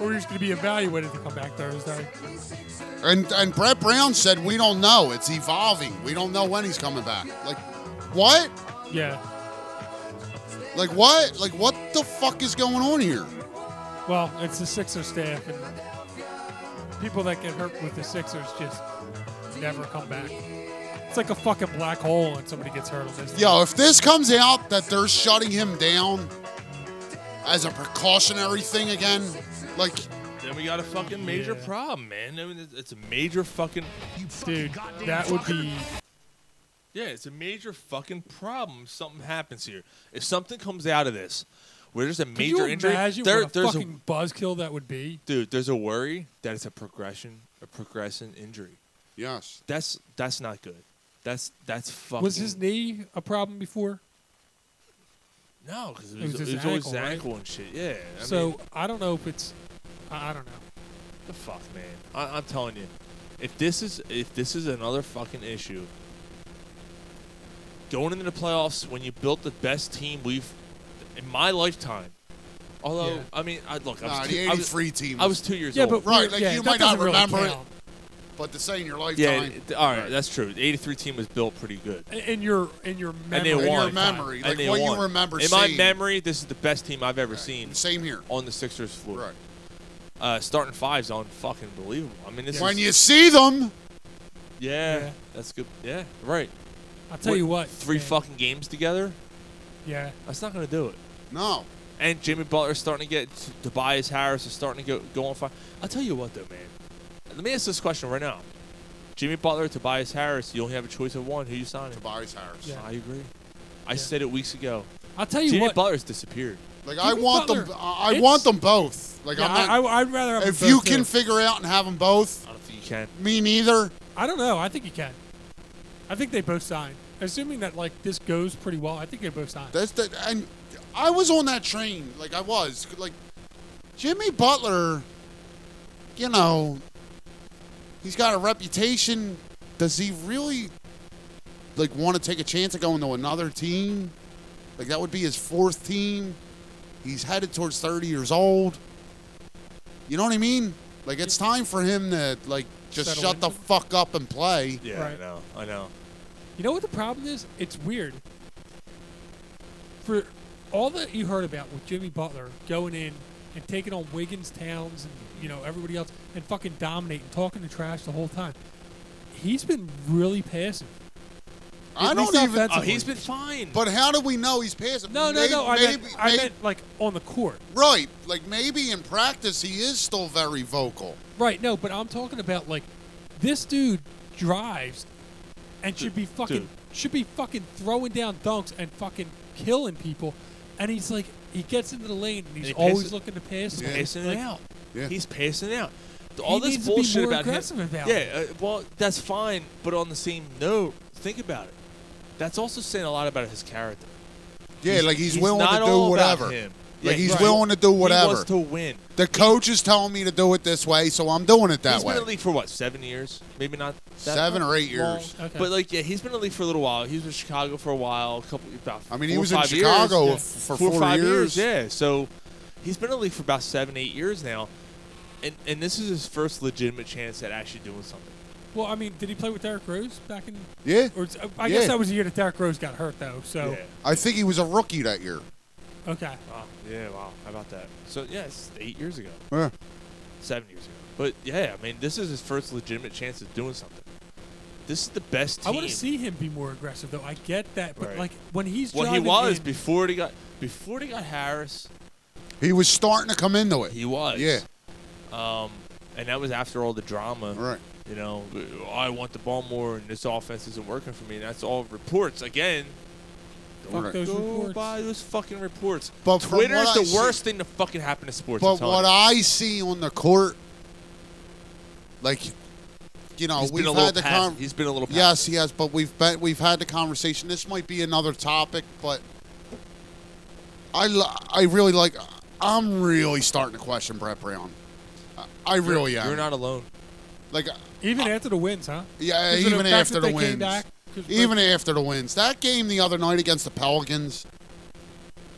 Speaker 10: Or he was going to be evaluated to come back Thursday.
Speaker 9: And and Brett Brown said we don't know. It's evolving. We don't know when he's coming back. Like what?
Speaker 10: Yeah.
Speaker 9: Like what? Like what the fuck is going on here?
Speaker 10: Well, it's the Sixers staff and people that get hurt with the Sixers just never come back. It's like a fucking black hole when somebody gets hurt on this. team.
Speaker 9: Yo, if this comes out that they're shutting him down as a precautionary thing again, like
Speaker 7: then we got a fucking major problem, man. I mean, it's- it's a major fucking.
Speaker 10: Dude, that would be.
Speaker 7: Yeah, it's a major fucking problem. if Something happens here. If something comes out of this, where there's a
Speaker 10: Can
Speaker 7: major
Speaker 10: you
Speaker 7: injury,
Speaker 10: imagine
Speaker 7: there-
Speaker 10: what a
Speaker 7: there's
Speaker 10: fucking buzzkill that would be?
Speaker 7: dude. There's a worry that it's a progression, a progressing injury.
Speaker 9: Yes,
Speaker 7: that's that's not good. That's that's fucking.
Speaker 10: Was his knee a problem before?
Speaker 7: no? Because it
Speaker 10: it
Speaker 7: was,
Speaker 10: was his
Speaker 7: it was always
Speaker 10: ankle,
Speaker 7: his
Speaker 10: right?
Speaker 7: ankle and shit. Yeah. I
Speaker 10: so
Speaker 7: mean,
Speaker 10: I don't know if it's. I, I don't know.
Speaker 7: the fuck, man. I, I'm telling you, if this is if this is another fucking issue, going into the playoffs when you built the best team we've in my lifetime. Although
Speaker 9: Yeah.
Speaker 7: I mean, I, look, I was
Speaker 9: Nah,
Speaker 7: two,
Speaker 9: the
Speaker 7: I was-
Speaker 9: 83 team
Speaker 7: I
Speaker 9: was-
Speaker 7: was two years
Speaker 9: Yeah,
Speaker 7: old.
Speaker 9: but Right, like, yeah, you that might not doesn't really remember it, count. but to say in your lifetime,
Speaker 7: Yeah, it- all right, that's true. The '83 team was built pretty good.
Speaker 10: In- In your in your
Speaker 7: And
Speaker 10: memory.
Speaker 7: they won.
Speaker 9: memory,
Speaker 7: And
Speaker 9: like
Speaker 7: they
Speaker 9: what you
Speaker 7: won.
Speaker 9: remember
Speaker 7: In my
Speaker 9: seeing.
Speaker 7: memory, this is the best team I've ever seen.
Speaker 9: Same here.
Speaker 7: On the Sixers floor. Right. Uh, starting five's on fucking believable. I mean, this
Speaker 9: when
Speaker 7: is,
Speaker 9: you see them,
Speaker 7: Yeah,
Speaker 9: Yeah.
Speaker 7: that's good. Yeah, right.
Speaker 10: I'll tell you what,
Speaker 7: Three fucking games together.
Speaker 10: Yeah.
Speaker 7: That's not gonna do it.
Speaker 9: No.
Speaker 7: And Jimmy Butler's starting to get Tobias Harris is starting to go, go on fire. I'll tell you what though, man. Let me ask this question right now. Jimmy Butler, Tobias Harris, you only have a choice of one. Who you signing?
Speaker 9: Tobias Harris.
Speaker 7: I agree. I said it weeks ago.
Speaker 10: I'll tell you
Speaker 7: Jimmy
Speaker 10: what-
Speaker 7: Butler's disappeared.
Speaker 9: like I want them, I I want them both. Like
Speaker 10: Yeah,
Speaker 9: I'm not,
Speaker 10: I, would rather. Have
Speaker 9: if
Speaker 10: them
Speaker 9: you
Speaker 10: both,
Speaker 9: can
Speaker 10: too.
Speaker 9: figure out and have them both,
Speaker 7: I don't think you can.
Speaker 9: me neither.
Speaker 10: I don't know. I think you can. I think they both sign. Assuming that like this goes pretty well, I think they both sign.
Speaker 9: That's the and I was on that train. Like I was. Like Jimmy Butler, you know, he's got a reputation. Does he really like want to take a chance of going to another team? Like that would be his fourth team. He's headed towards 30 years old. You know what I mean? Like it's time for him to like just
Speaker 10: Settle
Speaker 9: shut the fuck up and play.
Speaker 7: Yeah, I know. I know.
Speaker 10: You know what the problem is? It's weird. For all that you heard about with Jimmy Butler going in and taking on Wiggins, Towns, and you know everybody else, and fucking dominating, talking to trash the whole time, he's been really passive.
Speaker 9: I
Speaker 10: At
Speaker 9: don't
Speaker 10: least
Speaker 9: even.
Speaker 10: offensively.
Speaker 7: Oh, fine.
Speaker 9: But how do we know he's passing?
Speaker 10: No, no,
Speaker 9: Maybe-
Speaker 10: no. I
Speaker 9: maybe,
Speaker 10: meant, I meant like on the court.
Speaker 9: Right. Like maybe in practice he is still very vocal.
Speaker 10: Right, no, but I'm talking about like this dude drives and should be fucking
Speaker 9: dude.
Speaker 10: should be fucking throwing down dunks and fucking killing people, and he's like he gets into the lane and he's
Speaker 7: And he
Speaker 10: always
Speaker 7: passes-
Speaker 10: looking to pass.
Speaker 7: He's
Speaker 10: it.
Speaker 7: passing
Speaker 10: Like,
Speaker 7: it out. He's passing it out. All this
Speaker 10: needs to be
Speaker 7: bullshit
Speaker 10: more
Speaker 7: about
Speaker 10: aggressive
Speaker 7: him.
Speaker 10: about
Speaker 7: yeah,
Speaker 10: it.
Speaker 7: uh, well, that's fine. But on the same note, think about it. That's also saying a lot about his character.
Speaker 9: Yeah, like he's, willing
Speaker 7: not
Speaker 9: to
Speaker 7: all
Speaker 9: do
Speaker 7: about
Speaker 9: whatever.
Speaker 7: him. Yeah,
Speaker 9: Like he's
Speaker 7: right.
Speaker 9: willing to do whatever.
Speaker 7: He wants to win.
Speaker 9: The coach is telling me to do it this way, so I'm doing it that
Speaker 7: He's
Speaker 9: way.
Speaker 7: been in the league for what, seven years? Maybe not that
Speaker 9: Seven
Speaker 7: long.
Speaker 9: or eight years. Okay.
Speaker 7: But like, yeah, he's been in the league for a little while. He was in Chicago for a while, a couple. About
Speaker 9: I mean, he
Speaker 7: four or
Speaker 9: was in
Speaker 7: five
Speaker 9: Chicago
Speaker 7: years.
Speaker 9: f- for
Speaker 7: four or
Speaker 9: four
Speaker 7: five
Speaker 9: years.
Speaker 7: Yeah, so he's been in the league for about seven, eight years now, and and this is his first legitimate chance at actually doing something.
Speaker 10: Well, I mean, did he play with Derrick Rose back in?
Speaker 9: Yeah.
Speaker 10: Or, it's- I guess
Speaker 9: Yeah.
Speaker 10: that was the year that Derrick Rose got hurt, though. So
Speaker 9: I think he was a rookie that year.
Speaker 10: okay,
Speaker 7: Wow. Yeah. Wow. How about that? So yeah, it's eight years ago.
Speaker 9: Yeah.
Speaker 7: seven years ago. But yeah, I mean, this is his first legitimate chance of doing something. This is the best
Speaker 10: I
Speaker 7: team.
Speaker 10: want to see him be more aggressive, though. I get that, but
Speaker 7: Right.
Speaker 10: like when he's
Speaker 7: well, he
Speaker 10: driving
Speaker 7: was
Speaker 10: in-
Speaker 7: before he got before he got Harris.
Speaker 9: He was starting to come into it.
Speaker 7: He was.
Speaker 9: Yeah.
Speaker 7: Um, and that was after all the drama.
Speaker 9: Right.
Speaker 7: You know, I want the ball more, and this offense isn't working for me. And that's all reports again.
Speaker 9: Fuck Right. those
Speaker 7: Go
Speaker 9: reports.
Speaker 7: by those fucking reports.
Speaker 9: But from
Speaker 7: Twitter is
Speaker 9: what I
Speaker 7: the
Speaker 9: see-
Speaker 7: worst thing to fucking happen to sports. I'm
Speaker 9: But
Speaker 7: telling
Speaker 9: what
Speaker 7: you.
Speaker 9: I see on the court, like, you know,
Speaker 7: He's been
Speaker 9: we've
Speaker 7: a little
Speaker 9: had the
Speaker 7: passive.
Speaker 9: con-
Speaker 7: He's been a little
Speaker 9: Yes, he has. But we've been, we've had the conversation. This might be another topic, but I li- I really like. I'm really starting to question Brett Brown. I- I
Speaker 10: You're-
Speaker 9: really am.
Speaker 10: you're
Speaker 7: not alone.
Speaker 9: Like,
Speaker 10: even after the wins, huh?
Speaker 9: yeah,
Speaker 10: Because of the
Speaker 9: even
Speaker 10: fact
Speaker 9: after
Speaker 10: that
Speaker 9: the
Speaker 10: they came
Speaker 9: wins.
Speaker 10: back, 'cause
Speaker 9: Even after the wins. That game the other night against the Pelicans,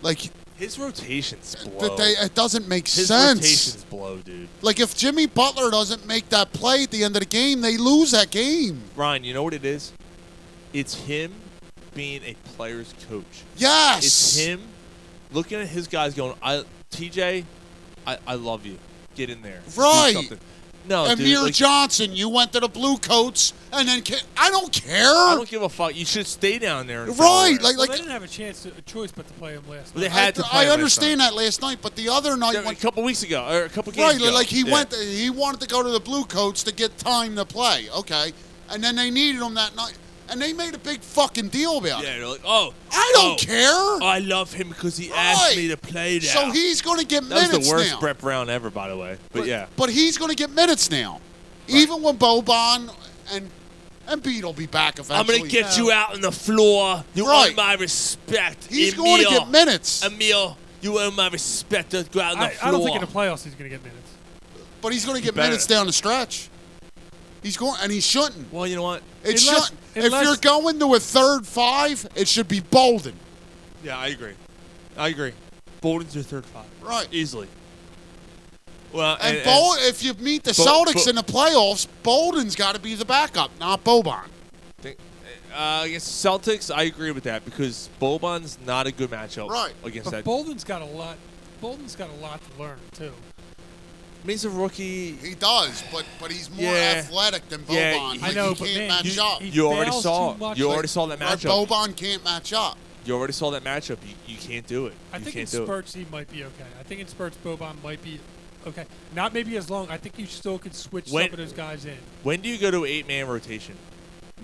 Speaker 9: like
Speaker 7: his rotations blow.
Speaker 9: that they it doesn't make
Speaker 7: His
Speaker 9: sense.
Speaker 7: rotations blow, dude.
Speaker 9: Like if Jimmy Butler doesn't make that play at the end of the game, they lose that game.
Speaker 7: Ryan, you know what it is? It's him being a player's coach.
Speaker 9: Yes.
Speaker 7: It's him looking at his guys going, I TJ, I, I love you. Get in there. Do
Speaker 9: Right.
Speaker 7: something." No,
Speaker 9: Amir
Speaker 7: dude, like,
Speaker 9: Johnson, you went to the Blue Coats, and then ca- I don't care.
Speaker 7: I don't give a fuck. You should stay down there. and
Speaker 9: Right,
Speaker 7: follow
Speaker 9: like
Speaker 10: well,
Speaker 9: like
Speaker 10: they didn't have a chance, to, a choice, but to play him last.
Speaker 7: Well, they
Speaker 10: night.
Speaker 7: had to
Speaker 9: I
Speaker 7: play last
Speaker 9: understand that last night, but the other night,
Speaker 7: there. a couple weeks ago, or a couple games
Speaker 9: right?
Speaker 7: ago.
Speaker 9: Like he
Speaker 7: Yeah.
Speaker 9: went, he wanted to go to the Blue Coats to get time to play. Okay, and then they needed him that night, and they made a big fucking deal about it.
Speaker 7: Yeah, they're like, oh,
Speaker 9: I don't
Speaker 7: oh,
Speaker 9: care.
Speaker 7: I love him because he asked me to play there.
Speaker 9: So he's going to get
Speaker 7: that was
Speaker 9: minutes
Speaker 7: the worst
Speaker 9: now.
Speaker 7: Brett Brown ever, by the way. But, yeah,
Speaker 9: But he's going to get minutes now, even when Boban and and Bede will be back eventually.
Speaker 7: I'm gonna get you out on the floor. You
Speaker 9: Right.
Speaker 7: earn my respect.
Speaker 9: He's
Speaker 7: Emil.
Speaker 9: going to get minutes.
Speaker 7: Emil, you earn my respect. Let's Go out on the
Speaker 10: I,
Speaker 7: floor.
Speaker 10: I don't think in the playoffs he's going to get minutes.
Speaker 9: But he's going to get
Speaker 7: better.
Speaker 9: minutes down the stretch. He's going, and he shouldn't.
Speaker 7: Well, you know what?
Speaker 9: It
Speaker 10: Unless-
Speaker 9: shouldn't. if
Speaker 10: unless-
Speaker 9: you're going to a third five, it should be Bolden.
Speaker 7: yeah, I agree. I agree. Bolden's your third five,
Speaker 9: right?
Speaker 7: Easily. Well,
Speaker 9: And,
Speaker 7: and,
Speaker 9: Bol- if you meet the
Speaker 7: Bo-
Speaker 9: Celtics
Speaker 7: Bo-
Speaker 9: in the playoffs, Bolden's got to be the backup, not Boban.
Speaker 7: think- uh, against Celtics, I agree with that because Boban's not a good matchup
Speaker 10: Right.
Speaker 7: against
Speaker 10: But
Speaker 7: that.
Speaker 10: Bolden's got a lot. Bolden's got a lot to learn too.
Speaker 7: I mean, he's a rookie.
Speaker 9: He does, but but he's more
Speaker 7: Yeah.
Speaker 9: athletic than Boban.
Speaker 7: Yeah,
Speaker 9: Like,
Speaker 7: I know,
Speaker 9: he
Speaker 7: but
Speaker 9: can't
Speaker 7: man,
Speaker 9: match
Speaker 7: you-
Speaker 9: up.
Speaker 7: you He already fails saw- too much. you already saw that
Speaker 9: Right,
Speaker 7: matchup.
Speaker 9: Boban can't match up.
Speaker 7: You already saw that matchup. You, you can't do it.
Speaker 10: I
Speaker 7: you
Speaker 10: think in
Speaker 7: can't do it.
Speaker 10: spurts he might be okay. I think in spurts Boban might be okay. Not maybe as long. I think you still could switch
Speaker 7: When-
Speaker 10: some of those guys in.
Speaker 7: When do you go to eight man rotation?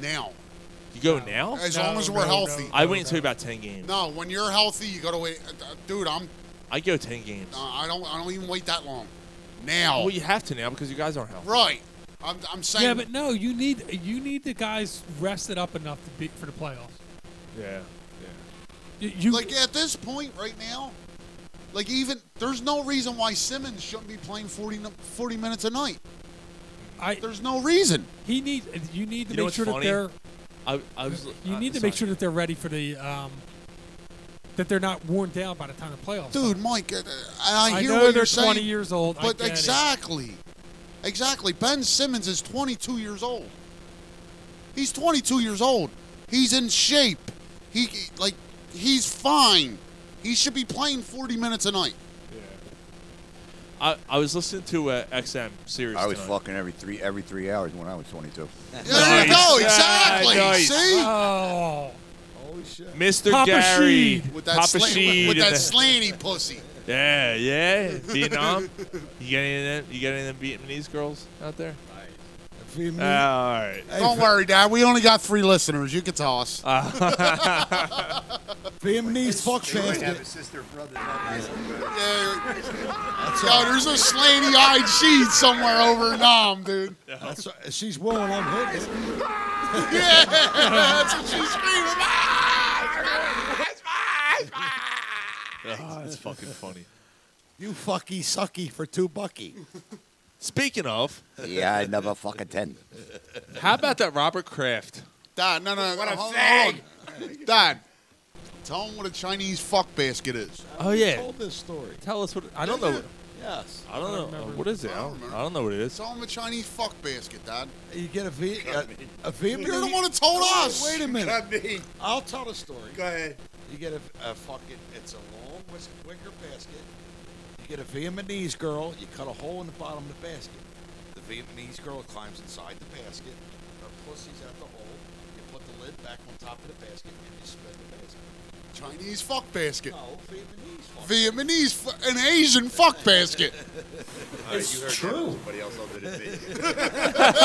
Speaker 9: Now.
Speaker 7: You go now?
Speaker 9: As long as we're healthy.
Speaker 7: I wait until about ten games.
Speaker 9: No, when you're healthy, you got to wait. Uh, Dude, I'm.
Speaker 7: I go ten games.
Speaker 9: Uh, I don't. I don't even wait that long. Now.
Speaker 7: Well, you have to now because you guys aren't healthy.
Speaker 9: Right. I'm, I'm saying.
Speaker 10: Yeah, but no, you need you need the guys rested up enough to be for the playoffs.
Speaker 7: Yeah.
Speaker 10: You, you
Speaker 9: like at this point right now, like even there's no reason why Simmons shouldn't be playing 40, n- 40 minutes a night.
Speaker 10: I,
Speaker 9: there's no reason.
Speaker 10: He need you need to
Speaker 7: You know
Speaker 10: make
Speaker 7: what's
Speaker 10: sure
Speaker 7: funny?
Speaker 10: that they're
Speaker 7: I, I was,
Speaker 10: you
Speaker 7: uh,
Speaker 10: need to
Speaker 7: sorry.
Speaker 10: make sure that they're ready for the um, that they're not worn down by the time the playoffs.
Speaker 9: Dude, Mike, uh, I,
Speaker 10: I
Speaker 9: hear
Speaker 10: know
Speaker 9: what
Speaker 10: they're
Speaker 9: you're saying.
Speaker 10: 20 years old. I
Speaker 9: But
Speaker 10: get it.
Speaker 9: exactly. Exactly. Ben Simmons is 22 years old. He's 22 years old. He's in shape. He like he's fine. He should be playing 40 minutes a night.
Speaker 7: I, I was listening to uh, XM series.
Speaker 16: I was
Speaker 7: tonight.
Speaker 16: fucking every three every three hours when I was 22.
Speaker 9: There you go. Exactly.
Speaker 7: Ah, nice.
Speaker 9: See?
Speaker 10: Oh.
Speaker 9: Holy shit.
Speaker 7: Mr.
Speaker 10: Papa
Speaker 7: Gary.
Speaker 10: Sheed.
Speaker 9: With that,
Speaker 7: Papa
Speaker 9: slant-
Speaker 7: Sheed.
Speaker 9: with
Speaker 7: and
Speaker 9: that
Speaker 7: the-
Speaker 9: slanty pussy.
Speaker 7: yeah, yeah. Vietnam. You got any of them? You got any of them Vietnamese girls out there?
Speaker 14: Vietnamese-
Speaker 7: Uh, all right.
Speaker 9: Don't worry, Dad. We only got three listeners. You can toss.
Speaker 14: Vietnamese fuck
Speaker 16: have a
Speaker 14: bastard.
Speaker 16: sister brother.
Speaker 9: Yo, there's a slanty eyed sheet somewhere over in Nam, dude.
Speaker 14: That's right. She's willing, I'm hitting.
Speaker 9: Yeah, that's what she's screaming.
Speaker 7: Ah, that's fucking funny.
Speaker 14: You fucky sucky for two bucky.
Speaker 7: Speaking of,
Speaker 16: yeah, I never fucking ten.
Speaker 7: how about that Robert Kraft?
Speaker 9: Dad, no, no, no.
Speaker 16: What a
Speaker 9: hold, hold on. Dad, tell him what a Chinese fuck basket is.
Speaker 7: Oh yeah.
Speaker 14: Told this story.
Speaker 7: Tell us what I don't know.
Speaker 14: Yes.
Speaker 7: I don't know. Uh, what is it? I don't, I don't know what it is.
Speaker 9: Tell him a Chinese fuck basket, Dad.
Speaker 14: You get a V. A, a Vietnamese.
Speaker 9: You're the one who told
Speaker 14: Wait,
Speaker 9: us.
Speaker 14: Wait a minute.
Speaker 9: me.
Speaker 14: I'll tell the story.
Speaker 9: Go ahead.
Speaker 14: You get a, a fucking. It's a long whis- wicker basket. You get a Vietnamese girl, you cut a hole in the bottom of the basket. The Vietnamese girl climbs inside the basket, her pussy's at the hole, you put the lid back on top of the basket, and you spread the basket.
Speaker 9: Chinese fuck basket.
Speaker 14: No, Vietnamese fuck
Speaker 9: Vietnamese, fu- an Asian fuck basket.
Speaker 12: All right, you heard that from Somebody else other than me.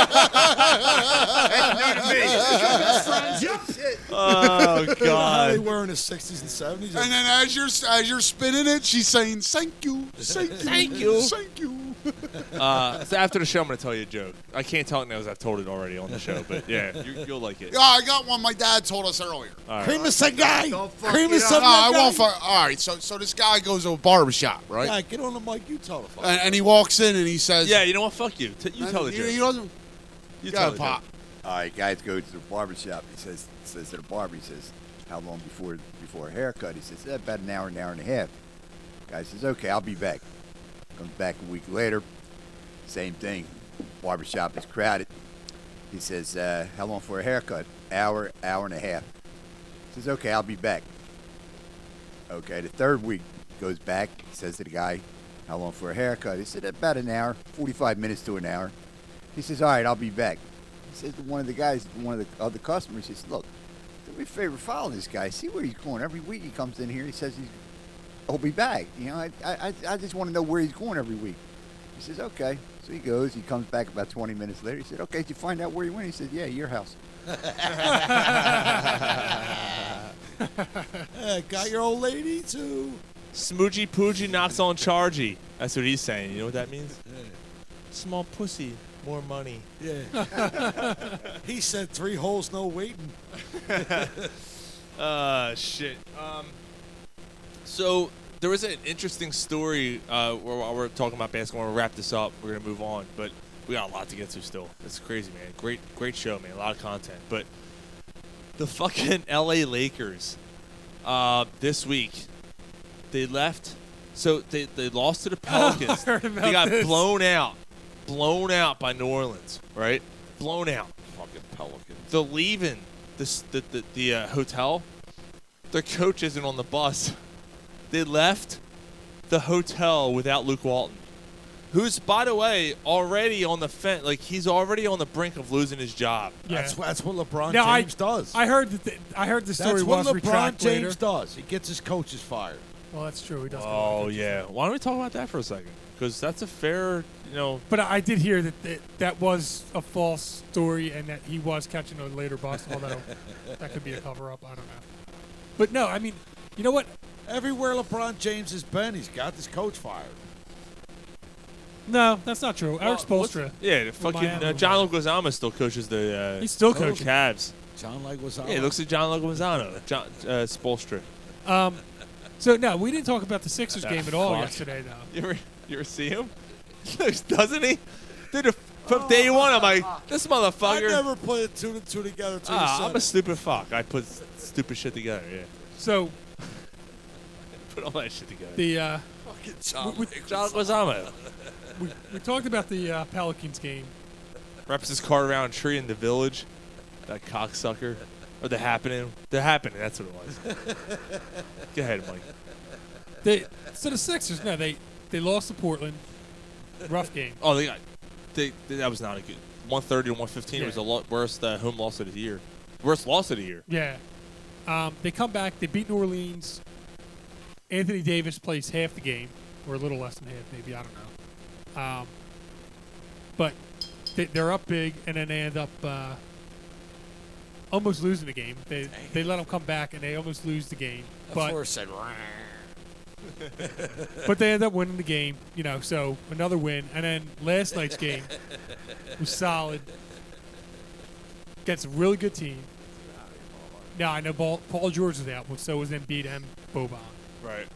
Speaker 14: Oh, God.
Speaker 8: They were in the 60s and 70s.
Speaker 9: And then as you're as you're spinning it, she's saying thank you, thank you,
Speaker 8: Thank you.
Speaker 9: thank you.
Speaker 7: Uh, so after the show, I'm going to tell you a joke. I can't tell it now because I've told it already on the show, but yeah, you, you'll like it.
Speaker 9: Yeah, I got one my dad told us earlier.
Speaker 7: All right.
Speaker 14: Cream of some guy.
Speaker 9: Don't fuck
Speaker 14: Cream
Speaker 9: it
Speaker 14: of
Speaker 9: up.
Speaker 14: some
Speaker 9: No, I won't
Speaker 14: guy.
Speaker 9: fuck. All right, so so this guy goes to a barber shop, right?
Speaker 14: Yeah, get on the mic. You tell the fuck.
Speaker 9: and, and he walks in and he says,
Speaker 7: Yeah, you know what? Fuck you. T- you
Speaker 9: And
Speaker 7: tell the
Speaker 9: he-
Speaker 7: joke.
Speaker 9: he doesn't-
Speaker 7: You
Speaker 9: Go
Speaker 7: tell the
Speaker 9: pop.
Speaker 16: All right, guys go to the barber shop. He says, says to the barber, he says, how long before before a haircut? He says, "Eh, about an hour, an hour and a half. Guy says, okay, I'll be back. Comes back a week later, same thing. Barber shop is crowded. He says, uh, how long for a haircut? Hour, hour and a half. Says, okay, I'll be back. Okay, the third week goes back, says to the guy, how long for a haircut? He said, about an hour, 45 minutes to an hour. He says, all right, I'll be back. He says to one of the guys, one of the other customers, he says, look, do me a favor, follow this guy. See where he's going. Every week he comes in here, he says he's, he'll be back. You know, I, I, I just want to know where he's going every week. He says, okay. So he goes, he comes back about 20 minutes later. He said, okay, did you find out where he went? He said, yeah, your house.
Speaker 14: Uh, got your old lady too.
Speaker 7: Smoochy Poogie knocks on Chargy. That's what he's saying. You know what that means? Small pussy, more money.
Speaker 14: Yeah. he said three holes, no waiting.
Speaker 7: uh, shit. Um, so there was an interesting story. Uh, where, while we're talking about basketball. We'll wrap this up. We're gonna move on, but we got a lot to get to still. It's crazy, man. Great, great show, man. A lot of content, but the fucking L.A. Lakers uh, this week they left. So they, they lost to the Pelicans.
Speaker 10: heard about
Speaker 7: they got
Speaker 10: this.
Speaker 7: blown out, blown out by New Orleans, right? Blown out.
Speaker 14: Fucking Pelicans.
Speaker 7: The leaving this the the, the uh, hotel. Their coach isn't on the bus. They left the hotel without Luke Walton, who's by the way already on the fence. Like he's already on the brink of losing his job.
Speaker 14: That's that's what LeBron
Speaker 10: Now, I-
Speaker 14: James does.
Speaker 10: I heard that. The, I heard the story
Speaker 14: that's what
Speaker 10: was
Speaker 14: LeBron
Speaker 10: retracted
Speaker 14: James
Speaker 10: later.
Speaker 14: does. He gets his coaches fired.
Speaker 10: Well, that's true. He does. get a lot of
Speaker 7: Oh yeah. Why don't we talk about that for a second? Because that's a fair, you know.
Speaker 10: But I I did hear that that, that was a false story and that he was catching a later bus, although that could be a cover up. I don't know. But no, I mean, you know what?
Speaker 14: Everywhere LeBron James has been, he's got his coach fired.
Speaker 10: No, that's not true. Eric
Speaker 7: Well, what's-
Speaker 10: Spoelstra.
Speaker 7: Yeah, the
Speaker 10: from
Speaker 7: fucking uh,
Speaker 10: Miami.
Speaker 7: John Leguizamo still coaches the. Uh,
Speaker 10: He's still
Speaker 7: the
Speaker 10: coaching. Oh.
Speaker 7: Cavs.
Speaker 14: John Leguizamo.
Speaker 7: Yeah, it looks like John Leguizamo. John uh, Spolstra.
Speaker 10: Um, so no, we didn't talk about the Sixers game at all
Speaker 7: Fuck.
Speaker 10: yesterday, though.
Speaker 7: You ever, you ever see him? Doesn't he? Dude, if- from day one, I'm like, this
Speaker 14: I
Speaker 7: motherfucker.
Speaker 14: never put two and two together. Two
Speaker 7: Ah, I'm
Speaker 14: to
Speaker 7: a
Speaker 14: seven.
Speaker 7: stupid fuck. I put s- stupid shit together. Yeah,
Speaker 10: So
Speaker 7: put all that shit together.
Speaker 10: the uh,
Speaker 14: Fucking John
Speaker 10: we,
Speaker 7: John Leguizamo
Speaker 10: we, we talked about the uh, Pelicans game.
Speaker 7: wraps his car around a tree in the village. That cocksucker. Or the happening. The happening. That's what it was. Go ahead, Mike.
Speaker 10: They so the Sixers no they they lost to Portland. Rough game.
Speaker 7: Oh, they got. They, they- that was not a good. 130 to 115
Speaker 10: Yeah.
Speaker 7: was the lo- worst uh, home loss of the year. Worst loss of the year.
Speaker 10: Yeah. Um, they come back. They beat New Orleans. Anthony Davis plays half the game, or a little less than half, maybe. I don't know. Um, but they, they're up big, and then they end up uh, almost losing the game. They they let them come back, and they almost lose the game.
Speaker 14: of
Speaker 10: But
Speaker 14: course, said.
Speaker 10: but they end up winning the game, you know. So another win, and then last night's game was solid. Gets a really good team. Now I know Paul, Paul George was out, but so was Embiid and Boban,
Speaker 7: Right.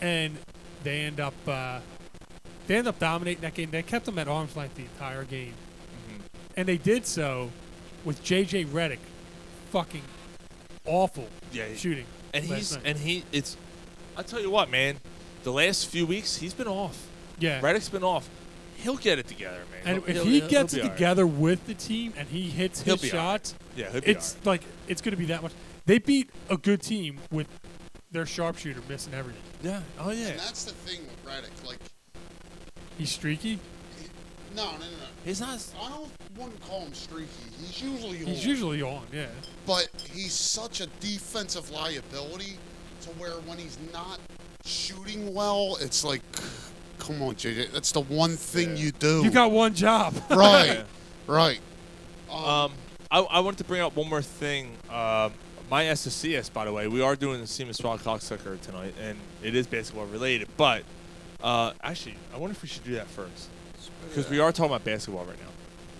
Speaker 10: and they end up uh, they end up dominating that game. They kept them at arm's length the entire game,
Speaker 7: Mm-hmm.
Speaker 10: and they did so with JJ Redick, fucking awful
Speaker 7: Yeah,
Speaker 10: shooting.
Speaker 7: And
Speaker 10: last
Speaker 7: he's
Speaker 10: night.
Speaker 7: and he it's. I tell you what, man. The last few weeks, he's been off.
Speaker 10: Yeah.
Speaker 7: Reddick's been off. He'll get it together, man.
Speaker 10: And
Speaker 7: He'll-
Speaker 10: if
Speaker 7: he'll-
Speaker 10: he
Speaker 7: he'll-
Speaker 10: gets
Speaker 7: he'll be
Speaker 10: it
Speaker 7: all right.
Speaker 10: together with the team and he hits
Speaker 7: He'll
Speaker 10: his
Speaker 7: be all right.
Speaker 10: shots,
Speaker 7: Yeah, he'll be
Speaker 10: it's like it's going to be that much. They beat a good team with their sharpshooter missing everything.
Speaker 7: Yeah. Oh yeah.
Speaker 9: And that's the thing with Redick. Like
Speaker 10: He's streaky.
Speaker 9: No, no, no, no.
Speaker 7: He's not.
Speaker 9: I don't. Wouldn't call him streaky. He's usually.
Speaker 10: He's
Speaker 9: on.
Speaker 10: usually on. Yeah.
Speaker 9: But he's such a defensive liability to where when he's not shooting well, it's like, come on, JJ. That's the one thing you do.
Speaker 10: You got one job.
Speaker 9: Right. right.
Speaker 7: Um, I, I wanted to bring up one more thing. Um, my SSCS, by the way, we are doing the Seamus Wild Cocksucker tonight, and it is basketball related. But uh, actually, I wonder if we should do that first because we are talking about basketball right now.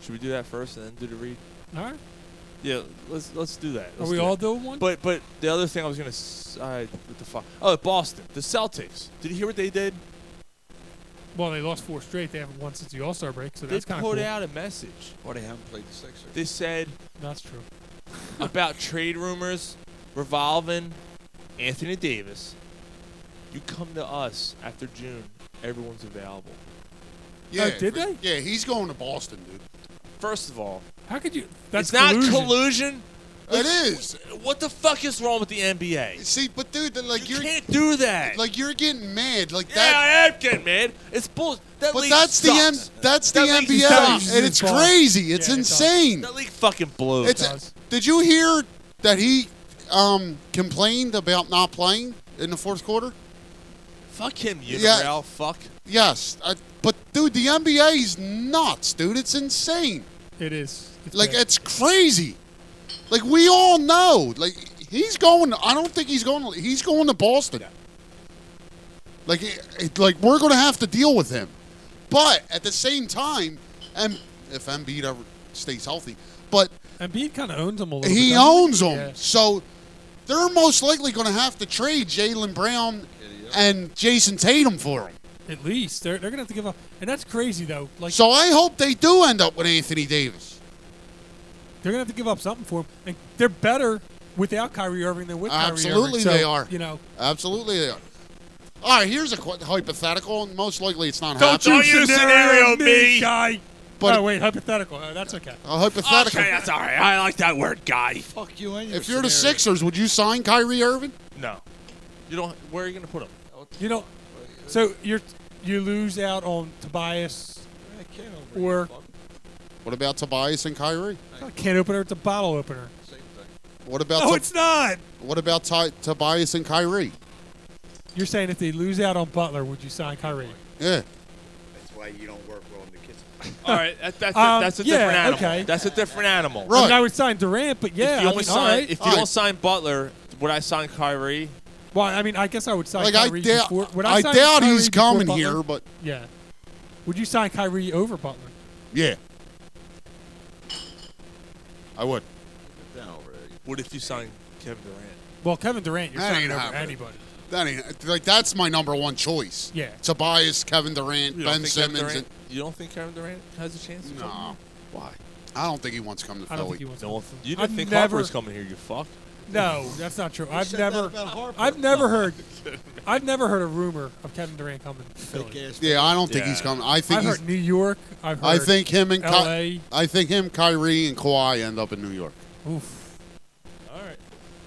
Speaker 7: Should we do that first and then do the read?
Speaker 10: All right.
Speaker 7: Yeah, let's let's do that. Let's
Speaker 10: we
Speaker 7: do
Speaker 10: all
Speaker 7: that.
Speaker 10: doing one?
Speaker 7: But but the other thing I was gonna, s- uh, what the fuck? Oh, Boston, the Celtics. Did you hear what they did?
Speaker 10: Well, they lost four straight. They haven't won since the All Star break, so
Speaker 7: they
Speaker 10: that's
Speaker 7: put
Speaker 10: kind of cool.
Speaker 7: out a message.
Speaker 14: Or they haven't played the Sixers.
Speaker 7: They said
Speaker 10: That's true.
Speaker 7: about trade rumors revolving Anthony Davis. You come to us after June. Everyone's available.
Speaker 9: Yeah.
Speaker 10: did
Speaker 9: they? Yeah, he's going to Boston, dude.
Speaker 7: First of all,
Speaker 10: how could you? That's
Speaker 7: it's not
Speaker 10: collusion.
Speaker 7: collusion.
Speaker 9: It is.
Speaker 7: What the fuck is wrong with the NBA?
Speaker 9: See, but dude, the- like you are
Speaker 7: can't do that.
Speaker 9: Like you're getting mad. Like
Speaker 7: Yeah,
Speaker 9: that.
Speaker 7: I am getting mad. It's bullshit. That
Speaker 9: But
Speaker 7: league
Speaker 9: that's the M-
Speaker 7: sucks.
Speaker 9: that's the
Speaker 7: That league sucks.
Speaker 9: NBA, and it's crazy. It's insane.
Speaker 7: That league fucking blows.
Speaker 9: It's, did you hear that he um, complained about not playing in the fourth quarter?
Speaker 7: fuck him, you
Speaker 9: Yeah.
Speaker 7: yeah. fuck.
Speaker 9: Yes, I, but dude, the NBA is nuts, dude. It's insane.
Speaker 10: It is.
Speaker 9: like it's crazy. Like we all know. Like he's going. I don't think he's going. He's going to Boston. Like it, it- like we're going to have to deal with him. But at the same time, and if Embiid ever stays healthy, but
Speaker 10: Embiid kind of owns him a little. bit,
Speaker 9: he
Speaker 10: doesn't
Speaker 9: owns them.
Speaker 10: Yeah.
Speaker 9: So they're most likely going to have to trade Jalen Brown and Jason Tatum for him.
Speaker 10: At least they're, they're gonna have to give up, and that's crazy though. Like
Speaker 9: So I hope they do end up with Anthony Davis.
Speaker 10: they're gonna have to give up something for him. And they're better without Kyrie Irving than with Kyrie Irving.
Speaker 9: Absolutely,
Speaker 10: So,
Speaker 9: they are.
Speaker 10: You know,
Speaker 9: absolutely they are. All right, here's a qu- hypothetical, and most likely it's not
Speaker 10: Don't
Speaker 9: happening.
Speaker 10: you scenario me, guy.
Speaker 9: But-
Speaker 10: oh wait, hypothetical. Oh, that's okay.
Speaker 9: A hypothetical.
Speaker 10: Okay, that's all right. I like that word, guy.
Speaker 14: Fuck you. And
Speaker 9: If you're the Sixers, would you sign Kyrie Irving?
Speaker 7: No. You don't. Where are you gonna put him?
Speaker 10: You don't. So you're you lose out on Tobias or
Speaker 9: What about Tobias and Kyrie?
Speaker 10: can opener. It's a bottle opener.
Speaker 9: What about?
Speaker 10: No,
Speaker 9: Tob-
Speaker 10: it's not.
Speaker 9: What about Ty- Tobias and Kyrie?
Speaker 10: You're saying if they lose out on Butler, would you sign Kyrie?
Speaker 9: Yeah.
Speaker 12: That's why you don't work well in the kitchen.
Speaker 7: All right, that, that's, a,
Speaker 10: Um,
Speaker 7: that's a
Speaker 10: yeah,
Speaker 7: different animal.
Speaker 10: okay.
Speaker 7: That's a different animal.
Speaker 10: I, mean, I would sign Durant, but yeah,
Speaker 7: if you only
Speaker 10: I mean, all
Speaker 7: sign,
Speaker 10: right.
Speaker 7: if you don't sign Butler, would I sign Kyrie?
Speaker 10: Well, I mean, I guess I would sign
Speaker 9: Like, I
Speaker 10: Kyrie
Speaker 9: doubt-
Speaker 10: before. Would
Speaker 9: I
Speaker 10: sign
Speaker 9: doubt
Speaker 10: Kyrie
Speaker 9: he's
Speaker 10: before
Speaker 9: coming
Speaker 10: Butler?
Speaker 9: here, but-
Speaker 10: yeah. Would you sign Kyrie over Butler?
Speaker 9: Yeah. I would.
Speaker 7: What if you sign Kevin Durant?
Speaker 10: Well, Kevin Durant, you're
Speaker 9: That
Speaker 10: signing
Speaker 9: ain't
Speaker 10: over
Speaker 9: happening.
Speaker 10: anybody.
Speaker 9: That ain't like that's my number one choice.
Speaker 10: Yeah.
Speaker 9: Tobias, Kevin Durant,
Speaker 7: You don't
Speaker 9: Ben
Speaker 7: think Kevin
Speaker 9: Simmons.
Speaker 7: Durant-
Speaker 9: And,
Speaker 7: you don't think Kevin Durant has a chance? to come
Speaker 9: no.
Speaker 7: here?
Speaker 9: Why? I don't think he wants to come to
Speaker 10: I
Speaker 9: Philly.
Speaker 10: don't think he wants to
Speaker 7: No,
Speaker 10: come to
Speaker 7: you
Speaker 10: I've
Speaker 7: didn't think
Speaker 10: never-
Speaker 7: Harper was coming here. You fuck.
Speaker 10: No, that's not true. I've
Speaker 14: said that
Speaker 10: never,
Speaker 14: about Harper.
Speaker 10: I've never heard, I've never heard a rumor of Kevin Durant coming. To Philly.
Speaker 9: Yeah, I don't think he's coming. I think
Speaker 10: I've
Speaker 9: he's.
Speaker 10: heard New York. I've heard
Speaker 9: I think him and
Speaker 10: L.A.
Speaker 9: Ky- I think him, Kyrie, and Kawhi end up in New York.
Speaker 10: Oof.
Speaker 7: All right.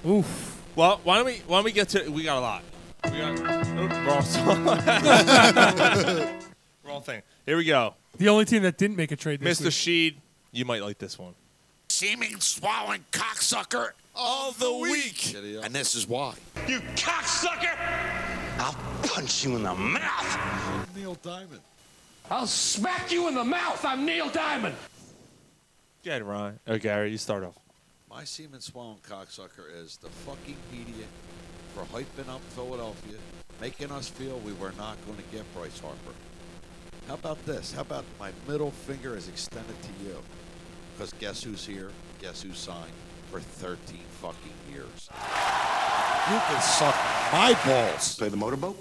Speaker 10: Oof.
Speaker 7: Well, why don't we why don't we get to we got a lot. We got oh, wrong song. wrong thing. Here we go.
Speaker 10: The only team that didn't make a trade this
Speaker 7: Mr.
Speaker 10: week.
Speaker 7: Sheed, you might like this one.
Speaker 6: Seeming swallowing cocksucker of the week. And this is why. You cocksucker! I'll punch you in the mouth.
Speaker 14: Neil Diamond.
Speaker 13: I'll smack you in the mouth. I'm Neil Diamond.
Speaker 7: Get Ryan. Oh Gary, you start off.
Speaker 14: My semen swallowing cocksucker is the fucking media for hyping up Philadelphia, making us feel we were not going to get Bryce Harper. How about this? How about my middle finger is extended to you? Because guess who's here? Guess who signed for 13 fucking years? You can suck my balls.
Speaker 6: Play the motorboat.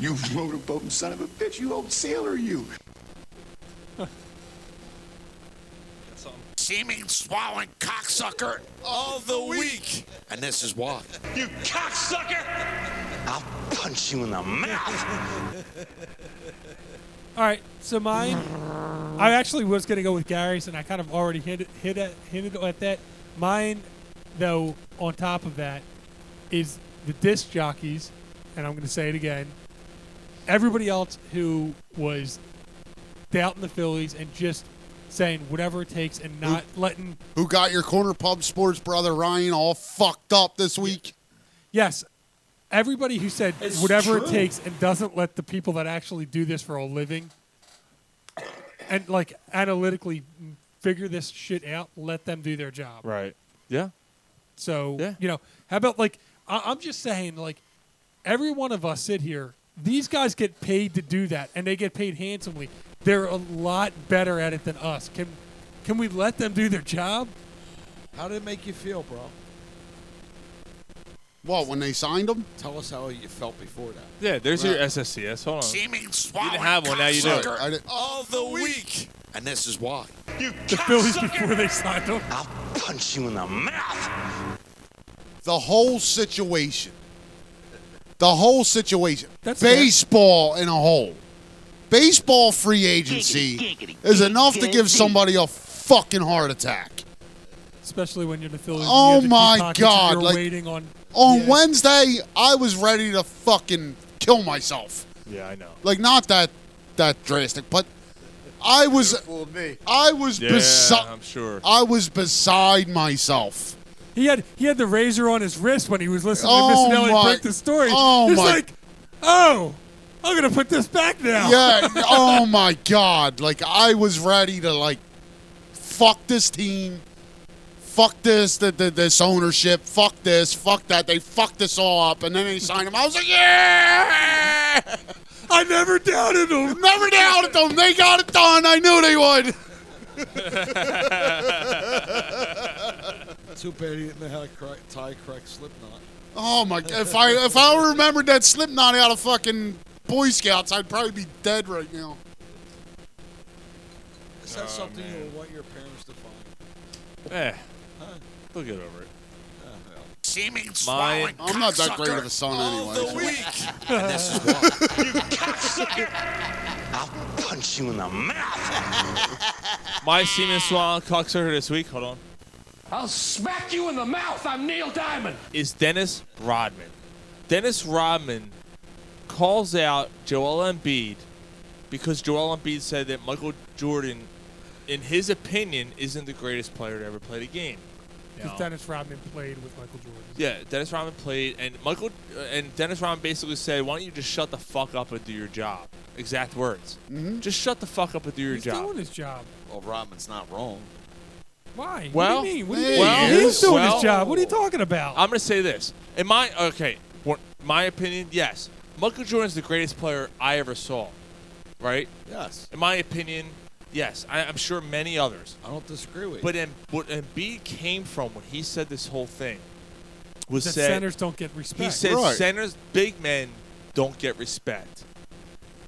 Speaker 6: you motorboat son of a bitch. You old sailor, you. Seeming swallowing cocksucker of the week.
Speaker 14: And this is why.
Speaker 6: You cocksucker! I'll punch you in the mouth.
Speaker 10: All right, so mine. I actually was going to go with Gary's, and I kind of already hit it- hit at, hinted at that. Mine, though, on top of that, is the disc jockeys, and I'm going to say it again. everybody else who was doubting the Phillies and just saying whatever it takes and not letting
Speaker 9: Who got your corner pub sports brother Ryan all fucked up this week?
Speaker 10: Yes. Everybody who said
Speaker 9: It's
Speaker 10: whatever
Speaker 9: true.
Speaker 10: it takes and doesn't let the people that actually do this for a living and like analytically figure this shit out, let them do their job.
Speaker 7: Right. Yeah.
Speaker 10: So you know, how about like I- I'm just saying, like every one of us sit here. These guys get paid to do that, and they get paid handsomely. They're a lot better at it than us. Can can we let them do their job?
Speaker 14: How did it make you feel, bro?
Speaker 9: What, when they signed him?
Speaker 14: Tell us how you felt before that.
Speaker 7: Yeah, there's
Speaker 14: Right.
Speaker 7: your SSCS. Hold on.
Speaker 14: Seeming swallowing
Speaker 7: have one, now you do.
Speaker 14: cocksucker
Speaker 7: I
Speaker 14: Of the week. And this is why. You
Speaker 10: The
Speaker 9: Ah,
Speaker 10: Phillies before they signed him.
Speaker 14: I'll punch you in the mouth.
Speaker 9: The whole situation. The whole situation.
Speaker 10: That's
Speaker 9: Baseball in a whole. Baseball free agency is enough to give somebody a fucking heart attack.
Speaker 10: Especially when you're the Phillies. and you
Speaker 9: Oh
Speaker 10: have the deep
Speaker 9: my
Speaker 10: pockets and
Speaker 9: god!
Speaker 10: You're
Speaker 9: like oh,
Speaker 10: waiting on.
Speaker 9: on Wednesday, I was ready to fucking kill myself.
Speaker 7: Yeah, I know.
Speaker 9: Like not that that drastic, but I was
Speaker 17: fooled me.
Speaker 9: I was
Speaker 7: Yeah,
Speaker 9: beside
Speaker 7: I'm sure.
Speaker 9: I was beside myself.
Speaker 10: He had he had the razor on his wrist when he was listening
Speaker 9: Oh
Speaker 10: to Miss Nelly
Speaker 9: my-
Speaker 10: break the story.
Speaker 9: oh
Speaker 10: He's
Speaker 9: my-
Speaker 10: like, oh, I'm gonna put this back now.
Speaker 9: Yeah. oh my god! Like I was ready to like fuck this team, fuck this th- th- this ownership, fuck this, fuck that. They fucked this all up, and then they signed him. I was like, yeah!
Speaker 10: Ah, I never doubted them.
Speaker 9: Never doubted them. They got it done. I knew they would.
Speaker 14: Too bad he didn't know how to correct, tie correct Slipknot.
Speaker 9: Oh my! If I if I remembered that Slipknot out of fucking Boy Scouts, I'd probably be dead right now.
Speaker 14: Is
Speaker 15: Oh,
Speaker 14: that something you would want your parents to find?
Speaker 7: Eh. They'll get over it.
Speaker 14: Seeming
Speaker 7: Mine.
Speaker 9: I'm not that great of a son
Speaker 14: all
Speaker 9: anyway.
Speaker 14: the
Speaker 9: so-
Speaker 14: week. and this is why. You cocksucker. I'll punch you in the mouth.
Speaker 7: My semen swallowing cocksucker this week. Hold on.
Speaker 15: I'll smack you in the mouth. I'm Neil Diamond.
Speaker 7: is Dennis Rodman. Dennis Rodman calls out Joel Embiid because Joel Embiid said that Michael Jordan, in his opinion, isn't the greatest player to ever play the game.
Speaker 10: Because Dennis Rodman played with Michael Jordan.
Speaker 7: Yeah, Dennis Rodman played, and Michael uh, and Dennis Rodman basically said, "Why don't you just shut the fuck up and do your job?" Exact words. Just shut the fuck up and do your
Speaker 10: Mm-hmm. He's
Speaker 7: job.
Speaker 10: doing his job.
Speaker 14: Well, Rodman's not wrong.
Speaker 10: Why?
Speaker 7: Well,
Speaker 10: what do you mean? What do you
Speaker 7: yeah,
Speaker 10: mean?
Speaker 7: he
Speaker 10: he's
Speaker 7: is.
Speaker 10: doing
Speaker 7: Well-
Speaker 10: his job. What are you talking about?
Speaker 7: I'm gonna say this. In my okay, what- my opinion, yes, Michael Jordan's the greatest player I ever saw. Right?
Speaker 14: Yes.
Speaker 7: In my opinion, yes. I, I'm sure many others.
Speaker 14: I don't disagree with you.
Speaker 7: But em, what Embiid came from when he said this whole thing was
Speaker 10: That
Speaker 7: said,
Speaker 10: centers don't get
Speaker 7: He
Speaker 10: respect.
Speaker 7: said
Speaker 10: Right.
Speaker 7: centers, big men don't get respect.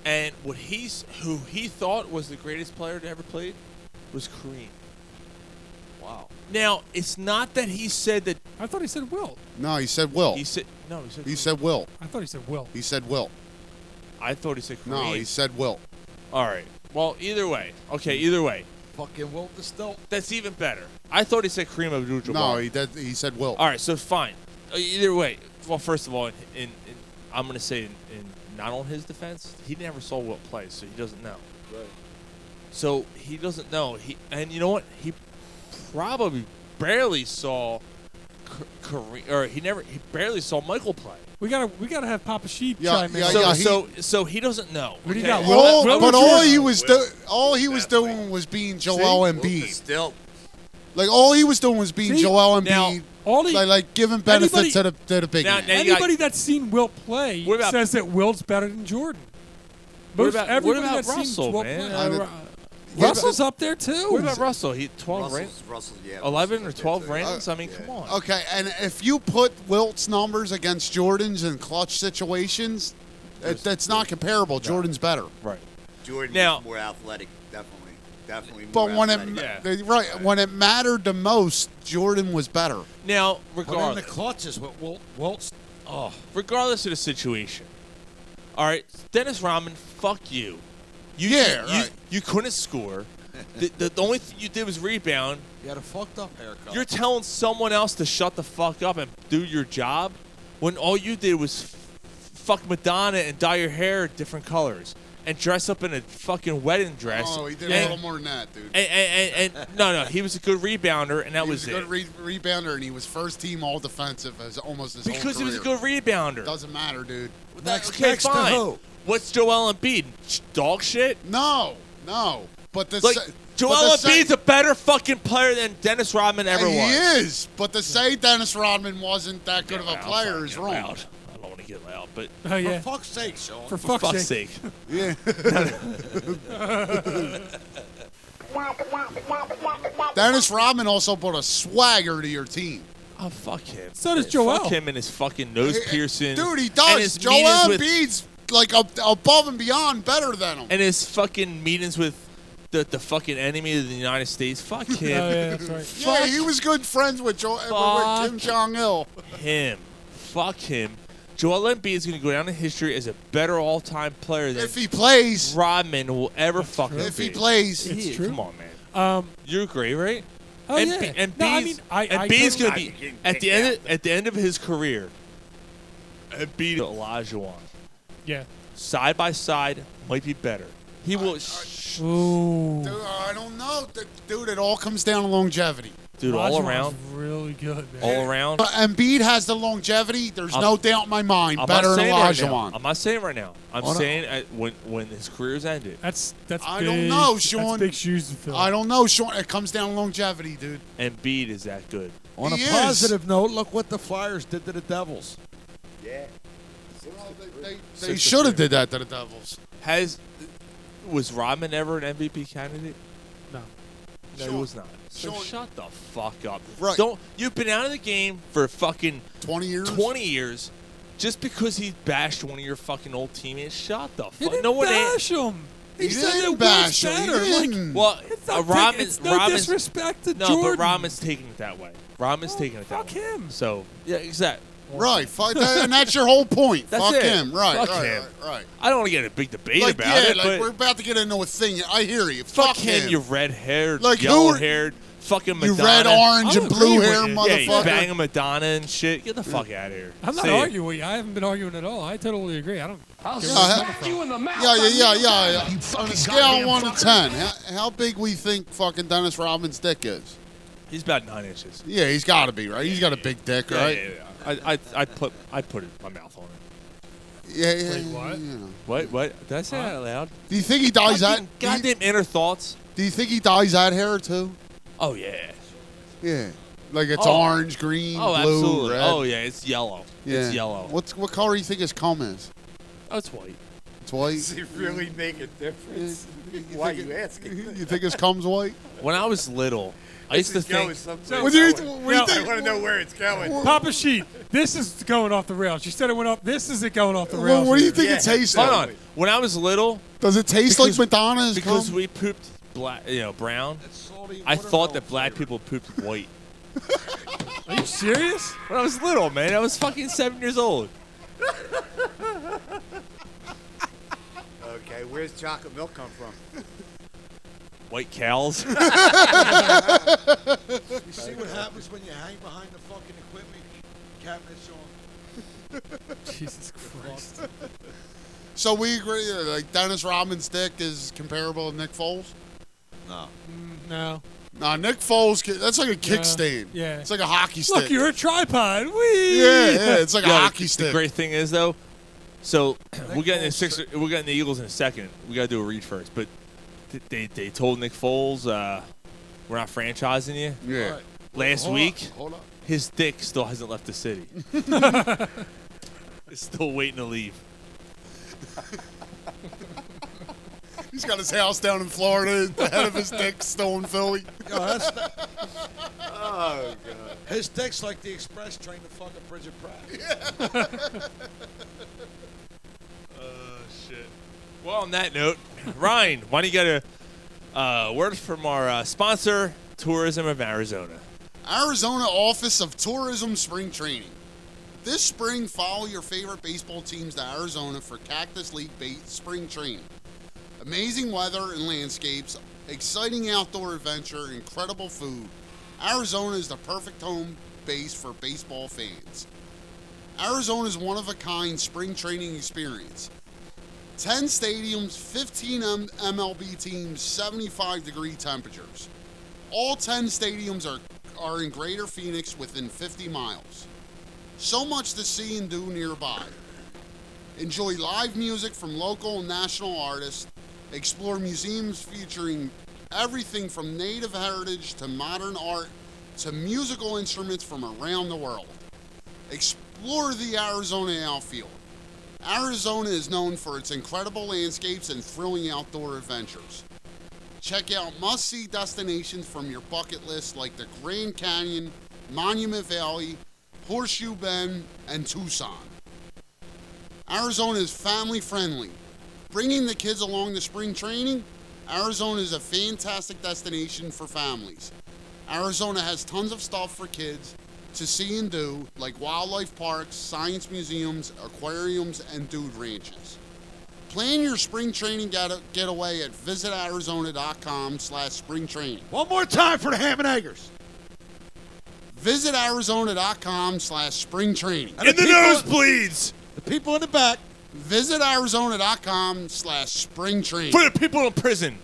Speaker 7: And what he's who he thought was the greatest player to ever play was Kareem.
Speaker 14: Wow.
Speaker 7: Now it's not that he said that.
Speaker 10: I thought he said Wilt.
Speaker 9: No, he said Will.
Speaker 7: He said no. He said
Speaker 9: He
Speaker 7: Kareem.
Speaker 9: said Will.
Speaker 10: I thought he said Wilt.
Speaker 9: He said Will.
Speaker 7: I thought he said Kareem.
Speaker 9: No, he said Will.
Speaker 7: All right. Well, either way. Okay, either way.
Speaker 14: Fucking Walt the Stilt.
Speaker 7: That's even better. I thought he said Kareem Abdul-Jabbar.
Speaker 9: No, he did, he said Will.
Speaker 7: All right, so fine. Uh, Either way, well, first of all, in, in, in I'm going to say, in, in not on his defense, he never saw Wilt play, so he doesn't know.
Speaker 14: Right.
Speaker 7: So he doesn't know. He and you know what? He probably barely saw K- Kareem, or he never, he barely saw Michael play.
Speaker 10: We gotta we gotta have Papa Sheep
Speaker 9: Yeah,
Speaker 10: chime in.
Speaker 9: yeah,
Speaker 10: on
Speaker 7: So,
Speaker 10: this.
Speaker 7: so, so he doesn't know.
Speaker 10: What do you
Speaker 7: okay?
Speaker 10: got,
Speaker 9: All-
Speaker 10: Will-
Speaker 9: but
Speaker 10: Will
Speaker 9: all
Speaker 10: Jordan.
Speaker 9: he was do- all he was doing was being Joel Embiid.
Speaker 17: Still,
Speaker 9: Like all he was doing was being
Speaker 10: See?
Speaker 9: Joel Embiid.
Speaker 10: Now, all he-
Speaker 9: like, like giving benefits
Speaker 10: anybody-
Speaker 9: to the to the big man.
Speaker 10: Anybody that's seen Wilt play
Speaker 7: What about-
Speaker 10: says that Wilt's better than Jordan.
Speaker 7: What
Speaker 10: Most
Speaker 7: about- what
Speaker 10: everybody
Speaker 7: about
Speaker 10: that's
Speaker 7: Russell,
Speaker 10: seen Wilt
Speaker 7: man?
Speaker 10: play-
Speaker 7: I mean-
Speaker 10: Uh, Russell's up there too.
Speaker 7: What about Russell? He
Speaker 14: Oh,
Speaker 7: 12
Speaker 9: Russell's-
Speaker 7: rings.
Speaker 9: Russell, yeah,
Speaker 7: 11 or 12 rings. I mean, come on.
Speaker 9: Okay, and if you put Wilt's numbers against Jordan's in clutch situations, that, that's not comparable. Jordan's better.
Speaker 7: Right.
Speaker 12: Jordan
Speaker 7: Now-
Speaker 12: was more athletic, definitely, definitely. More
Speaker 9: But when it
Speaker 12: athletic.
Speaker 9: they- right when it mattered the most, Jordan was better.
Speaker 7: Now,
Speaker 14: But in the
Speaker 7: regardless,
Speaker 14: clutches, what Walt, Walt's. Oh.
Speaker 7: regardless of the situation, all right, Dennis Rodman, fuck you. You
Speaker 14: Yeah,
Speaker 7: you,
Speaker 14: right.
Speaker 7: you couldn't score. the, the, the only thing you did was rebound.
Speaker 14: You had a fucked up haircut.
Speaker 7: You're telling someone else to shut the fuck up and do your job when all you did was f- fuck Madonna and dye your hair different colors and dress up in a fucking wedding dress.
Speaker 9: Oh, he did a
Speaker 7: and-
Speaker 9: little more than that, dude.
Speaker 7: And, and, and, and no, no, he was a good rebounder, and that
Speaker 9: he
Speaker 7: was,
Speaker 9: was, a
Speaker 7: it.
Speaker 9: good re- rebounder, and he was first team all defensive as almost his
Speaker 7: because he
Speaker 9: whole
Speaker 7: was a
Speaker 9: career.
Speaker 7: good rebounder.
Speaker 9: Doesn't matter, dude.
Speaker 7: Next- okay, next to fine. who? What's Joel Embiid? Sh- Dog shit?
Speaker 9: No, no. But the
Speaker 7: like
Speaker 9: se-
Speaker 7: Joel
Speaker 9: but the se-
Speaker 7: Embiid's a better fucking player than Dennis Rodman ever
Speaker 9: he
Speaker 7: was.
Speaker 9: is. But to say Dennis Rodman wasn't that good of a player is wrong.
Speaker 7: I don't want to get loud, but
Speaker 9: Oh, yeah.
Speaker 14: for fuck's sake, Sean.
Speaker 9: For fuck's sake. Yeah. Dennis Rodman also brought a swagger to your team.
Speaker 7: Oh fuck him.
Speaker 9: So does
Speaker 7: Fuck him and his fucking nose piercing.
Speaker 9: Dude, he
Speaker 7: And
Speaker 9: does.
Speaker 7: his meetings
Speaker 9: Joel
Speaker 7: with-
Speaker 9: Embiid's like up, above and beyond better than him.
Speaker 7: and his fucking meetings with the, the fucking enemy of the United States. Fuck
Speaker 9: Oh,
Speaker 10: Oh,
Speaker 7: him.
Speaker 9: Yeah, he was good friends with Joel with Kim Jong Il.
Speaker 7: him. Fuck him. Joel Embiid is going to go down in history as a better all-time player than if
Speaker 9: he plays
Speaker 7: Rodman will ever fucking
Speaker 10: If he
Speaker 7: be.
Speaker 10: plays. It's
Speaker 7: He-
Speaker 10: true.
Speaker 7: Come on, man.
Speaker 10: Um,
Speaker 7: You agree, right?
Speaker 10: Oh,
Speaker 7: and
Speaker 10: yeah.
Speaker 7: B, and
Speaker 10: No, I
Speaker 7: B's,
Speaker 10: mean, I-
Speaker 7: and
Speaker 10: I
Speaker 7: B's
Speaker 10: totally-
Speaker 7: going to
Speaker 10: I'm
Speaker 7: be
Speaker 10: getting
Speaker 7: at the
Speaker 10: kicked
Speaker 7: end of, at the end of his career. Embiid Olajuwon
Speaker 10: Yeah.
Speaker 7: side by side might be better. He
Speaker 10: Uh,
Speaker 7: will. sh-
Speaker 10: Ooh.
Speaker 9: Dude, I don't know. Th- Dude, it all comes down to longevity.
Speaker 7: Dude, all Olajuwon's around.
Speaker 10: Really good, man.
Speaker 7: all around.
Speaker 9: But Embiid has the longevity. There's
Speaker 7: I'm-
Speaker 9: no doubt in my mind.
Speaker 7: I'm not
Speaker 9: better than
Speaker 7: saying right now.
Speaker 9: Olajuwon.
Speaker 7: I'm not saying right now. I'm
Speaker 9: Oh, no.
Speaker 7: saying uh, when when his career's ended.
Speaker 10: That's that's.
Speaker 9: I don't know,
Speaker 10: that's
Speaker 9: Sean.
Speaker 10: big shoes to fill.
Speaker 9: I don't know, Sean. It comes down to longevity, dude.
Speaker 7: Embiid is that good.
Speaker 14: On
Speaker 9: He
Speaker 14: a
Speaker 9: is.
Speaker 14: positive note, look what the Flyers did to the Devils.
Speaker 9: Yeah. they
Speaker 14: Six to
Speaker 9: should have
Speaker 14: three.
Speaker 9: did that to the Devils.
Speaker 7: Has was Rodman ever an MVP candidate?
Speaker 10: No.
Speaker 7: No, he
Speaker 9: Sean-
Speaker 7: was not. So
Speaker 9: Sean-
Speaker 7: shut the fuck up.
Speaker 9: Right.
Speaker 7: Don't you've been out of the game for fucking
Speaker 9: twenty years.
Speaker 7: Twenty years. Just because he bashed one of your fucking old teammates, shut the fuck.
Speaker 10: didn't
Speaker 7: no one
Speaker 10: bash
Speaker 7: a-
Speaker 10: him. He He said
Speaker 7: didn't
Speaker 10: it was bash him. He better. Like, didn't.
Speaker 7: well,
Speaker 10: it's
Speaker 7: uh,
Speaker 10: not ta-
Speaker 7: Rodman-
Speaker 10: it's no
Speaker 7: Rodman's-
Speaker 10: disrespect to
Speaker 7: no,
Speaker 10: Jordan.
Speaker 7: but Rodman's taking it that way. Rodman's taking it that way. Fuck him. So yeah, exactly.
Speaker 9: Right. Fuck that, and that's your whole point.
Speaker 7: That's
Speaker 9: Fuck
Speaker 7: it.
Speaker 9: him. Right.
Speaker 7: Fuck
Speaker 9: right,
Speaker 7: him.
Speaker 9: right, right.
Speaker 7: I don't want to get in a big debate
Speaker 9: Like,
Speaker 7: about
Speaker 9: yeah,
Speaker 7: it,
Speaker 9: like
Speaker 7: but
Speaker 9: we're about to get into a thing. I hear you. Fuck,
Speaker 7: fuck, him, you red haired,
Speaker 9: Like, who are-
Speaker 7: yellow haired, fucking
Speaker 9: You
Speaker 7: Madonna.
Speaker 9: red, orange,
Speaker 7: I'm
Speaker 9: and blue
Speaker 7: agreeing
Speaker 9: hair
Speaker 7: with you. Yeah, you
Speaker 9: motherfucker.
Speaker 7: banging Madonna and shit. Get the fuck out of here.
Speaker 10: I'm not
Speaker 7: See ya.
Speaker 10: arguing with you. I haven't been arguing at all. I totally agree. I don't.
Speaker 15: I'll
Speaker 10: give a
Speaker 9: smack
Speaker 10: fuck.
Speaker 15: you in the mouth.
Speaker 9: Uh, Yeah, yeah, yeah,
Speaker 15: I'm-
Speaker 9: yeah, yeah.
Speaker 15: You
Speaker 9: On
Speaker 15: fucking
Speaker 9: a scale
Speaker 15: goddamn
Speaker 9: of one to
Speaker 15: fucker.
Speaker 9: ten, how, how big we think fucking Dennis Rodman's dick is?
Speaker 7: He's about nine inches.
Speaker 9: Yeah, he's got to be right. He's got a big dick,
Speaker 7: Yeah,
Speaker 9: right?
Speaker 7: yeah, yeah. I, I, I put I put it, my mouth on it.
Speaker 9: Yeah, yeah,
Speaker 7: Wait,
Speaker 9: what?
Speaker 7: What? What? Did I say that out loud?
Speaker 9: Do you think he dyes
Speaker 7: Goddamn-
Speaker 9: Oh, that? do you-
Speaker 7: Goddamn inner thoughts.
Speaker 9: Do you think he dyes that hair too?
Speaker 7: Oh yeah.
Speaker 9: Yeah, like it's
Speaker 7: Oh.
Speaker 9: orange, green,
Speaker 7: Oh,
Speaker 9: blue,
Speaker 7: absolutely.
Speaker 9: red.
Speaker 7: Oh yeah, it's yellow. It's yellow.
Speaker 9: What's what color do you think his comb is?
Speaker 7: Oh, it's white.
Speaker 9: It's white.
Speaker 12: Does it really make a difference? Why you asking?
Speaker 9: You think his comb's white?
Speaker 7: When I was little, I used to
Speaker 12: It's going
Speaker 7: think.
Speaker 12: someplace.
Speaker 10: What do you-
Speaker 12: I wanna-
Speaker 10: what do you
Speaker 12: I
Speaker 10: think-
Speaker 12: want to know where it's going.
Speaker 10: Papa Sheet, this is going off the rails. You said it went off. This isn't going off the
Speaker 9: Well,
Speaker 10: rails.
Speaker 9: what do you
Speaker 10: here.
Speaker 9: think it Yeah, tastes
Speaker 7: Hold
Speaker 9: like?
Speaker 7: on. When I was little,
Speaker 9: Does it taste
Speaker 7: Because-
Speaker 9: like Madonna's
Speaker 7: because
Speaker 9: cum?
Speaker 7: we pooped black, you know, brown. I thought that black people pooped white.
Speaker 10: Are you serious?
Speaker 7: When I was little, man, I was fucking seven years old.
Speaker 12: Okay, where's chocolate milk come from?
Speaker 7: White cows.
Speaker 14: You see what happens when you hang behind the fucking equipment cabinet, Sean?
Speaker 10: Jesus Christ.
Speaker 9: So we agree that like Dennis Rodman's dick is comparable to Nick Foles.
Speaker 14: No.
Speaker 10: No.
Speaker 9: Nah, Nick Foles. ki- That's like a kickstand.
Speaker 10: Yeah.
Speaker 9: It's like a hockey stick.
Speaker 10: Look, you're a tripod. Whee!
Speaker 9: Yeah, yeah, it's like a
Speaker 7: Yeah, the-
Speaker 9: hockey stick.
Speaker 7: The great thing is though, so we're getting the six. We're getting the Eagles in a second. We got to do a read first, but th- they they told Nick Foles, uh, we're not franchising you.
Speaker 9: Yeah. All right.
Speaker 7: Last
Speaker 9: Hold on,
Speaker 7: week,
Speaker 9: hold on.
Speaker 7: his dick still hasn't left the city. it's still waiting to leave.
Speaker 9: He's got his house down in Florida. The head of his dick still in Philly.
Speaker 14: Yo, that's the-
Speaker 9: oh god.
Speaker 14: His dick's like the express train to fucking Bridget Pratt.
Speaker 7: Oh shit. Well, on that note, Ryan, why don't you get a uh, word from our uh, sponsor, Tourism of Arizona?
Speaker 9: Arizona Office of Tourism Spring Training. This spring, follow your favorite baseball teams to Arizona for Cactus League bait spring training. Amazing weather and landscapes, exciting outdoor adventure, incredible food. Arizona is the perfect home base for baseball fans. Arizona's one of a kind spring training experience. 10 stadiums, 15 M- MLB teams, 75 degree temperatures. All 10 stadiums are, are in greater Phoenix within 50 miles. So much to see and do nearby. Enjoy live music from local and national artists. Explore museums featuring everything from native heritage to modern art to musical instruments from around the world. Explore the Arizona outfield. Arizona is known for its incredible landscapes and thrilling outdoor adventures. Check out must see destinations from your bucket list like the Grand Canyon, Monument Valley, Horseshoe Bend, and Tucson. Arizona is family friendly. Bringing the kids along to spring training, Arizona is a fantastic destination for families. Arizona has tons of stuff for kids to see and do, like wildlife parks, science museums, aquariums, and dude ranches. Plan your spring training get- getaway at visitarizona.com slash spring training.
Speaker 8: One more time for the Ham and Eggers.
Speaker 9: Visit arizona.com slash spring training.
Speaker 8: And In the the people-
Speaker 7: nosebleeds.
Speaker 9: The people in the back. Visit arizona.com slash spring training.
Speaker 7: For the people in prison.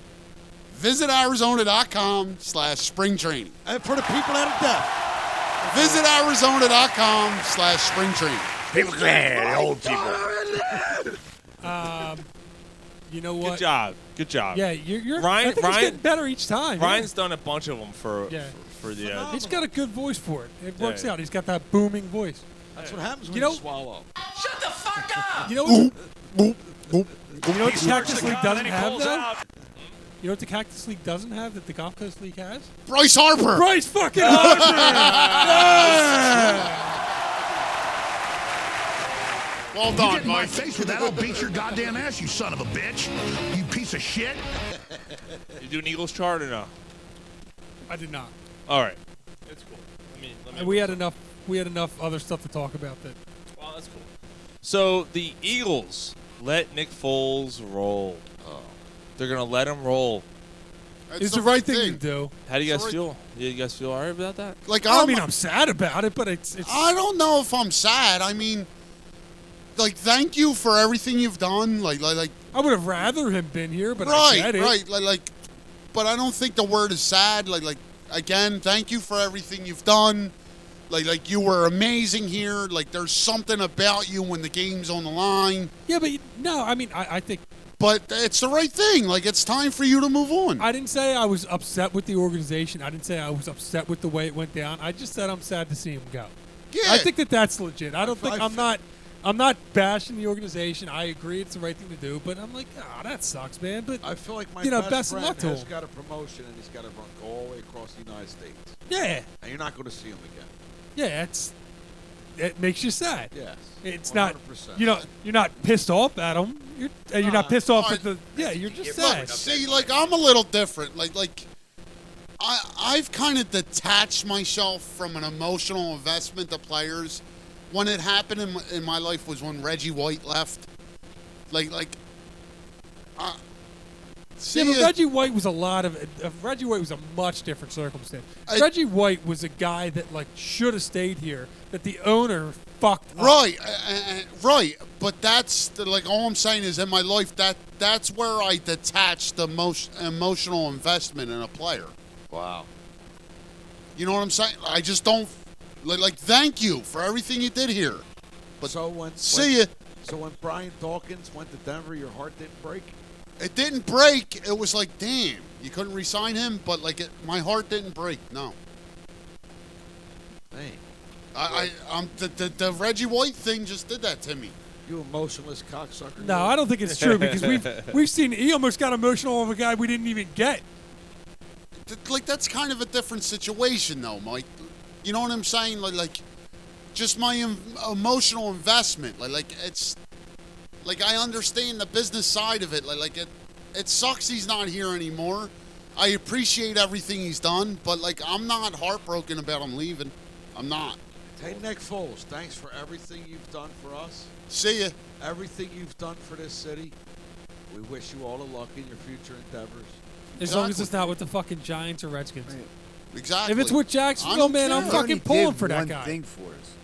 Speaker 9: Visit arizona.com slash spring training.
Speaker 8: And for the people out of death.
Speaker 9: Visit arizona.com slash spring training.
Speaker 6: People glad, old people.
Speaker 10: Um, you know what?
Speaker 7: Good job. Good job.
Speaker 10: Yeah, you're- you're- I
Speaker 7: Ryan,
Speaker 10: think he's
Speaker 7: Ryan,
Speaker 10: getting better each time, yeah.
Speaker 7: Ryan's done a bunch of them for
Speaker 10: Yeah.
Speaker 7: for, for the. Uh,
Speaker 10: He's got a good voice for it. It
Speaker 7: Yeah.
Speaker 10: works out. He's got that booming voice.
Speaker 7: That's
Speaker 10: what happens
Speaker 7: when
Speaker 10: you know,
Speaker 7: you
Speaker 10: swallow. Shut the fuck up. You know what? you know what the
Speaker 8: He works
Speaker 10: Cactus
Speaker 8: the
Speaker 10: League
Speaker 8: cob,
Speaker 10: doesn't
Speaker 8: then he
Speaker 10: have
Speaker 8: pulls
Speaker 10: though?
Speaker 8: out.
Speaker 10: You know what the Cactus League doesn't have that the Gulf Coast League has?
Speaker 9: Bryce Harper.
Speaker 10: Bryce fucking Harper. Yeah.
Speaker 9: Well
Speaker 15: you
Speaker 9: done,
Speaker 15: get in my
Speaker 9: Mike.
Speaker 15: face with that, I'll beat your goddamn ass, you son of a bitch. You piece of shit.
Speaker 7: you do an Eagles chart or no?
Speaker 10: I did not.
Speaker 7: All right. It's cool. Let me, let me
Speaker 10: We had enough. We had enough other stuff to talk about that.
Speaker 7: Well, that's cool. So the Eagles let Nick Foles roll.
Speaker 14: Oh.
Speaker 7: They're gonna let him roll.
Speaker 9: That's
Speaker 10: It's the right thing, to do.
Speaker 7: How do you
Speaker 10: It's
Speaker 7: guys
Speaker 10: the right-
Speaker 7: feel? You guys feel alright about that?
Speaker 9: Like,
Speaker 10: I
Speaker 9: I'm-
Speaker 10: mean, I'm sad about it, but it's it's
Speaker 9: I don't know if I'm sad. I mean, like, thank you for everything you've done. Like, like, like
Speaker 10: I would have rather him been here, but
Speaker 9: right,
Speaker 10: I get it.
Speaker 9: right. Like, like, but I don't think the word is sad. Like, like, again, thank you for everything you've done. Like, like, you were amazing here. Like, there's something about you when the game's on the line.
Speaker 10: Yeah, but you- no, I mean, I, I think.
Speaker 9: But it's the right thing. Like, it's time for you to move on.
Speaker 10: I didn't say I was upset with the organization. I didn't say I was upset with the way it went down. I just said I'm sad to see him go.
Speaker 9: Yeah.
Speaker 10: I think that that's legit. I don't think I'm not. I'm not bashing the organization. I agree it's the right thing to do, but I'm like, ah, that sucks, man. But
Speaker 14: I feel like my
Speaker 10: you know,
Speaker 14: best,
Speaker 10: best of
Speaker 14: friend
Speaker 10: luck to
Speaker 14: has
Speaker 10: him.
Speaker 14: got a promotion and he's got to run all the way across the United States.
Speaker 10: Yeah.
Speaker 14: And you're not going to see him again.
Speaker 10: Yeah, it's it makes you sad.
Speaker 14: Yes,
Speaker 10: it's not.
Speaker 14: 100%.
Speaker 10: You know, you're not pissed off at him. You're, and you're not pissed off
Speaker 9: I-
Speaker 10: at the. Yeah, you're just
Speaker 9: Look,
Speaker 10: sad.
Speaker 9: see, like I'm a little different. Like, like I, I've kind of detached myself from an emotional investment to players. When it happened in my, in my life was when Reggie White left. Like, like, I, see, uh,
Speaker 10: yeah, but
Speaker 9: it-
Speaker 10: Reggie White was a lot of. Uh, Reggie White was a much different circumstance. Reggie White was a guy that like should have stayed here. That the owner fucked. up.
Speaker 9: Right, uh, uh, right. But that's the, like all I'm saying is in my life that that's where I detach the most emotional investment in a player.
Speaker 14: Wow.
Speaker 9: You know what I'm saying? I just don't like, like thank you for everything you did here. But
Speaker 14: so when
Speaker 9: see
Speaker 14: when-
Speaker 9: ya.
Speaker 14: So when Brian Dawkins went to Denver, your heart didn't break.
Speaker 9: It didn't break. It was like, damn, you couldn't resign him, but like, it, my heart didn't break. No,
Speaker 14: Dang,
Speaker 9: I, I, I'm the, the the Reggie White thing just did that to me.
Speaker 14: you emotionless cocksucker.
Speaker 10: No, I don't think it's true because we've we've seen he almost got emotional over a guy we didn't even get.
Speaker 9: Th- like that's kind of a different situation though, Mike. You know what I'm saying? Like, like just my em- emotional investment. Like, like it's like I understand the business side of it. Like, like it it sucks he's not here anymore. I appreciate everything he's done, but like I'm not heartbroken about him leaving. I'm not.
Speaker 14: Hey, Nick Foles, thanks for everything you've done for us.
Speaker 9: See ya.
Speaker 14: Everything you've done for this city. We wish you all the luck in your future endeavors.
Speaker 10: As long as it's not with the fucking Giants or Redskins.
Speaker 9: Exactly.
Speaker 10: If it's with Jacksonville, man, I'm
Speaker 16: He
Speaker 10: fucking
Speaker 16: already
Speaker 10: pulling
Speaker 16: did
Speaker 10: for that
Speaker 16: one
Speaker 10: guy.
Speaker 16: thing for us.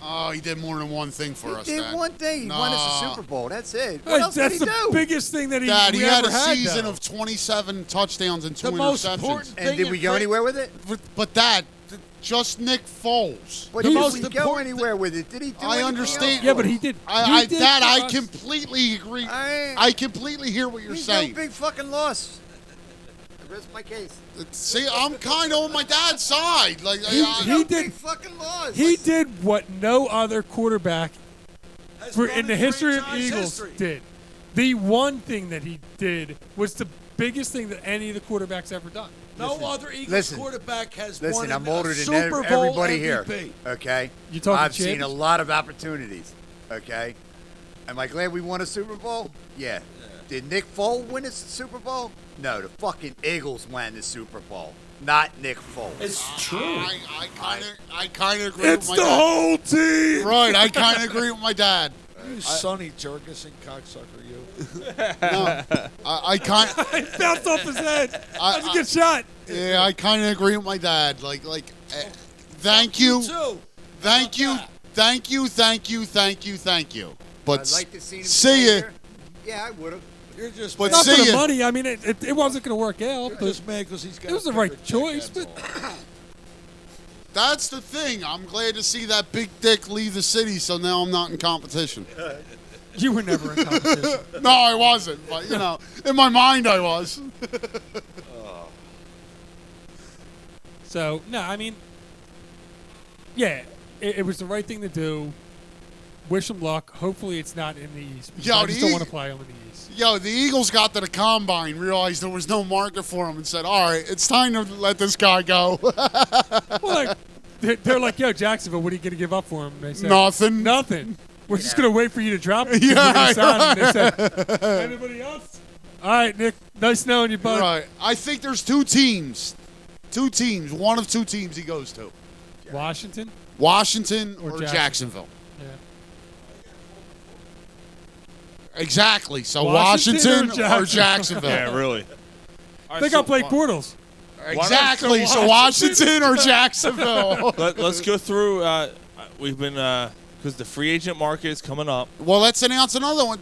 Speaker 9: Oh, he did more than one thing for us.
Speaker 16: did
Speaker 9: Dad.
Speaker 16: one thing. He won us the
Speaker 9: Nah.
Speaker 16: Super Bowl. That's it. What else did he do?
Speaker 9: Dad, he had a season of 27 touchdowns and two
Speaker 16: The most
Speaker 9: interceptions.
Speaker 16: important And thing did in we go fr- anywhere with it?
Speaker 9: But Dad, th- just Nick Foles.
Speaker 16: But did we go anywhere with it? Did he do
Speaker 9: I
Speaker 16: anything
Speaker 9: understand.
Speaker 16: else? Yeah, but he
Speaker 10: did-
Speaker 9: I,
Speaker 16: he
Speaker 9: I,
Speaker 16: did
Speaker 9: Dad,
Speaker 16: for
Speaker 9: I
Speaker 16: us.
Speaker 9: completely agree.
Speaker 16: I-
Speaker 9: I, completely hear what you're
Speaker 16: He's
Speaker 9: saying.
Speaker 16: no big fucking loss. I rest my case.
Speaker 9: See, I'm kind of on my dad's side. Like
Speaker 10: He-
Speaker 9: I, I,
Speaker 10: he did-
Speaker 16: fucking loss.
Speaker 10: He did what no other quarterback for, in the history of
Speaker 16: franchise
Speaker 10: Eagles
Speaker 16: history.
Speaker 10: did. The one thing that he did was the biggest thing that any of the quarterbacks ever done.
Speaker 14: No other Eagles
Speaker 16: listen.
Speaker 14: quarterback has won
Speaker 16: Listen, I'm
Speaker 14: an- a
Speaker 16: older than ev-
Speaker 14: Super Bowl
Speaker 16: everybody here.
Speaker 14: MVP.
Speaker 16: Okay,
Speaker 10: You talking
Speaker 16: I've
Speaker 10: chips?
Speaker 16: seen a lot of opportunities. Okay, am I glad we won a Super Bowl? Yeah. Did Nick Foles win a Super Bowl? No, the fucking Eagles won the Super Bowl, not Nick Foles.
Speaker 9: It's true. I, I kind of, I kind of agree.
Speaker 16: It's
Speaker 9: with my
Speaker 16: the
Speaker 9: dad.
Speaker 16: whole team.
Speaker 9: Right, I kind of agree with my dad.
Speaker 14: You Sonny Jurgensen cocksucker, you.
Speaker 9: No, I, I kind.
Speaker 10: it bounced off his head.
Speaker 9: That's
Speaker 10: a good shot.
Speaker 9: Yeah, I kind of agree with my dad. Like, like, eh, thank you, thank you, thank you, thank you, thank you, thank you. But
Speaker 16: I'd like to see him
Speaker 9: see
Speaker 16: stay
Speaker 9: you.
Speaker 16: here. Yeah, I would have.
Speaker 14: You're just
Speaker 9: But
Speaker 10: Not
Speaker 9: see
Speaker 10: for the
Speaker 9: ya.
Speaker 10: money. I mean, it, it, it wasn't going to work out. But
Speaker 14: just mad because he's got
Speaker 10: It was
Speaker 14: a
Speaker 10: the right
Speaker 14: bigger check,
Speaker 10: choice, but
Speaker 9: That's the thing. I'm glad to see that big dick leave the city, so now I'm not in competition.
Speaker 10: You were never in competition.
Speaker 9: no, I wasn't. But you know, in my mind, I was.
Speaker 10: So no, I mean, yeah, it, it was the right thing to do. Wish him luck. Hopefully, it's not in the East. because
Speaker 9: Yo,
Speaker 10: I just
Speaker 9: the
Speaker 10: don't
Speaker 9: E-
Speaker 10: want to play him in the East.
Speaker 9: Yo, the Eagles got to the combine, realized there was no market for him, and said, "All right, it's time to let this guy go."
Speaker 10: Well, like, they're, they're like, yo, Jacksonville, what are you going to give up for him? And They said,
Speaker 9: Nothing.
Speaker 10: Nothing. We're just going to wait for you to drop him.
Speaker 9: Yeah,
Speaker 10: We're gonna sign him." They
Speaker 9: right.
Speaker 10: said, anybody else? All right, Nick. Nice knowing you, bud.
Speaker 9: Right. I think there's two teams, two teams, one of two teams he goes to,
Speaker 10: Washington?
Speaker 9: Washington or,
Speaker 10: Jackson-
Speaker 9: Jacksonville.
Speaker 10: Yeah.
Speaker 9: Exactly. So
Speaker 10: Washington
Speaker 9: Washington,
Speaker 10: or
Speaker 9: or
Speaker 10: Jacksonville.
Speaker 9: Jacksonville.
Speaker 10: Yeah, really.
Speaker 7: All
Speaker 10: they
Speaker 7: so uh,
Speaker 10: got to play
Speaker 7: why-
Speaker 10: portals.
Speaker 9: Exactly. So Washington or Jacksonville.
Speaker 7: Let, us go through. Uh, we've been because the free agent market is coming up.
Speaker 9: Well, let's announce another one.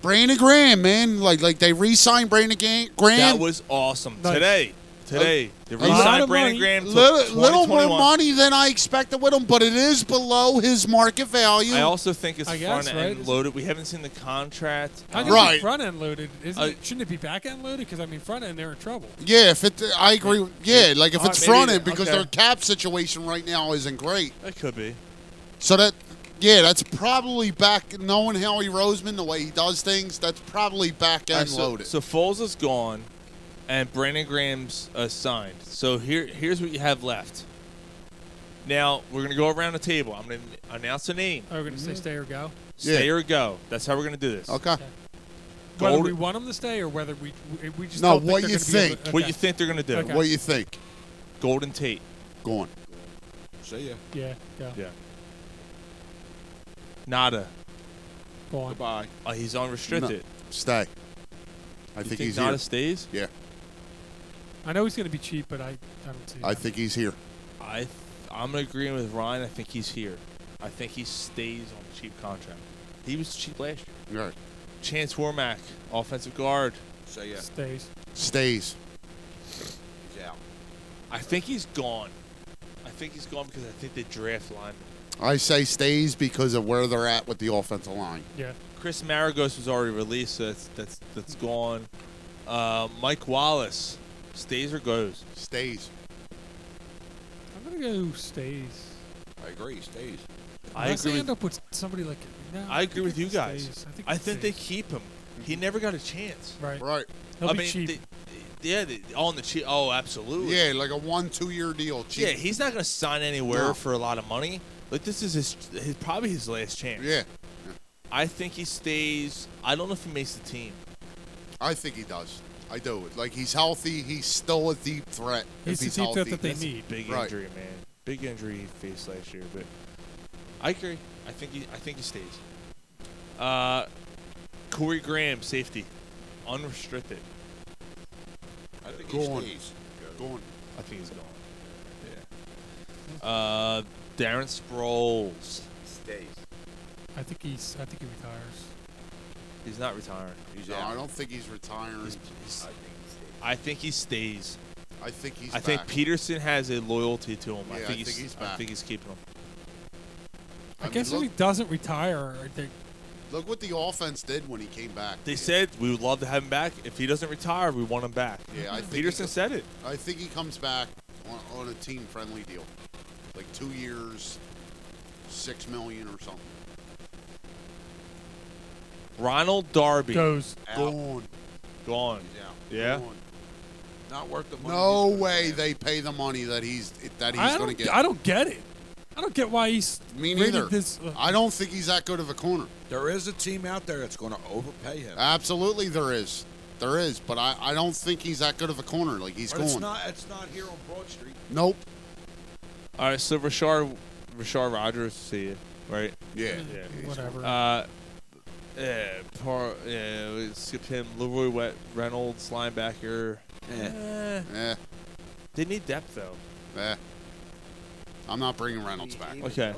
Speaker 9: Brandon Graham, man, like like they re-signed Brandon Ga- Graham.
Speaker 7: That was awesome
Speaker 9: Nice. Oh,
Speaker 7: today. Today, they
Speaker 9: A
Speaker 7: re-signed
Speaker 9: lot of
Speaker 7: Brandon
Speaker 9: money.
Speaker 7: Graham. to
Speaker 9: Little, little more
Speaker 7: 2021.
Speaker 9: money than I expected with him, but it is below his market value.
Speaker 7: I also think it's
Speaker 10: I
Speaker 7: front
Speaker 10: guess,
Speaker 7: end
Speaker 10: right?
Speaker 7: loaded. We haven't seen the contract.
Speaker 10: I
Speaker 7: Um,
Speaker 10: think it's front end loaded. Isn't
Speaker 7: Uh,
Speaker 10: it? Shouldn't it be back end loaded? Because I mean, front end, they're in trouble.
Speaker 9: Yeah, if it, I agree. with- Yeah, like if
Speaker 10: All
Speaker 9: it's
Speaker 10: right, maybe-
Speaker 9: fronted because
Speaker 10: okay.
Speaker 9: their cap situation right now isn't great.
Speaker 7: That could be.
Speaker 9: So that, yeah, that's probably back. Knowing Howie Roseman, the way he does things, that's probably back
Speaker 7: All right,
Speaker 9: end
Speaker 7: so,
Speaker 9: loaded.
Speaker 7: So Foles is gone, and Brandon Graham's uh, signed. So here, here's what you have left. Now we're gonna go around the table. I'm gonna announce a name.
Speaker 10: Are we going to say stay or go?
Speaker 7: Stay or go. That's how we're gonna do this.
Speaker 9: Okay.
Speaker 10: Whether
Speaker 7: Gold-
Speaker 10: we want them to stay or whether we we- we just
Speaker 9: No,
Speaker 10: Don't
Speaker 9: what
Speaker 10: think
Speaker 9: you
Speaker 10: they're gonna be able
Speaker 9: think.
Speaker 10: to-
Speaker 7: What
Speaker 10: okay.
Speaker 7: you think they're gonna do?
Speaker 10: Okay.
Speaker 9: What do you think?
Speaker 7: Golden Tate.
Speaker 9: Gone.
Speaker 14: See ya.
Speaker 10: Yeah. Go.
Speaker 7: Yeah. Nada.
Speaker 10: Gone.
Speaker 14: Goodbye.
Speaker 7: Uh, he's unrestricted.
Speaker 9: Stay. I
Speaker 7: You
Speaker 9: think,
Speaker 7: think
Speaker 9: he's
Speaker 7: Nada
Speaker 9: here.
Speaker 7: stays?
Speaker 9: Yeah,
Speaker 10: I know he's going to be cheap, but I, I don't see.
Speaker 9: I
Speaker 10: it.
Speaker 9: think he's here.
Speaker 7: I, th- I'm agreeing with Ryan. I think he's here. I think he stays on a cheap contract. He was cheap last
Speaker 9: year. Right.
Speaker 7: Chance Warmack, offensive guard.
Speaker 14: So yeah,
Speaker 10: stays.
Speaker 9: Stays.
Speaker 14: He's out.
Speaker 7: I think he's gone. I think he's gone because I think the draft line.
Speaker 9: I say stays because of where they're at with the offensive line.
Speaker 10: Yeah.
Speaker 7: Chris Maragos was already released, so that's that's that's gone. Uh, Mike Wallace stays or goes.
Speaker 9: Stays.
Speaker 10: I'm going to go stays.
Speaker 14: I agree. Stays.
Speaker 7: I
Speaker 10: Unless
Speaker 7: agree
Speaker 10: they
Speaker 7: with-
Speaker 10: end up with somebody like. No,
Speaker 7: I agree with you
Speaker 10: think it
Speaker 7: guys.
Speaker 10: stays.
Speaker 7: I think,
Speaker 10: it
Speaker 7: they
Speaker 10: stays.
Speaker 7: keep him. He never got a chance.
Speaker 10: Right.
Speaker 9: Right.
Speaker 10: He'll
Speaker 7: I
Speaker 10: be
Speaker 7: mean,
Speaker 10: cheap.
Speaker 7: they- yeah, they, on the cheap. Oh, absolutely.
Speaker 9: Yeah, like a one, two year deal. Cheap.
Speaker 7: Yeah, he's not going to sign anywhere
Speaker 9: No.
Speaker 7: for a lot of money. Like this is his, his probably his last chance.
Speaker 9: Yeah.
Speaker 7: I think he stays. I don't know if he makes the team.
Speaker 9: I think he does. I do. Like he's healthy. He's still a deep threat.
Speaker 10: He's
Speaker 9: if
Speaker 10: the
Speaker 9: he's
Speaker 10: deep threat
Speaker 9: healthy.
Speaker 10: that they
Speaker 9: That's-
Speaker 10: need.
Speaker 7: Big
Speaker 9: Right.
Speaker 7: injury, man. Big injury he faced last year, but I agree. I think he. I think he stays. Uh, Corey Graham, safety, unrestricted.
Speaker 14: I think
Speaker 9: Go
Speaker 14: he
Speaker 9: on.
Speaker 14: stays.
Speaker 9: Go on.
Speaker 7: I think he's gone. Yeah. Uh, Darren Sproles.
Speaker 12: days.
Speaker 10: I think he's. I think he retires.
Speaker 7: He's not retiring.
Speaker 9: No, I don't think he's retiring.
Speaker 12: I think he stays.
Speaker 7: I think he stays.
Speaker 9: I think he's
Speaker 7: I think
Speaker 9: back.
Speaker 7: Peterson has a loyalty to him. I
Speaker 9: Yeah,
Speaker 7: think
Speaker 9: I
Speaker 7: he's.
Speaker 9: think he's
Speaker 7: I
Speaker 9: back.
Speaker 7: think he's keeping him.
Speaker 10: I, guess if he doesn't retire, I think
Speaker 9: Look what the offense did when he came back.
Speaker 7: They said we would love to have him back. If he doesn't retire, we want him back.
Speaker 9: Yeah, I think
Speaker 7: Peterson
Speaker 9: he-
Speaker 7: said it.
Speaker 9: I think he comes back on, on a team-friendly deal, like two years, six million or something.
Speaker 7: Ronald Darby
Speaker 10: Goes.
Speaker 9: Gone.
Speaker 7: Gone. Yeah.
Speaker 14: Not worth the money.
Speaker 9: No way they pay the money that he's that he's
Speaker 10: I don't.
Speaker 9: going to get.
Speaker 10: I don't get it. I don't get why he's.
Speaker 9: Me
Speaker 10: rated
Speaker 9: neither.
Speaker 10: This, uh,
Speaker 9: I don't think he's that good of a corner.
Speaker 14: There is a team out there that's going to overpay him.
Speaker 9: Absolutely, there is. There is, but I, I don't think he's that good of a corner. Like he's
Speaker 14: But It's
Speaker 9: going.
Speaker 14: not. It's not here on Broad Street.
Speaker 9: Nope.
Speaker 7: All right, so Rashard, Rashard Rogers, see you, right?
Speaker 9: Yeah.
Speaker 7: yeah.
Speaker 10: Whatever.
Speaker 7: Uh, yeah, par, yeah, we skipped him. Leroy Wet, Reynolds, linebacker.
Speaker 10: Eh.
Speaker 9: Eh.
Speaker 7: They need depth though.
Speaker 9: Eh. I'm not bringing Reynolds back.
Speaker 7: Okay.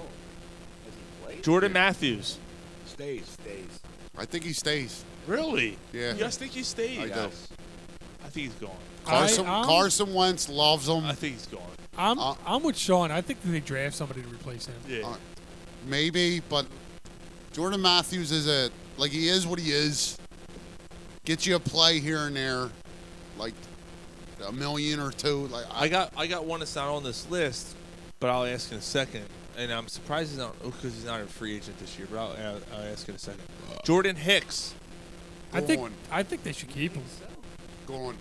Speaker 7: Jordan Matthews.
Speaker 14: Stays.
Speaker 12: Stays.
Speaker 9: I think he stays.
Speaker 7: Really?
Speaker 9: Yeah.
Speaker 7: You guys think he stays?
Speaker 9: I do.
Speaker 7: Yes. I think he's gone.
Speaker 9: Carson
Speaker 10: I- um, I'm-
Speaker 9: Carson Wentz loves him.
Speaker 7: I think he's gone.
Speaker 10: I'm. I'm with Sean. I think they draft somebody to replace him.
Speaker 7: Yeah.
Speaker 9: Uh, maybe, but Jordan Matthews is a like he is what he is. Get you a play here and there, like a million or two. Like I,
Speaker 7: I got I got one that's not on this list, but I'll ask in a second. And I'm surprised he's not because he's not a free agent this year. But I'll, I'll, I'll ask in a second. Jordan Hicks.
Speaker 10: I think.
Speaker 9: Gone.
Speaker 10: I think they should keep him.
Speaker 9: gone.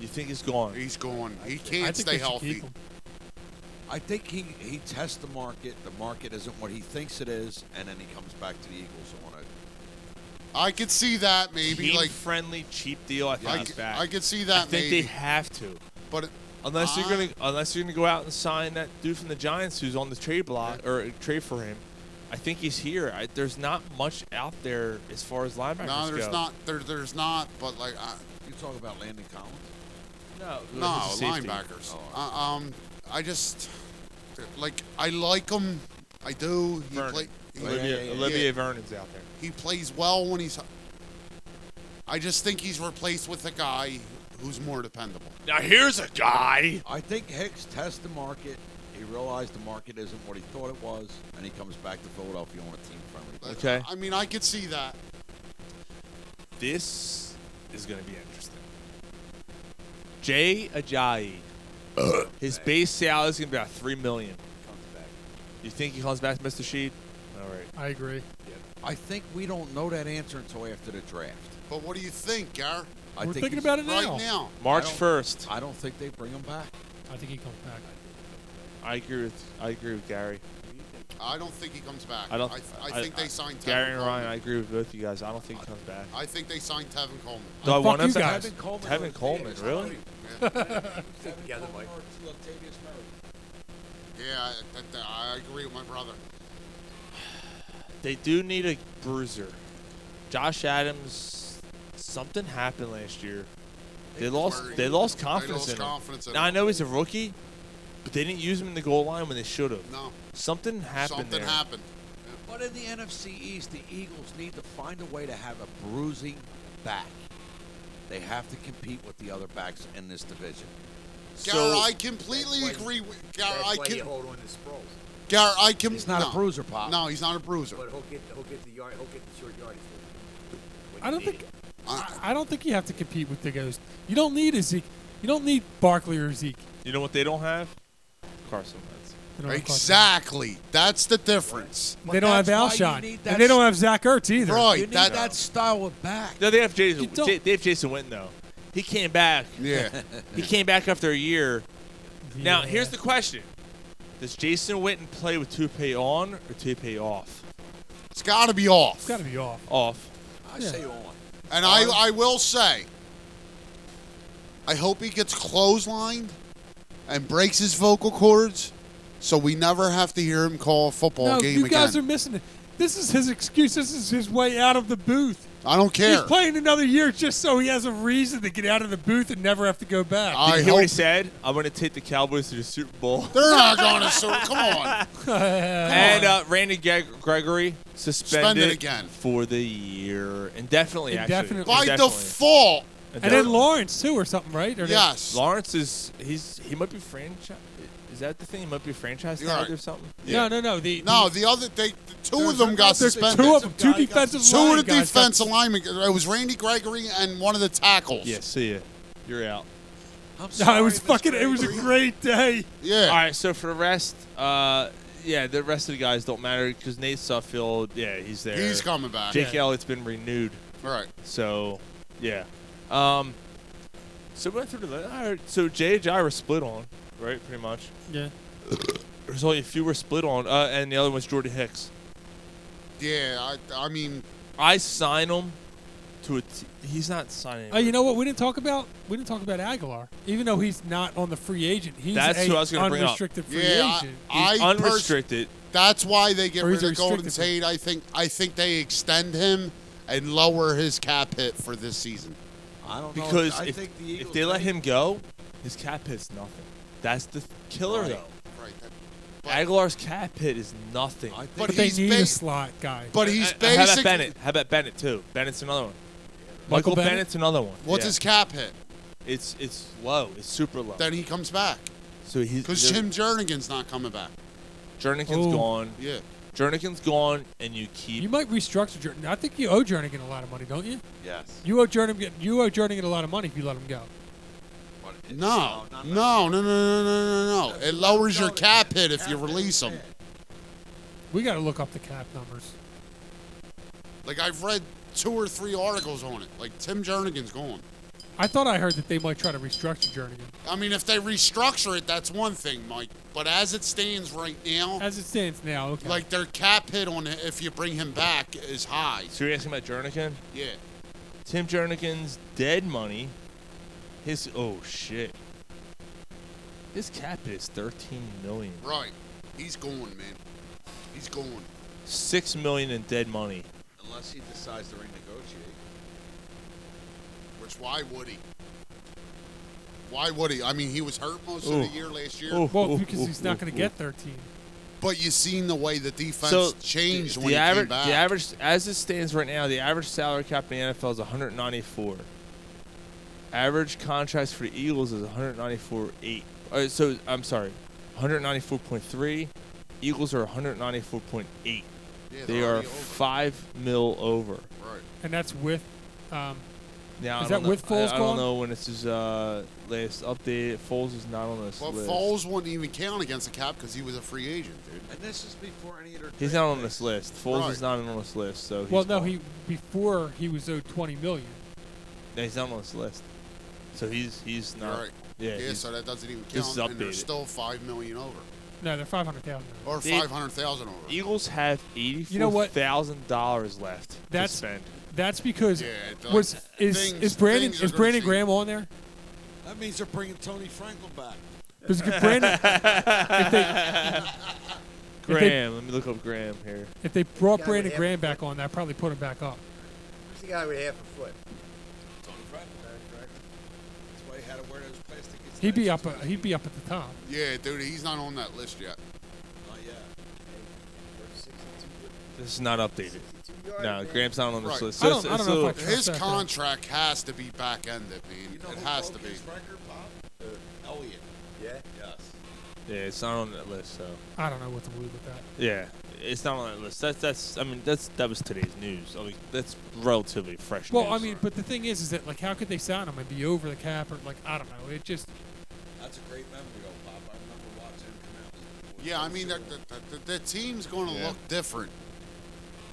Speaker 7: You think he's gone?
Speaker 9: He's gone.
Speaker 10: I
Speaker 9: He can't
Speaker 10: think
Speaker 9: stay
Speaker 10: they should
Speaker 9: healthy.
Speaker 10: keep him.
Speaker 14: I think he, he tests the market. The market isn't what he thinks it is, and then he comes back to the Eagles on it.
Speaker 9: I could see that maybe
Speaker 7: Team
Speaker 9: like
Speaker 7: friendly, cheap deal. I think
Speaker 9: I,
Speaker 7: he's
Speaker 9: c-
Speaker 7: back.
Speaker 9: I could see
Speaker 7: I
Speaker 9: that
Speaker 7: think
Speaker 9: maybe. Uh,
Speaker 7: they have to.
Speaker 9: but it-
Speaker 7: Unless you're
Speaker 9: I-
Speaker 7: gonna unless you're gonna go out and sign that dude from the Giants who's on the trade block or uh, trade for him, I think he's here. I, there's not much out there as far as linebackers
Speaker 9: no, there's
Speaker 7: go.
Speaker 9: not. There, there's not. But like I,
Speaker 14: You talk about Landon Collins.
Speaker 7: No,
Speaker 9: no
Speaker 7: he's a safety. Oh,
Speaker 9: linebackers. Uh, um, I just like I like him. I do. He
Speaker 7: Vernon.
Speaker 9: play- he-
Speaker 7: Olivier,
Speaker 9: yeah,
Speaker 7: Olivier Vernon's out there.
Speaker 9: He plays well when he's. I just think he's replaced with a guy who's more dependable.
Speaker 7: Now here's a guy.
Speaker 14: I think Hicks tests the market. He realized the market isn't what he thought it was, and he comes back to Philadelphia on a team friendly.
Speaker 7: Okay.
Speaker 9: I mean, I could see that.
Speaker 7: This is going to be interesting. Jay Ajayi. His base salary is going to be about three million.
Speaker 12: Comes back.
Speaker 7: You think he comes back, Mr. Sheed? All right.
Speaker 10: I agree.
Speaker 14: I think we don't know that answer until after the draft.
Speaker 9: But what do you think, Gar?
Speaker 14: I
Speaker 10: We're
Speaker 14: think
Speaker 10: thinking
Speaker 14: he's-
Speaker 10: about it
Speaker 9: Right
Speaker 10: now.
Speaker 9: now,
Speaker 7: March
Speaker 14: I don't-
Speaker 7: first.
Speaker 14: I don't think they bring him back.
Speaker 10: I think he comes back.
Speaker 7: I agree with I agree with Gary.
Speaker 9: I don't think he comes back.
Speaker 7: I don't.
Speaker 9: I, th- I, think they signed Tevin
Speaker 7: Gary and
Speaker 9: Coleman.
Speaker 7: Ryan. I agree with both you guys. I don't think he comes back.
Speaker 9: I think they signed Tevin Coleman.
Speaker 7: Do I
Speaker 10: fuck
Speaker 7: want him
Speaker 10: you
Speaker 7: back?
Speaker 10: guys.
Speaker 14: Tevin Coleman
Speaker 7: Tevin
Speaker 14: or-
Speaker 7: Coleman, really?
Speaker 12: Together, Mike.
Speaker 9: Yeah, I, that- that- I agree with my brother.
Speaker 7: They do need a bruiser. Josh Adams. Something happened last year. They lost.
Speaker 9: worried.
Speaker 7: They lost
Speaker 9: They
Speaker 7: confidence
Speaker 9: lost
Speaker 7: in him.
Speaker 9: confidence in
Speaker 7: now
Speaker 9: him.
Speaker 7: I know he's a rookie, but they didn't use him in the goal line when they should have.
Speaker 9: No,
Speaker 7: Something happened
Speaker 9: something
Speaker 7: there.
Speaker 9: happened.
Speaker 14: But in the NFC East, the Eagles need to find a way to have a bruising back. They have to compete with the other backs in this division.
Speaker 9: Gar,
Speaker 7: So-
Speaker 9: I completely
Speaker 12: That's why-
Speaker 9: agree with Gar.
Speaker 12: That's
Speaker 9: I
Speaker 12: why you
Speaker 9: can.
Speaker 12: hold on to Sproles.
Speaker 9: Gar, I can.
Speaker 14: He's not
Speaker 9: no.
Speaker 14: a bruiser, Pop.
Speaker 9: No, he's not a bruiser.
Speaker 12: But he'll get, he'll get the yard, he'll get the short yardage. when
Speaker 10: I
Speaker 12: you
Speaker 10: don't
Speaker 12: need
Speaker 10: think.
Speaker 12: it.
Speaker 9: Uh,
Speaker 10: I, I don't think you have to compete with the Digos. You don't need a Zeke. You don't need Barkley or Zeke.
Speaker 7: You know what they don't have? Carson Wentz.
Speaker 10: They don't have Barkley.
Speaker 9: Exactly. That's the difference.
Speaker 10: They don't have
Speaker 14: That's why you
Speaker 10: Alshon.
Speaker 14: need that
Speaker 10: And they don't
Speaker 14: s-
Speaker 10: have Zach Ertz either.
Speaker 9: Right.
Speaker 14: You need
Speaker 9: that-
Speaker 14: that, style of back.
Speaker 7: No, they have Jason.
Speaker 10: You don't-
Speaker 7: J- they have Jason Witten though. He came back.
Speaker 9: Yeah.
Speaker 7: He came back after a year. Now
Speaker 10: Yeah.
Speaker 7: here's the question: Does Jason Witten play with toupee on or toupee off?
Speaker 9: It's got to be off.
Speaker 10: It's got to be off.
Speaker 7: Off.
Speaker 14: I
Speaker 10: Yeah.
Speaker 14: say on.
Speaker 9: And I, I will say, I hope he gets clotheslined and breaks his vocal cords so we never have to hear him call a football
Speaker 10: no,
Speaker 9: game
Speaker 10: you guys
Speaker 9: again.
Speaker 10: are missing it. This is his excuse. This is his way out of the booth.
Speaker 9: I don't care.
Speaker 10: He's playing another year just so he has a reason to get out of the booth and never have to go back.
Speaker 7: Did you hear what he said? I'm going to take the Cowboys to the Super Bowl.
Speaker 9: They're not going to sue. Come on.
Speaker 7: and uh, Randy Geg- Gregory suspended
Speaker 9: Suspended again.
Speaker 7: for the year indefinitely.
Speaker 10: Indefinitely.
Speaker 7: Actually.
Speaker 10: By
Speaker 7: Indefinitely.
Speaker 9: default.
Speaker 10: And then Lawrence too, or something, right? Or they-
Speaker 7: Lawrence is he's he might be franchise. Is that the thing? He might be franchise
Speaker 9: You're
Speaker 7: tagged
Speaker 9: right.
Speaker 7: or something.
Speaker 9: Yeah.
Speaker 10: No, no, no. The
Speaker 9: No, the other they the two of them got
Speaker 10: there's
Speaker 9: suspended.
Speaker 10: two of them, two defensive
Speaker 9: two
Speaker 10: line
Speaker 9: of the
Speaker 10: guys got-
Speaker 9: defensive linemen. It was Randy Gregory and one of the tackles.
Speaker 7: Yeah, see ya. You're out.
Speaker 10: no, it was fucking. It was a great day.
Speaker 9: Yeah.
Speaker 7: All right. So for the rest, uh, yeah, the rest of the guys don't matter because Nate Suffield, yeah, he's there.
Speaker 9: He's coming back.
Speaker 7: Jake
Speaker 9: Yeah.
Speaker 7: Elliott's been renewed.
Speaker 9: All right.
Speaker 7: So, yeah. Um, so we went through the. all right, So Jay and Jai were split on, right? Pretty much.
Speaker 10: Yeah.
Speaker 7: There's only a few were split on, uh, and the other one's Jordan Hicks.
Speaker 9: Yeah, I, I mean,
Speaker 7: I sign him to a. T- he's not signing.
Speaker 10: Oh, you know what? We didn't talk about. We didn't talk about Aguilar, even though he's not on the free agent. He's
Speaker 7: That's
Speaker 10: a
Speaker 7: who I was going to bring up.
Speaker 10: unrestricted free agent.
Speaker 9: I
Speaker 7: He's
Speaker 9: pers-
Speaker 7: unrestricted.
Speaker 9: That's why they get
Speaker 10: Or he's
Speaker 9: rid
Speaker 10: a
Speaker 9: of Golden
Speaker 10: restricted free-
Speaker 9: Tate. I think I think they extend him and lower his cap hit for this season.
Speaker 14: I don't
Speaker 7: Because if, if they let him go, his cap hit's nothing. That's the th- killer,
Speaker 9: Right,
Speaker 7: though.
Speaker 9: Right. that-
Speaker 7: Aguilar's cap hit is nothing.
Speaker 10: But they he's need a ba- slot guy.
Speaker 9: but he's
Speaker 7: Uh, How about
Speaker 9: basic-
Speaker 7: Bennett? How about Bennett too? Bennett's another one.
Speaker 10: Michael
Speaker 7: Michael
Speaker 10: Bennett?
Speaker 7: Bennett's another one.
Speaker 9: What's
Speaker 7: Yeah.
Speaker 9: his cap hit?
Speaker 7: It's it's low. It's super low.
Speaker 9: Then he comes back
Speaker 7: so he's
Speaker 9: because Jim Jernigan's not coming back.
Speaker 7: Jernigan's
Speaker 10: Oh.
Speaker 7: gone.
Speaker 9: Yeah.
Speaker 7: Jernigan's gone, and you keep.
Speaker 10: You might restructure Jordan. I think you owe Jernigan a lot of money, don't you?
Speaker 14: Yes.
Speaker 10: You owe Jernigan. You owe Jernigan a lot of money if you let him go.
Speaker 9: No, no, no, no, no, no, no, no. It lowers your cap hit if you release him.
Speaker 10: We got to look up the cap numbers.
Speaker 9: Like I've read two or three articles on it. Like Tim Jernigan's gone.
Speaker 10: I thought I heard that they might try to restructure Jernigan.
Speaker 9: I mean, if they restructure it, that's one thing, Mike. But as it stands right now,
Speaker 10: As it stands now, okay.
Speaker 9: like their cap hit on it if you bring him back is high.
Speaker 7: So you're asking about Jernigan?
Speaker 9: Yeah.
Speaker 7: Tim Jernigan's dead money. His oh shit. His cap hit is 13 million.
Speaker 9: Right. He's gone, man. He's gone.
Speaker 7: Six million in dead money.
Speaker 14: Unless he decides to renegotiate.
Speaker 9: Which why would he? Why would he? I mean, he was hurt most of
Speaker 7: Ooh.
Speaker 9: the year last year.
Speaker 10: well, because he's not going to get 13.
Speaker 9: But you seen the way the defense
Speaker 7: So
Speaker 9: changed
Speaker 7: the,
Speaker 9: when
Speaker 7: the
Speaker 9: he
Speaker 7: average,
Speaker 9: came back.
Speaker 7: the average, as it stands right now, the average salary cap in the NFL is 194. Average contracts for the Eagles is 194.8. Uh, so I'm sorry, 194.3. Eagles are 194.8.
Speaker 10: Yeah,
Speaker 7: they
Speaker 10: they're
Speaker 7: are
Speaker 10: already over.
Speaker 7: five mil over.
Speaker 9: Right.
Speaker 10: And that's with. Um,
Speaker 7: Now,
Speaker 10: is
Speaker 7: I
Speaker 10: that
Speaker 7: don't know,
Speaker 10: with
Speaker 7: I,
Speaker 10: Foles
Speaker 7: I
Speaker 10: gone?
Speaker 7: don't know when this is uh, last updated. Foles is not on this
Speaker 9: But
Speaker 7: list.
Speaker 9: Foles wouldn't even count against the cap because he was a free agent, dude.
Speaker 14: And this is before any of their
Speaker 7: He's not on this list. Foles
Speaker 9: Right.
Speaker 7: is not on this list. So he's
Speaker 10: well, no,
Speaker 7: gone.
Speaker 10: he before he was owed 20 million.
Speaker 7: No, he's not on this list. So he's he's
Speaker 9: You're
Speaker 7: not.
Speaker 9: right.
Speaker 7: Yeah.
Speaker 9: Yeah.
Speaker 7: he's-
Speaker 9: So that doesn't even count.
Speaker 7: This is
Speaker 9: and they're
Speaker 7: updated.
Speaker 9: still five million over,
Speaker 10: No, they're 500,000.
Speaker 9: or
Speaker 10: They-
Speaker 9: five hundred thousand over.
Speaker 7: Eagles have
Speaker 10: You know
Speaker 7: eighty-four
Speaker 10: what?
Speaker 7: thousand dollars left
Speaker 10: That's
Speaker 7: to spend.
Speaker 10: that's because
Speaker 9: Yeah, like,
Speaker 10: was is
Speaker 9: things-
Speaker 10: is Brandon
Speaker 9: things are
Speaker 10: is
Speaker 9: gonna
Speaker 10: Brandon
Speaker 9: change.
Speaker 10: Graham on there?
Speaker 14: That means they're bringing Tony Franklin back.
Speaker 10: Because Brandon, if they, they-
Speaker 7: Graham, let me look up Graham here.
Speaker 10: if they brought
Speaker 17: Yeah, we
Speaker 10: Brandon
Speaker 17: have-
Speaker 10: Graham back on, that probably put him back up.
Speaker 17: Who's the guy with half a foot?
Speaker 14: Tony Franklin. That's why he had to wear those plastic.
Speaker 10: He'd be up. uh, He'd be up at the top.
Speaker 9: Yeah, dude, he's not on that list yet.
Speaker 14: Not yet.
Speaker 7: This is not updated. No, Graham's not on this
Speaker 9: Right.
Speaker 7: list. So it's- it's a-
Speaker 9: His contract has to be back ended, man. it has to be.
Speaker 14: Elliot.
Speaker 17: Yeah.
Speaker 14: Yes.
Speaker 7: yeah, it's not on that list. So
Speaker 10: I don't know what to believe with that.
Speaker 7: yeah, it's not on that list. That's that's. I mean, that's that was today's news. I mean, that's relatively fresh.
Speaker 10: Well,
Speaker 7: news.
Speaker 10: I mean, but the thing is, is that like, how could they sign him and be over the cap or like, I don't know. It just
Speaker 14: That's a great memory, though, Pop. I remember watching him come out. with-
Speaker 9: Yeah, I mean, the, the, the, the team's going to
Speaker 14: Yeah.
Speaker 9: look different.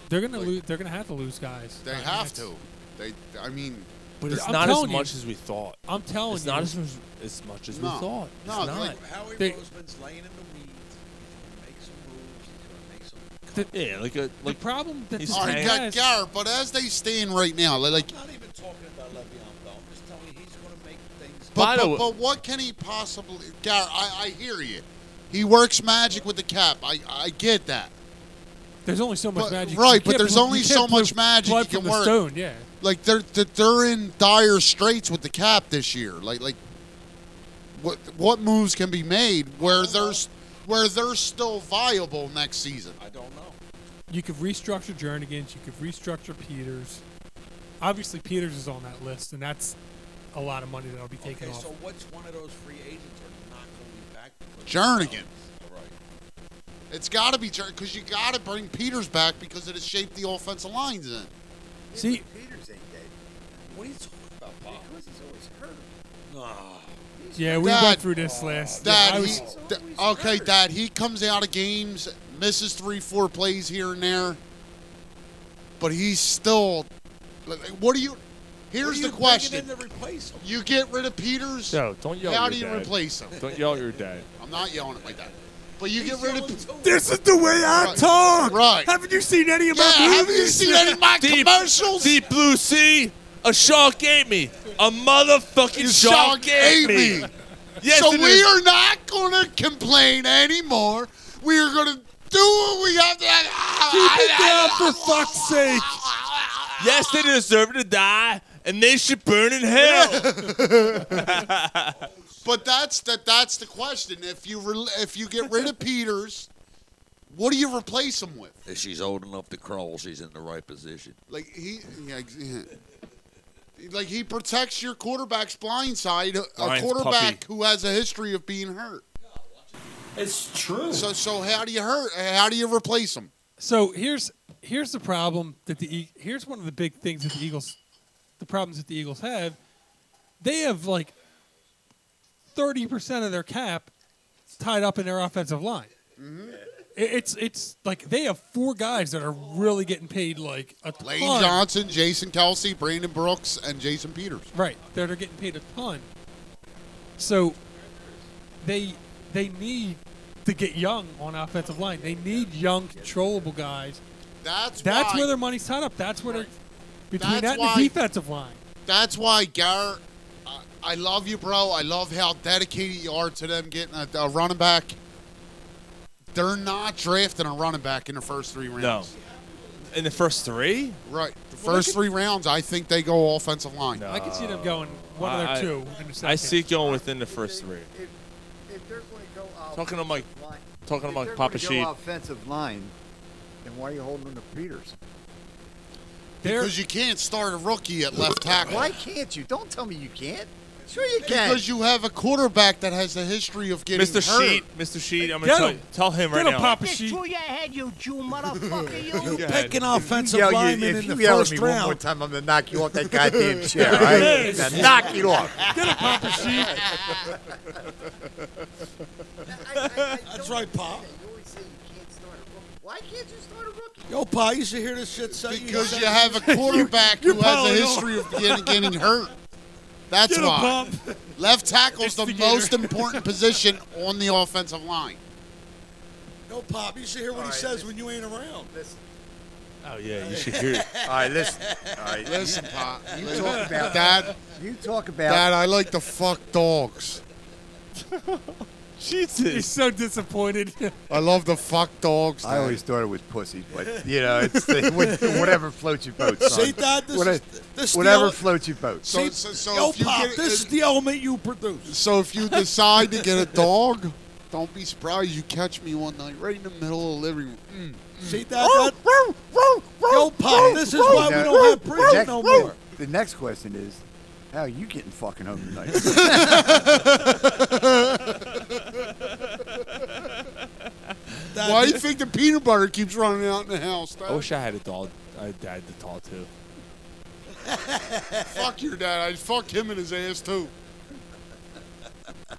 Speaker 10: they're gonna lose. They're gonna have to lose guys.
Speaker 9: They
Speaker 10: I mean, that's-
Speaker 9: have to. They, I mean,
Speaker 10: But
Speaker 7: it's
Speaker 10: I'm
Speaker 7: not as
Speaker 10: telling you-
Speaker 7: much as we thought.
Speaker 10: I'm telling
Speaker 7: it's not
Speaker 10: you.
Speaker 7: as much, as much as
Speaker 10: No.
Speaker 7: we thought. It's
Speaker 10: No,
Speaker 7: not.
Speaker 10: like,
Speaker 14: Howie
Speaker 10: They-
Speaker 14: Roseman's laying in the weeds. He's going to make some moves. He's going to make some.
Speaker 7: yeah, like a like
Speaker 10: problem that
Speaker 7: he's
Speaker 9: all right,
Speaker 7: hanging-
Speaker 9: Gar- Garrett, but as they stand right now, li- like,
Speaker 14: I'm not even talking about Le'Veon Bell. I'm just telling you, he's going to make things.
Speaker 9: but, but, but what can he possibly? Garrett, I, I hear you. He works magic with the cap. I, I get that.
Speaker 10: There's only so much
Speaker 9: But-
Speaker 10: magic.
Speaker 9: Right,
Speaker 10: You
Speaker 9: but
Speaker 10: can't
Speaker 9: there's
Speaker 10: bl- you
Speaker 9: only
Speaker 10: can't
Speaker 9: so
Speaker 10: blow
Speaker 9: much magic
Speaker 10: blood
Speaker 9: you
Speaker 10: from
Speaker 9: can
Speaker 10: the
Speaker 9: work.
Speaker 10: stone, yeah.
Speaker 9: Like they're th- they're in dire straits with the cap this year. Like like what what moves can be made where there's where they're still viable next season? I don't know.
Speaker 10: You could restructure Jernigan's. You could restructure Peters. Obviously, Peters is on that list, and that's a lot of money that'll be taken
Speaker 14: Okay,
Speaker 10: off.
Speaker 14: so which one of those free agents are not going to be back? because-
Speaker 9: Jernigan.
Speaker 14: All right.
Speaker 9: It's got to be because you got to bring Peters back because it has shaped the offensive lines in.
Speaker 10: See,
Speaker 12: Peters ain't dead.
Speaker 14: What are you talking about, Bob? Ah.
Speaker 12: Because he's always hurt.
Speaker 10: yeah, we
Speaker 9: Dad-
Speaker 10: went through this
Speaker 14: Oh,
Speaker 10: last.
Speaker 9: Dad,
Speaker 10: I
Speaker 9: he-
Speaker 10: was-
Speaker 9: da- okay, Dad, he comes out of games, misses three, four plays here and there, but he's still. like, What do you? Here's the question: You get rid of Peters.
Speaker 7: Yo, don't yell. at
Speaker 9: How
Speaker 7: your
Speaker 9: do you
Speaker 7: dad.
Speaker 9: replace him?
Speaker 7: Don't yell at your dad.
Speaker 9: I'm not yelling at my dad, but you get rid of.
Speaker 10: This is the way I
Speaker 9: Right.
Speaker 10: talk.
Speaker 9: Right.
Speaker 10: Haven't you seen any of
Speaker 9: Yeah,
Speaker 10: my
Speaker 9: haven't you
Speaker 10: movies?
Speaker 9: seen any of my
Speaker 7: Deep-
Speaker 9: commercials?
Speaker 7: Deep blue sea, a shark ate me. A motherfucking shark,
Speaker 9: Shark
Speaker 7: ate
Speaker 9: ate
Speaker 7: me.
Speaker 9: me.
Speaker 7: Yes,
Speaker 9: so
Speaker 7: it
Speaker 9: we
Speaker 7: is.
Speaker 9: are not going to complain anymore. We are going to do what we have to.
Speaker 7: Keep it down for fuck's sake. Yes, they deserve to die, and they should burn in hell.
Speaker 9: But that's that. That's the question. If you re, if you get rid of Peters, what do you replace him with?
Speaker 14: If she's old enough to crawl, she's in the right position.
Speaker 9: Like he, yeah, ex- yeah. like he protects your quarterback's blind side. A
Speaker 14: Ryan's
Speaker 9: quarterback who has a history of being hurt.
Speaker 15: It's true.
Speaker 9: So so how do you hurt? How do you replace him?
Speaker 10: So here's here's the problem that the E- here's one of the big things that the Eagles, the problems that the Eagles have, they have like thirty percent of their cap tied up in their offensive line.
Speaker 9: Mm-hmm.
Speaker 10: I- It's it's like they have four guys that are really getting paid like a ton.
Speaker 9: Lane Johnson, Jason Kelsey, Brandon Brooks, and Jason Peters.
Speaker 10: Right. That are getting paid a ton. So they they need to get young on offensive line. They need young controllable guys.
Speaker 9: That's
Speaker 10: That's
Speaker 9: why-
Speaker 10: where their money's tied up. That's where they're between
Speaker 9: That's
Speaker 10: that and
Speaker 9: why-
Speaker 10: the defensive line.
Speaker 9: That's why Garrett. I, I love you, bro. I love how dedicated you are to them getting a, a running back. They're not drafting a running back in the first three rounds.
Speaker 7: no. In the first three?
Speaker 9: Right. The
Speaker 10: Well, they
Speaker 9: first
Speaker 10: could-
Speaker 9: three rounds, I think they go offensive line.
Speaker 10: I could see them going one of their
Speaker 7: I-
Speaker 10: two in the second.
Speaker 7: I see it going within the first three.
Speaker 17: If they're going to go out.
Speaker 7: Talking to Mike-
Speaker 17: Line,
Speaker 7: talking to
Speaker 17: if
Speaker 7: Mike
Speaker 17: they're
Speaker 7: Papa
Speaker 17: gonna go
Speaker 7: Sheed.
Speaker 17: offensive line, then why are you holding them to Peters?
Speaker 9: Because you can't start a rookie at left tackle.
Speaker 17: Why can't you? Don't tell me you can't. Sure you can.
Speaker 9: Because you have a quarterback that has a history of getting
Speaker 7: Mr.
Speaker 9: hurt.
Speaker 7: Sheet, Mr. Sheet, I'm gonna tell, you, tell him right now.
Speaker 11: Get this through your head, you Jew motherfucker, you.
Speaker 7: Yeah. Picking offensive
Speaker 17: yell,
Speaker 7: linemen
Speaker 17: if
Speaker 7: in
Speaker 17: you
Speaker 7: the
Speaker 17: yell
Speaker 7: first
Speaker 17: at me
Speaker 7: round.
Speaker 17: one more time, I'm gonna knock you off that goddamn chair. all Right? Now knock it off.
Speaker 10: Get it, Papa Sheet.
Speaker 17: That's
Speaker 14: right, Pop.
Speaker 17: Why can't you start a rookie?
Speaker 14: Yo, Pa, you should hear this shit. Say you
Speaker 9: Because
Speaker 14: said
Speaker 9: you
Speaker 14: it.
Speaker 9: have a quarterback
Speaker 14: you're
Speaker 9: who has a
Speaker 14: piling on.
Speaker 9: history of getting, getting hurt. That's
Speaker 14: Get a
Speaker 9: why. Left tackle's the
Speaker 14: Instigator.
Speaker 9: most important position on the offensive line.
Speaker 14: No, Pop, you should hear what he says when you ain't around.
Speaker 7: Oh yeah, you should hear it.
Speaker 17: All right, listen. All right,
Speaker 9: listen, Pop.
Speaker 17: You talk about
Speaker 9: Dad.
Speaker 17: You talk about
Speaker 9: Dad, I like to fuck dogs.
Speaker 7: Jesus.
Speaker 10: He's so disappointed.
Speaker 9: I love the fuck dogs.
Speaker 17: I
Speaker 9: Dad.
Speaker 17: always thought it was pussies, but you know, it's the, whatever floats your boat. Son.
Speaker 14: See, Dad, this
Speaker 17: Whata-
Speaker 14: is- this is
Speaker 17: whatever
Speaker 14: the-
Speaker 17: floats your boat.
Speaker 9: So, so, so
Speaker 14: Yo,
Speaker 9: if you
Speaker 14: Pop,
Speaker 9: get, uh,
Speaker 14: this is the element you produce.
Speaker 9: So if you decide to get a dog, don't be surprised you catch me one night right in the middle of the living room. Mm, mm.
Speaker 14: See that? that? Yo, Pop, this is why we
Speaker 17: Now,
Speaker 14: don't have
Speaker 17: the
Speaker 14: prison
Speaker 17: next-
Speaker 14: no more.
Speaker 17: The next question is, how are you getting fucking home tonight?
Speaker 9: Why do you think the peanut butter keeps running out in the house? Dad?
Speaker 7: I
Speaker 14: Oh,
Speaker 7: wish I had a doll. I dad to tall too.
Speaker 9: fuck your dad. I'd fuck him in his ass too.
Speaker 14: Uh,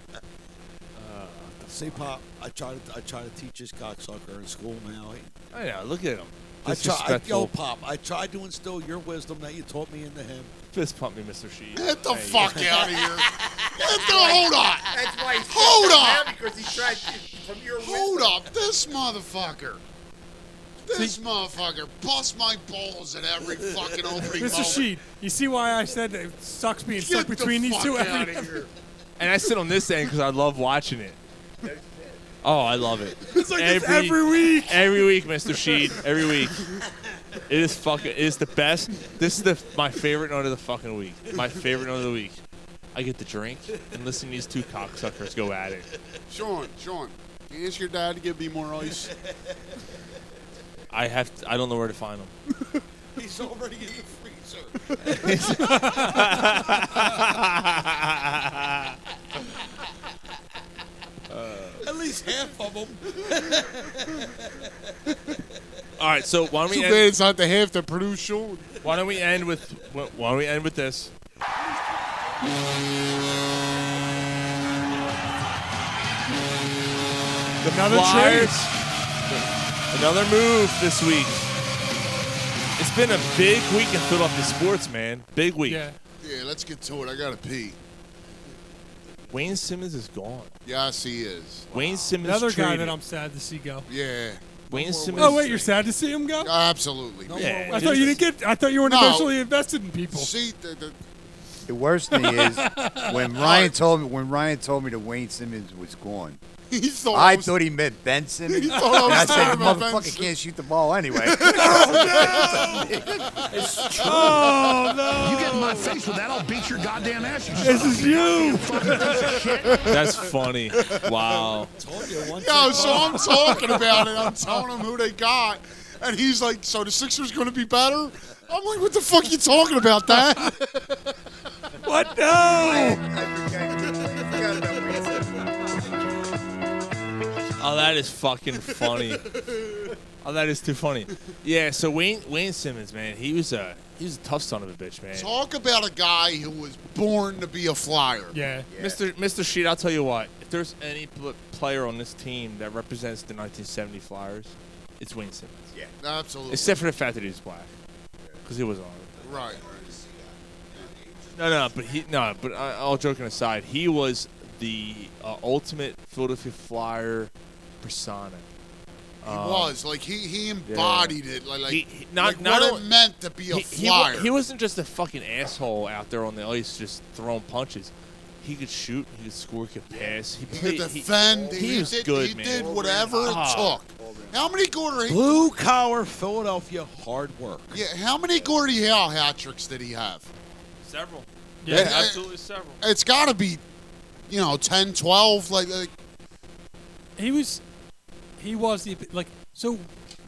Speaker 14: See, Pop, I try to I try to teach this cocksucker in school now. He-
Speaker 7: I know. Look at him.
Speaker 14: I try, I, yo,
Speaker 7: Disrespectful.
Speaker 14: Pop, I tried to instill your wisdom that you taught me into him.
Speaker 7: Fist pump me, Mr. Sheet.
Speaker 9: Get the
Speaker 7: Hey,
Speaker 9: fuck out of here. Get the, hold on.
Speaker 12: That's why he's
Speaker 9: Hold
Speaker 12: now
Speaker 9: on.
Speaker 12: because he tried to, from your
Speaker 9: Hold
Speaker 12: wisdom.
Speaker 9: up, this motherfucker. This motherfucker busts my balls at every fucking opening.
Speaker 10: Mr.
Speaker 9: moment.
Speaker 10: Sheet, you see why I said that it sucks being
Speaker 9: Get
Speaker 10: stuck
Speaker 9: the
Speaker 10: between these
Speaker 9: fuck
Speaker 10: two? every-
Speaker 9: outta here.
Speaker 7: And I sit on this end because I love watching it. Oh, I love it.
Speaker 10: It's like this every week.
Speaker 7: Every week, Mr. Sheed. Every week. It is fucking. It is the best. This is the my favorite note of the fucking week. My favorite note of the week. I get to drink and listen to these two cocksuckers go at it.
Speaker 9: Sean, Sean, can you ask your dad to give me more ice?
Speaker 7: I have. To, I don't know where to find them.
Speaker 9: He's already in the freezer.
Speaker 13: At least half of them.
Speaker 7: All right, so why don't
Speaker 9: Too
Speaker 7: we?
Speaker 9: bad
Speaker 7: End,
Speaker 9: it's not the half that produce Sean.
Speaker 7: why don't we end with? Why don't we end with this? The
Speaker 10: Another
Speaker 7: Flyers,
Speaker 10: trade.
Speaker 7: another move this week. It's been a big week in Philadelphia sports, man. Big week.
Speaker 9: Yeah, let's get to it. I gotta pee.
Speaker 7: Wayne Simmons is gone.
Speaker 9: Yes, he is.
Speaker 7: Wayne Simmons.
Speaker 10: Another guy
Speaker 7: traded.
Speaker 10: that I'm sad to see go.
Speaker 9: Yeah.
Speaker 7: Wayne Simmons.
Speaker 10: Oh wait, you're sad to see him go?
Speaker 9: Absolutely.
Speaker 16: No
Speaker 10: yeah.
Speaker 16: more
Speaker 10: I thought you
Speaker 16: Wayne.
Speaker 10: didn't get. I thought you weren't
Speaker 9: No.
Speaker 10: emotionally invested in people.
Speaker 9: See, the, the,
Speaker 16: The worst thing is when Ryan told me when Ryan told me that Wayne Simmons was gone.
Speaker 9: He thought
Speaker 16: I
Speaker 9: I was-
Speaker 16: thought he meant Ben Simmons.
Speaker 9: He
Speaker 16: and
Speaker 9: thought I was
Speaker 16: I said,
Speaker 9: talking about Ben
Speaker 16: "Motherfucker
Speaker 9: Simmons."
Speaker 16: can't shoot the ball anyway."
Speaker 13: It's
Speaker 16: true. Oh,
Speaker 13: no! You get in my face with that, I'll beat your goddamn ass. You
Speaker 10: This is you.
Speaker 7: That's funny. Wow.
Speaker 9: Yo, so I'm talking about it. I'm telling him who they got, and he's like, "So the Sixers going to be better?" I'm like, "What the fuck you talking about, Dad?"
Speaker 10: what? No.
Speaker 7: Oh, that is fucking funny. oh, that is too funny. Yeah. So Wayne Wayne Simmons, man, he was a he was a tough son of a bitch, man.
Speaker 9: Talk about a guy who was born to be a flyer.
Speaker 10: Yeah.
Speaker 7: Mr. Mr. Sheet, I'll tell you what. If there's any pl- player on this team that represents the 1970 Flyers, it's Wayne Simmons.
Speaker 9: Yeah. Absolutely.
Speaker 7: Except for the fact that he's black, because he was on.
Speaker 9: right.
Speaker 7: No, no, but he no, but I, all joking aside, he was the uh, ultimate Philadelphia Flyer persona.
Speaker 9: He was like he he embodied it like like,
Speaker 7: He- he- not-
Speaker 9: like
Speaker 7: not
Speaker 9: what
Speaker 7: only-
Speaker 9: it meant to be a
Speaker 7: he, he wa-
Speaker 9: flyer.
Speaker 7: he wasn't just a fucking asshole out there on the ice just throwing punches. He could shoot. He could score. He could pass. He,
Speaker 9: He could
Speaker 7: played-
Speaker 9: defend.
Speaker 7: He, was
Speaker 9: did,
Speaker 7: good,
Speaker 9: he
Speaker 7: man.
Speaker 9: did whatever it
Speaker 7: Ah.
Speaker 9: took. How many Gordy?
Speaker 14: Blue collar Philadelphia hard work.
Speaker 9: Yeah, how many Gordie Howe hat tricks did he have?
Speaker 7: Several.
Speaker 9: Yeah, Yeah. absolutely
Speaker 7: several.
Speaker 9: It's got to be, you know, 10, 12. Like, like
Speaker 10: He was. He was the like. So,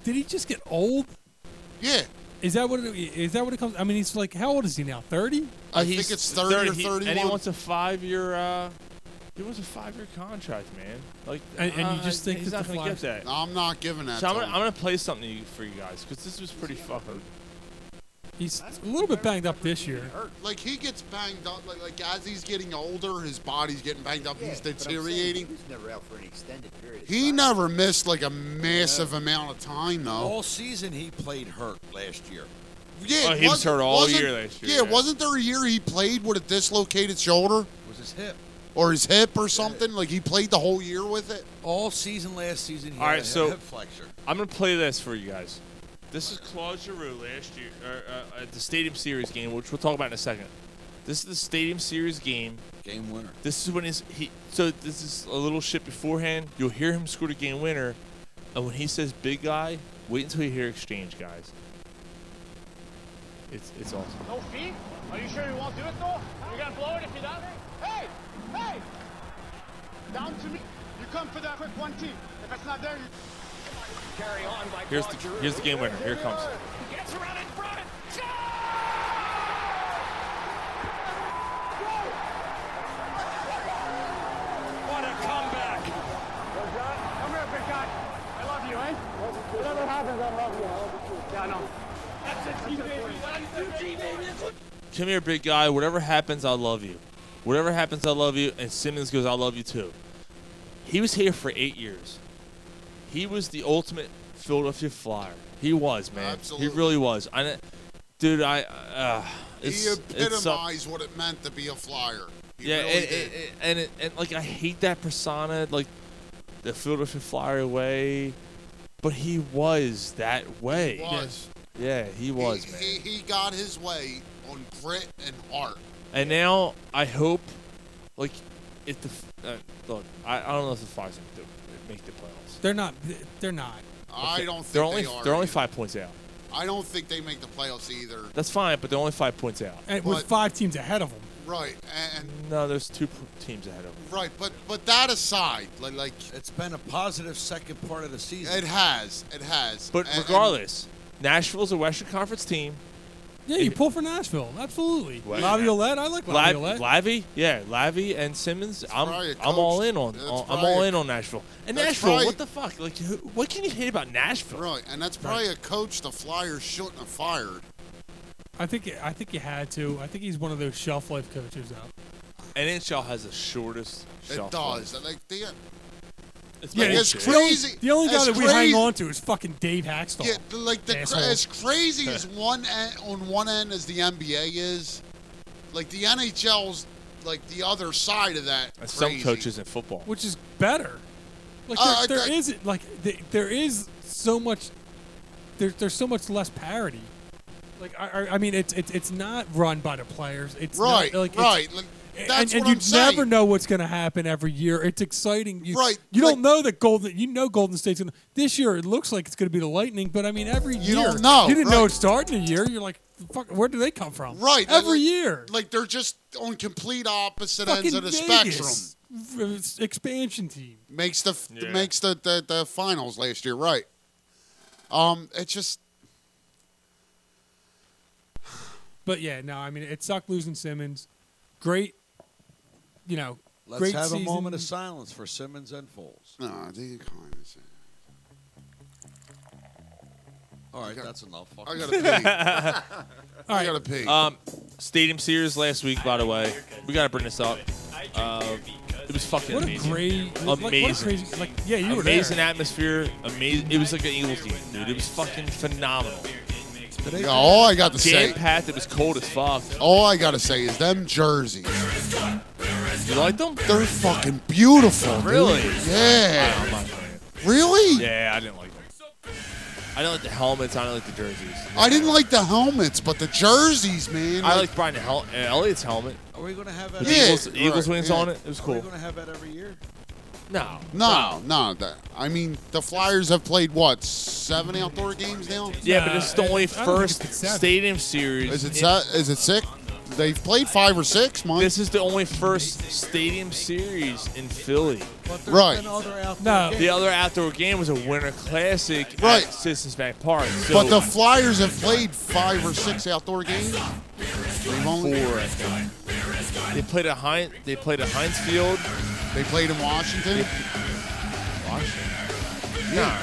Speaker 10: did he just get old?
Speaker 9: Yeah.
Speaker 10: Is that what? It, is that what it comes? I mean, he's like, how old is he now? Thirty?
Speaker 9: I think it's 30 or
Speaker 7: Uh, He-
Speaker 9: 31.
Speaker 7: And he wants a five-year. Uh, he wants a five-year contract, man. Like,
Speaker 10: And- and you
Speaker 7: uh,
Speaker 10: just think
Speaker 7: he's
Speaker 10: that
Speaker 7: not
Speaker 10: the
Speaker 7: gonna get
Speaker 10: Flyers-
Speaker 7: that?
Speaker 9: No, I'm not giving that
Speaker 7: So I'm
Speaker 9: to
Speaker 7: gonna,
Speaker 9: him.
Speaker 7: I'm gonna play something to you- for you guys because this was pretty fucking.
Speaker 10: He's a little bit banged up this year.
Speaker 9: like he gets banged up. Like, like as he's getting older, his body's getting banged up. he's deteriorating.
Speaker 16: He was never out for an extended period.
Speaker 9: He never missed like a massive amount of time though.
Speaker 7: Oh,
Speaker 14: All season he played hurt last year.
Speaker 9: Yeah,
Speaker 14: Oh, he was
Speaker 9: wasn't-
Speaker 14: hurt all
Speaker 9: wasn't-
Speaker 14: year last year,
Speaker 9: Yeah,
Speaker 14: yeah.
Speaker 9: wasn't there a year he played with a dislocated shoulder
Speaker 14: Was his hip.
Speaker 9: or his hip or something? Like he played the whole year with it.
Speaker 14: All season last season he
Speaker 7: All
Speaker 14: had
Speaker 7: right,
Speaker 14: a
Speaker 7: so
Speaker 14: hip flexor.
Speaker 7: I'm gonna play this for you guys. This is Claude Giroux last year or, uh, at the Stadium Series game, which we'll talk about in a second. This is the Stadium Series game.
Speaker 14: Game winner.
Speaker 7: This is when his he. So this is a little shit beforehand. You'll hear him score the game winner, and when he says "big guy," wait until you hear "exchange guys." It's it's awesome.
Speaker 18: No fee? Are you sure you won't do it though? You're gonna blow it if you don't? Hey! Hey! Down to me. You come for that quick one two. If it's not there, you carry on by
Speaker 7: Here's the here's the game winner. Here it comes.
Speaker 18: Gets around in front. What a comeback! Come here, big guy. I love you, eh? Whatever happens, I love you. I love you too. Yeah, I know. That's it, G baby. That's it, G baby. That's what-
Speaker 7: Come here, big guy. Whatever happens, I love you. Whatever happens, I love you. And Simmons goes, I love you too. He was here for eight years. He was the ultimate Philadelphia Flyer. He was, man. He really was. I, kn- dude, I. Uh, it's,
Speaker 9: he
Speaker 7: it's some-
Speaker 9: epitomized what it meant to be a flyer. He
Speaker 7: yeah,
Speaker 9: really
Speaker 7: and,
Speaker 9: did.
Speaker 7: and- and, it- and like I hate that persona, like the Philadelphia Flyer away, but he was that way.
Speaker 9: was.
Speaker 7: Yeah, he was, man.
Speaker 9: he, he got his way on grit and heart.
Speaker 7: And now I hope, like, if the f- uh, look, I, I don't know if the Flyers can do it.
Speaker 3: make the playoffs.
Speaker 10: They're not. They're not.
Speaker 9: I don't think
Speaker 3: they're only
Speaker 9: they are
Speaker 3: they're only
Speaker 9: either.
Speaker 3: five points out.
Speaker 9: I don't think they make the playoffs either.
Speaker 3: That's fine, but they're only five points out.
Speaker 10: And with five teams ahead of them.
Speaker 9: Right, and,
Speaker 3: No, there's two p- teams ahead of them.
Speaker 9: and right, but but that aside, like, like
Speaker 14: it's been a positive second part of the season.
Speaker 9: It has, it has.
Speaker 3: But
Speaker 9: And- and-
Speaker 3: regardless, Nashville's a Western Conference team.
Speaker 10: Yeah, you pull for Nashville. Absolutely.
Speaker 3: Well,
Speaker 10: Laviolette. I like
Speaker 3: Lav-
Speaker 10: Laviolette.
Speaker 3: Lavi, yeah, Lavi and Simmons. I'm
Speaker 10: probably a
Speaker 3: I'm all
Speaker 10: coach.
Speaker 3: in on
Speaker 10: That's
Speaker 3: on- I'm
Speaker 10: probably
Speaker 3: all
Speaker 10: a-
Speaker 3: in on Nashville. And
Speaker 9: that's
Speaker 3: Nashville,
Speaker 9: probably-
Speaker 3: what the fuck? Like, who, what can you hate about Nashville?
Speaker 9: Right, and that's probably a coach the Flyers shouldn't have fired.
Speaker 10: I think. I think you had to. I think he's one of those shelf life coaches out.
Speaker 3: NHL has the shortest.
Speaker 9: It
Speaker 3: shelf
Speaker 9: does.
Speaker 3: life.
Speaker 9: Like they,
Speaker 3: It's
Speaker 10: Yeah,
Speaker 3: bullshit.
Speaker 9: it's
Speaker 10: The only-
Speaker 9: crazy.
Speaker 10: The only,
Speaker 9: It's
Speaker 10: guy that we hang
Speaker 9: crazy.
Speaker 10: on to is fucking Dave Haxtell.
Speaker 9: yeah, the- like the cra-
Speaker 10: Asshole.
Speaker 9: as crazy as one end, on one end as the NBA is, like the NHL's like the other side of that.
Speaker 3: And some
Speaker 9: crazy.
Speaker 3: coaches in football.
Speaker 10: which is better. Like
Speaker 9: Uh,
Speaker 10: there,
Speaker 9: I-
Speaker 10: there isn't like th- there is so much. There's there's so much less parity. Like I, I- I mean, it's it's it's not run by the players. It's not-
Speaker 9: Right,
Speaker 10: like, it's-
Speaker 9: right, like,
Speaker 10: and-
Speaker 9: that's
Speaker 10: and
Speaker 9: what
Speaker 10: you
Speaker 9: I'm saying.
Speaker 10: never know what's going to happen every year. It's exciting. You,
Speaker 9: Right,
Speaker 10: You don't know that Golden. You know Golden State's going to this year. It looks like it's going to be the Lightning, but I mean, every
Speaker 9: You
Speaker 10: year
Speaker 9: don't know,
Speaker 10: You didn't know
Speaker 9: right.
Speaker 10: it's starting a year. You're like, fuck. Where do they come from?
Speaker 9: Right.
Speaker 10: Every
Speaker 9: like,
Speaker 10: year.
Speaker 9: Like they're just on complete opposite ends
Speaker 10: Fucking
Speaker 9: of the
Speaker 10: Vegas.
Speaker 9: spectrum.
Speaker 10: F- Expansion team.
Speaker 9: Makes the
Speaker 10: Yeah.
Speaker 9: makes the, the the finals last year, right? Um, it's just
Speaker 10: But yeah, no, I mean it sucked losing Simmons. Great, you know,
Speaker 14: Let's
Speaker 10: great
Speaker 14: have
Speaker 10: season.
Speaker 14: a moment of silence for Simmons and Foles.
Speaker 9: no. They kind of
Speaker 14: All right, that's enough. Fuck
Speaker 9: I
Speaker 14: it.
Speaker 9: gotta pee. I gotta pee.
Speaker 7: Um, Stadium Series last week, by the way. We gotta bring this up. Uh, it was fucking
Speaker 10: What a
Speaker 7: amazing.
Speaker 10: great- like, what a
Speaker 7: amazing.
Speaker 10: crazy- like, yeah, you were there.
Speaker 7: amazing atmosphere. Amazing. It was like an Eagles game, dude. It was fucking phenomenal.
Speaker 9: Yeah, all I got to say-
Speaker 7: Jam packed. It was cold as fuck.
Speaker 9: All I gotta say is them jerseys.
Speaker 7: You like them?
Speaker 9: They're fucking beautiful. dude.
Speaker 7: Really? I don't
Speaker 9: Yeah.
Speaker 7: like them.
Speaker 9: Really?
Speaker 7: Yeah, I didn't like them. I didn't like the helmets. I didn't like the jerseys.
Speaker 9: I didn't like the helmets, but the jerseys, man.
Speaker 7: I like Brian Hel- uh, Elliott's helmet.
Speaker 14: Are we gonna have
Speaker 7: With
Speaker 14: that?
Speaker 7: the Eagles, the Eagles wings on it. It was
Speaker 14: Are we
Speaker 7: cool.
Speaker 14: gonna have that every year?
Speaker 7: No.
Speaker 9: No, no. That, I mean, the Flyers have played what seven outdoor games now.
Speaker 7: Yeah, but it's the only first stadium series.
Speaker 9: Is it
Speaker 7: in-
Speaker 9: se- is it six? They've played five or six. Mike.
Speaker 7: This is the only first stadium series in Philly.
Speaker 9: Right.
Speaker 7: No. The other outdoor game was a Winter Classic
Speaker 9: Right.
Speaker 7: at Citizens Bank Park. So
Speaker 9: but the Flyers have played five or six outdoor games. They've only
Speaker 7: four. I think. They played at Heinz. They played at Heinz Field.
Speaker 9: They played in Washington.
Speaker 7: Washington.
Speaker 9: Yeah.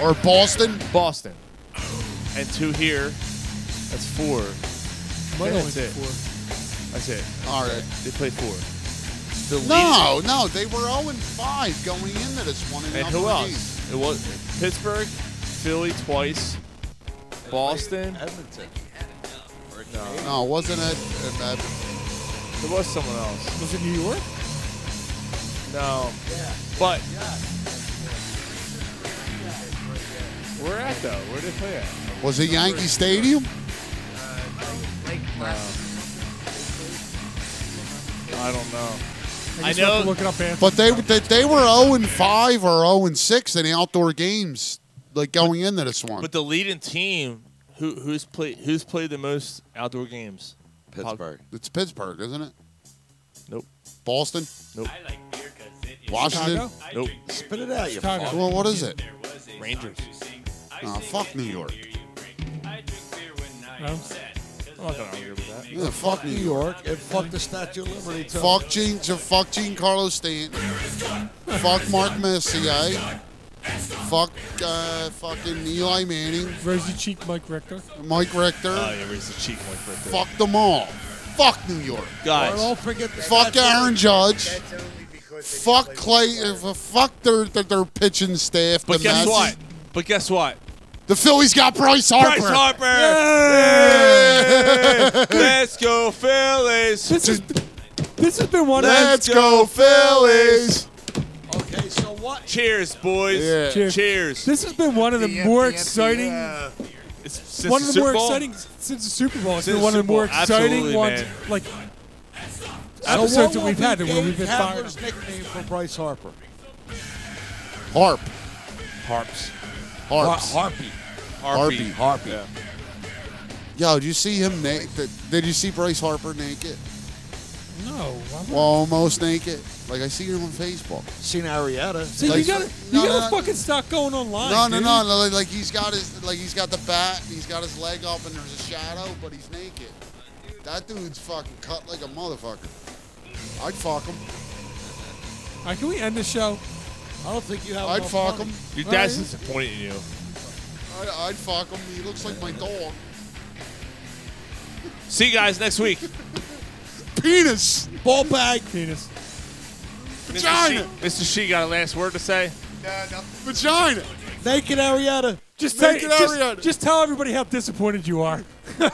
Speaker 9: Or Boston.
Speaker 7: Boston. And two here. That's four.
Speaker 9: Might
Speaker 7: Yeah,
Speaker 9: only
Speaker 7: that's
Speaker 9: be
Speaker 7: it. That's it.
Speaker 9: All right.
Speaker 7: They played four. The
Speaker 9: No,
Speaker 7: leading-
Speaker 9: no, they were 0 and 5 going into this one. In
Speaker 7: And
Speaker 9: outdoor
Speaker 7: who
Speaker 9: games.
Speaker 7: else? It was Pittsburgh, Philly twice, Boston.
Speaker 14: Edmonton. Or
Speaker 9: No, wasn't it? And, uh,
Speaker 7: There was someone else.
Speaker 10: Was it New York?
Speaker 7: No. But where at though? Where did they play at?
Speaker 9: was it Yankee Stadium?
Speaker 7: I don't know.
Speaker 10: I,
Speaker 7: I
Speaker 10: just have
Speaker 7: know.
Speaker 10: to look it up after.
Speaker 9: But they they, they were 0 and 5 or 0 and 6 in outdoor games like going into this one.
Speaker 7: But the leading team, who who's played who's played the most outdoor games? Pittsburgh.
Speaker 9: It's Pittsburgh, isn't it?
Speaker 7: Nope.
Speaker 9: Boston?
Speaker 7: Nope.
Speaker 9: Washington?
Speaker 7: Nope.
Speaker 14: Spit it out, you
Speaker 9: Chicago.
Speaker 14: fuck.
Speaker 9: Well, what is it?
Speaker 7: Rangers.
Speaker 9: Oh, fuck New York.
Speaker 7: I'm not gonna argue with that.
Speaker 9: Yeah, fuck New York.
Speaker 14: And fuck the Statue of Liberty. too.
Speaker 9: Fuck Gene, fuck Gene Carlos Stanton. fuck Mark Messier. Fuck uh, fucking Eli Manning.
Speaker 10: Rosy cheek Mike Richter.
Speaker 9: Mike Richter.
Speaker 7: Oh yeah, raise the cheek one right there.
Speaker 9: Fuck them all. Fuck New York.
Speaker 7: Guys.
Speaker 14: Don't forget the
Speaker 9: Fuck
Speaker 14: Statue of
Speaker 9: Aaron
Speaker 14: Liberty.
Speaker 9: Judge. Fuck Clay. uh, Fuck their, their their pitching staff.
Speaker 7: But
Speaker 9: the
Speaker 7: guess
Speaker 9: Mets.
Speaker 7: what? But guess what?
Speaker 9: The Phillies got Bryce Harper.
Speaker 7: Bryce Harper. Yay! Let's go Phillies. This is
Speaker 10: This has been one.
Speaker 9: Let's go Phillies.
Speaker 14: Okay, so what?
Speaker 7: Cheers, boys.
Speaker 9: Yeah.
Speaker 10: Cheers.
Speaker 7: Cheers.
Speaker 10: This has been one of the more exciting.
Speaker 7: It's since
Speaker 10: one
Speaker 7: the
Speaker 10: of the
Speaker 7: Super
Speaker 10: more
Speaker 7: Bowl?
Speaker 10: exciting since the Super Bowl. It's
Speaker 7: Since
Speaker 10: been one of
Speaker 7: Super
Speaker 10: the
Speaker 7: Bowl,
Speaker 10: more exciting
Speaker 7: absolutely,
Speaker 10: ones.
Speaker 7: man.
Speaker 10: Like
Speaker 14: So
Speaker 10: episodes
Speaker 14: what will
Speaker 10: that we've
Speaker 14: be
Speaker 10: had that where
Speaker 14: Gabe
Speaker 10: we've been fired.
Speaker 14: Kapler's nickname for Bryce Harper.
Speaker 9: Harp.
Speaker 7: Harps.
Speaker 9: Harps.
Speaker 6: Har- harpy. Harpy.
Speaker 9: Harpy.
Speaker 6: Harpy.
Speaker 9: Yo, did you see him naked? Did you see Bryce Harper naked?
Speaker 8: No.
Speaker 9: Almost naked. Like I see him on Facebook.
Speaker 17: Seen Arietta.
Speaker 8: See, you gotta, you
Speaker 9: No,
Speaker 8: gotta
Speaker 9: no, no.
Speaker 8: fucking stop going online.
Speaker 9: No, no,
Speaker 8: dude.
Speaker 9: no, no. Like, like he's got his, like he's got the bat, and he's got his leg up, and there's a shadow, but he's naked. That dude's fucking cut like a motherfucker. I'd fuck him.
Speaker 8: All right, can we end the show?
Speaker 17: I don't think you have.
Speaker 9: I'd
Speaker 17: enough
Speaker 9: fuck
Speaker 17: money.
Speaker 9: him.
Speaker 7: Your dad's disappointed in you.
Speaker 9: I, I'd fuck him. He looks like my dog.
Speaker 7: See you guys next week.
Speaker 9: Penis.
Speaker 17: Ball bag.
Speaker 10: Penis.
Speaker 9: Vagina.
Speaker 7: Mr. She got a last word to say.
Speaker 9: Vagina.
Speaker 17: Naked Arietta.
Speaker 10: Just,
Speaker 17: Naked
Speaker 10: say- just-
Speaker 17: Arietta.
Speaker 10: just tell everybody how disappointed you are.